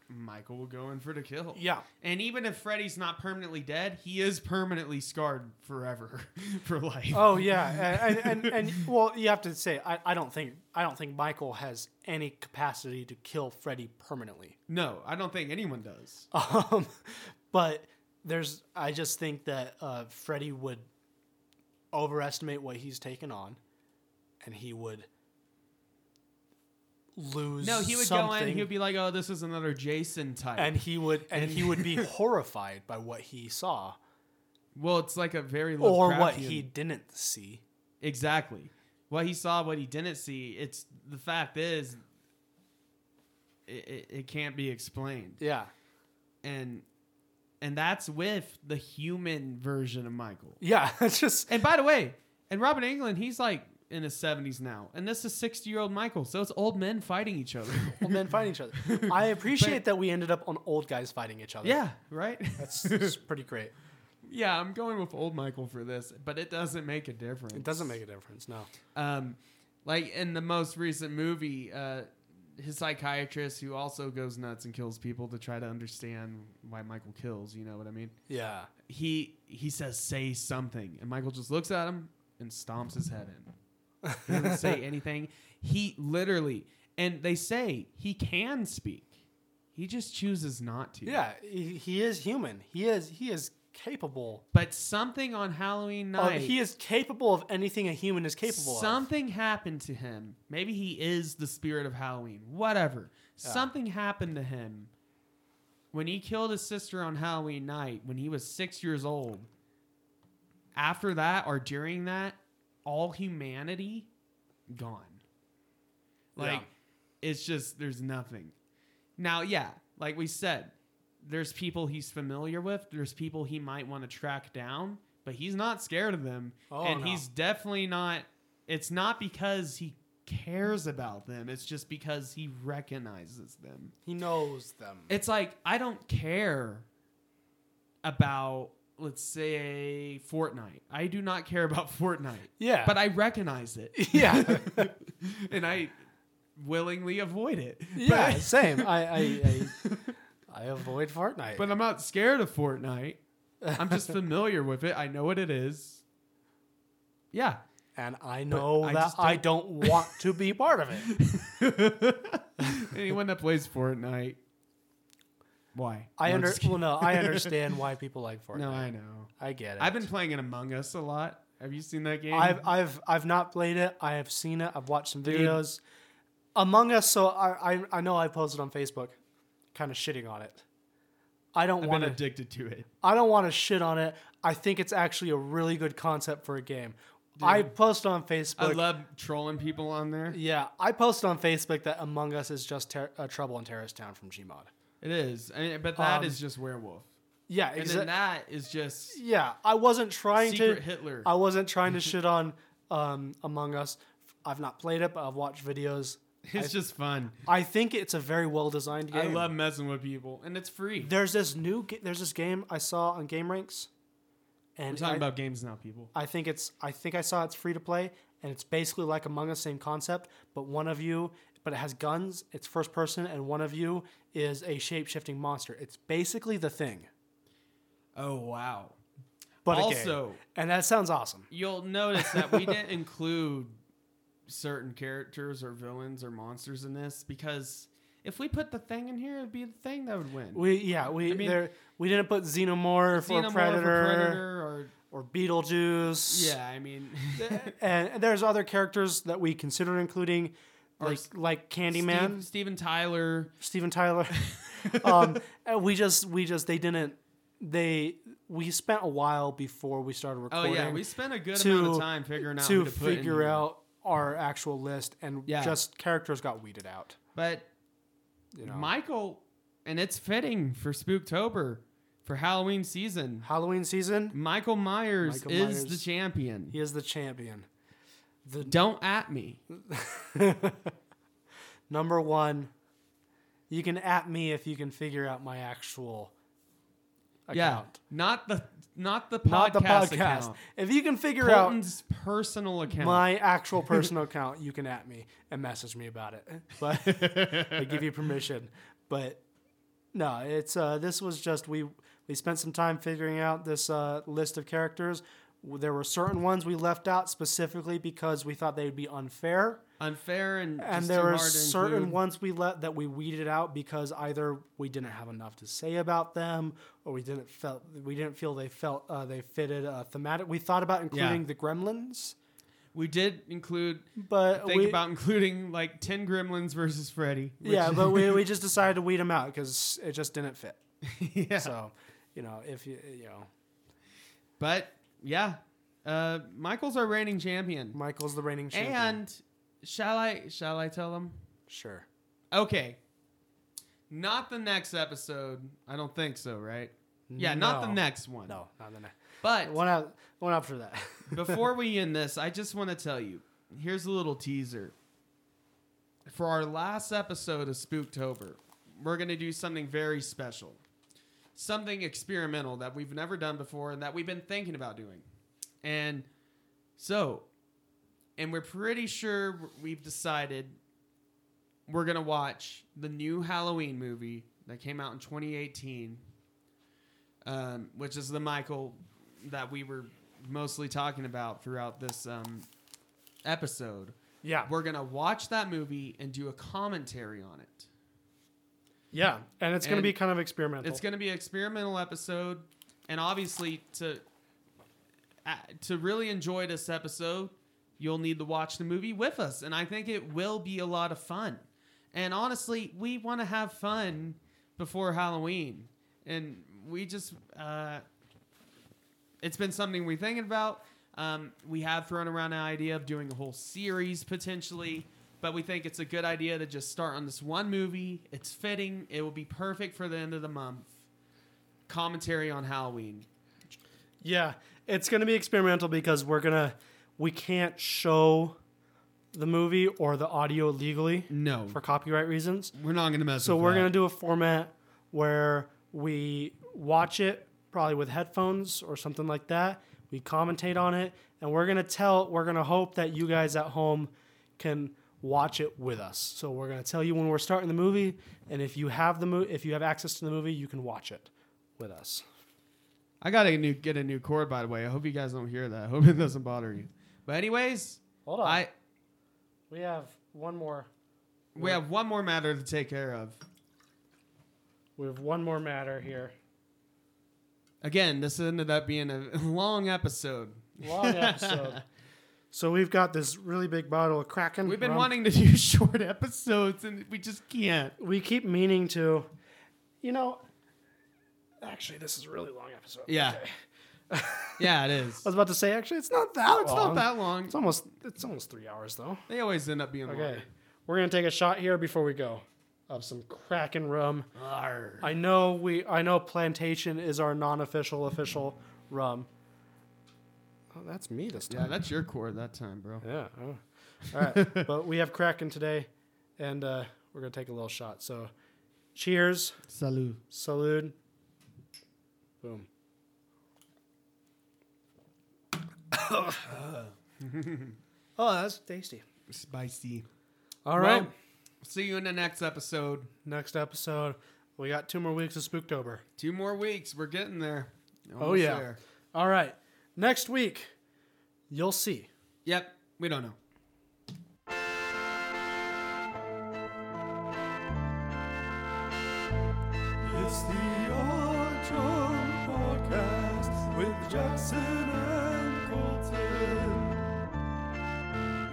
S1: Michael will go in for the kill.
S2: Yeah.
S1: And even if Freddy's not permanently dead, he is permanently scarred forever for life.
S2: Oh yeah, and, and and and well, you have to say I, I don't think I don't think Michael has any capacity to kill Freddy permanently.
S1: No, I don't think anyone does.
S2: Um, but there's I just think that uh, Freddy would overestimate what he's taken on, and he would lose.
S1: No, he would go in.
S2: something,
S1: He would be like, "Oh, this is another Jason type."
S2: and he would and he would be horrified by what he saw
S1: well, it's like a very
S2: or what
S1: Lovecraftian-
S2: he didn't see.
S1: exactly what he saw, what he didn't see. It's the fact is, it, it, it can't be explained,
S2: Yeah.
S1: and and that's with the human version of Michael.
S2: Yeah, it's just
S1: And by the way, and Robin England, he's like in his seventies now, and this is sixty year old Michael, so it's old men fighting each other.
S2: old men fighting each other. I appreciate that we ended up on old guys fighting each other.
S1: yeah, right.
S2: that's, that's pretty great.
S1: yeah, I'm going with old Michael for this, but it doesn't make a difference.
S2: It doesn't make a difference. No.
S1: Um, like in the most recent movie, uh, his psychiatrist, who also goes nuts and kills people to try to understand why Michael kills, you know what I mean?
S2: Yeah.
S1: He he says, "Say something," and Michael just looks at him and stomps his head in. He doesn't say anything. He literally, and they say he can speak. He just chooses not to.
S2: Yeah, he, he is human. He is he is capable.
S1: But something on Halloween
S2: of-
S1: night,
S2: Oh, he is capable of anything a human is capable of.
S1: something happened to him. Maybe he is the spirit of Halloween. Whatever. Something happened to him when he killed his sister on Halloween night when he was six years old. After that or during that, all humanity gone. Like, it's just, there's nothing. Now, yeah, like we said, there's people he's familiar with. There's people he might want to track down, but he's not scared of them.
S2: Oh,
S1: and
S2: no.
S1: he's definitely not. It's not because he cares about them, it's just because he recognizes them.
S2: He knows them.
S1: It's like, I don't care about, let's say, Fortnite. I do not care about Fortnite.
S2: Yeah.
S1: But I recognize it
S2: yeah.
S1: and I willingly avoid it.
S2: yeah. Same. I I, I I avoid Fortnite.
S1: But I'm not scared of Fortnite. I'm just familiar with it. I know what it is. Yeah.
S2: and I know
S1: I
S2: that
S1: just
S2: I don't want to be part of it.
S1: Anyone that plays Fortnite, why?
S2: I
S1: No, I'm
S2: under
S1: just
S2: well no, I understand why people like Fortnite.
S1: kidding. No, I know.
S2: I get it.
S1: I've been playing it Among Us a lot. Have you seen that game?
S2: I've I've I've not played it. I have seen it. I've watched some
S1: Dude.
S2: videos. Among Us, so I I, I know I posted on Facebook, kind of shitting on it. I don't
S1: I've
S2: want
S1: been
S2: to.
S1: addicted to it.
S2: I don't want to shit on it. I think it's actually a really good concept for a game. I posted on Facebook.
S1: I love trolling people on there.
S2: yeah, I posted on Facebook that Among Us is just ter- uh, Trouble in Terrorist Town from Gmod.
S1: It is. I mean, but that
S2: Um,
S1: is just werewolf.
S2: Yeah,
S1: And
S2: exactly.
S1: then that is just
S2: yeah, I wasn't trying
S1: secret
S2: to.
S1: Hitler.
S2: I wasn't trying to shit on um, Among Us. I've not played it, but I've watched videos.
S1: It's just fun.
S2: I think it's a very well designed game.
S1: I love messing with people, and it's free.
S2: There's this new. ga- There's this game I saw on Game Ranks, and
S1: We're talking
S2: I,
S1: about games now, people.
S2: I think it's. I think I saw it's free to play, and it's basically like Among Us, same concept, but one of you, but it has guns. It's first person, and one of you is a shape shifting monster. It's basically the thing,
S1: Oh wow!
S2: but a game.
S1: also,
S2: and that sounds awesome.
S1: you'll notice that we didn't include certain characters or villains or monsters in this because if we put the thing in here, it'd be the thing that would win.
S2: We yeah we
S1: I mean-
S2: there, we didn't put Xenomorph,
S1: Xenomorph
S2: or
S1: or
S2: Predator,
S1: Predator or
S2: or Beetlejuice.
S1: yeah, I mean,
S2: and there's other characters that we considered including, like
S1: s-
S2: like Candyman.
S1: Steve, Steven Tyler.
S2: Steven Tyler. um, and we just we just they didn't they we spent a while before we started
S1: Oh
S2: recording
S1: yeah, we spent a good
S2: to-
S1: amount of time figuring out
S2: to,
S1: who to put in
S2: figure
S1: here.
S2: out our actual list and
S1: Yeah.
S2: just characters got weeded out.
S1: But
S2: You know,
S1: Michael, and it's fitting for Spooktober, for Halloween season.
S2: Halloween season,
S1: Michael Myers
S2: Michael
S1: is
S2: Myers.
S1: the champion.
S2: he is the champion. The
S1: Don't at me.
S2: number one. You can at me if you can figure out my actual
S1: Yeah,
S2: account.
S1: not the not the podcast,
S2: Not the podcast.
S1: account.
S2: If you can figure out
S1: Colton's personal account.
S2: my actual personal account, you can at me and message me about it. But I give you permission. But no, it's uh, this was just we we spent some time figuring out this uh, list of characters. There were certain ones we left out specifically because we thought they would be unfair,
S1: Unfair and
S2: and
S1: just
S2: there
S1: too
S2: were
S1: hard to
S2: certain
S1: include.
S2: ones we let that we weeded out because either we didn't have enough to say about them, or we didn't felt we didn't feel they felt uh, they fitted uh, thematic. We thought about including the Gremlins,
S1: we did include.
S2: but
S1: Think
S2: we,
S1: about including like ten Gremlins versus Freddy. which-
S2: yeah, but we, we just decided to weed them out because it just didn't fit.
S1: yeah.
S2: So, you know, if you you know,
S1: But yeah, uh, Michael's our reigning champion.
S2: Michael's the reigning champion.
S1: And shall I shall I tell him?
S2: sure,
S1: Okay. Not the next episode. I don't think so, right? Yeah, not the
S2: No.
S1: next one.
S2: no, not the next
S1: But
S2: one. Out, one after that.
S1: Before we end this, I just want to tell you here's a little teaser. For our last episode of Spooktober, we're going to do something very special, something experimental that we've never done before and that we've been thinking about doing. And so, and we're pretty sure we've decided we're going to watch the new Halloween movie that came out in 2018, um, which is the Michael that we were mostly talking about throughout this um, episode.
S2: yeah,
S1: We're going to watch that movie and do a commentary on it.
S2: Yeah, and it's going to
S1: And
S2: be kind of experimental.
S1: It's going to be an experimental episode, and obviously to uh, to really enjoy this episode, you'll need to watch the movie with us, and I think it will be a lot of fun. And honestly, we want to have fun before Halloween, and we just uh, it's been something we're thinking about. Um, we have thrown around the idea of doing a whole series potentially, but we think it's a good idea to just start on this one movie. It's fitting. It will be perfect for the end of the month. Commentary on Halloween.
S2: yeah,
S5: It's going to be experimental because we're going to we can't show
S2: the movie or the audio legally
S1: No,
S2: for copyright reasons.
S1: we're not gonna mess.
S2: So we're going to do a format where we watch it probably with headphones or something like that. We commentate on it and we're going to tell we're going to hope that you guys at home can watch it with us. So we're going to tell you when we're starting the movie and if you have the mo- if you have access to the movie, you can watch it with us.
S1: I gotta new, get a new cord, by the way. I hope you guys don't hear that. I hope it doesn't bother you. But anyways,
S2: Hold on.
S1: I
S2: we have one more
S1: we have one more matter to take care of.
S2: we have one more matter here.
S1: Again, this ended up being a long episode.
S2: Long episode. so we've got this really big bottle of Kraken.
S1: We've been
S2: rum.
S1: wanting to do short episodes, and we just can't.
S2: we keep meaning to you know actually this is a really long episode
S1: Yeah.
S2: Okay.
S1: yeah, it is.
S2: i was about to say actually it's not that
S1: Oh, It's not
S2: long.
S1: that long.
S2: it's almost it's almost three hours though
S1: They always end up being
S2: okay we're gonna take a shot here before we go of some Kraken rum
S1: longer.
S2: i know we i know plantation is our non-official official rum oh that's me this
S1: Yeah,
S2: time
S1: that's your cord that time, bro.
S2: yeah oh. all right but we have Kraken today and uh, we're gonna take a little shot so cheers
S1: Salud.
S2: Salud. Boom. oh, that's tasty.
S1: Spicy.
S2: All right.
S1: Well, see you in the next episode.
S2: Next episode, we got two more weeks of Spooktober.
S1: Two more weeks. We're getting there.
S2: Oh, yeah. All right. Next week, you'll see.
S1: Yep. We don't know.
S3: It's the Autumn Podcast with Jackson and Colton.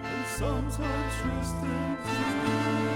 S3: And sometimes Tristan too.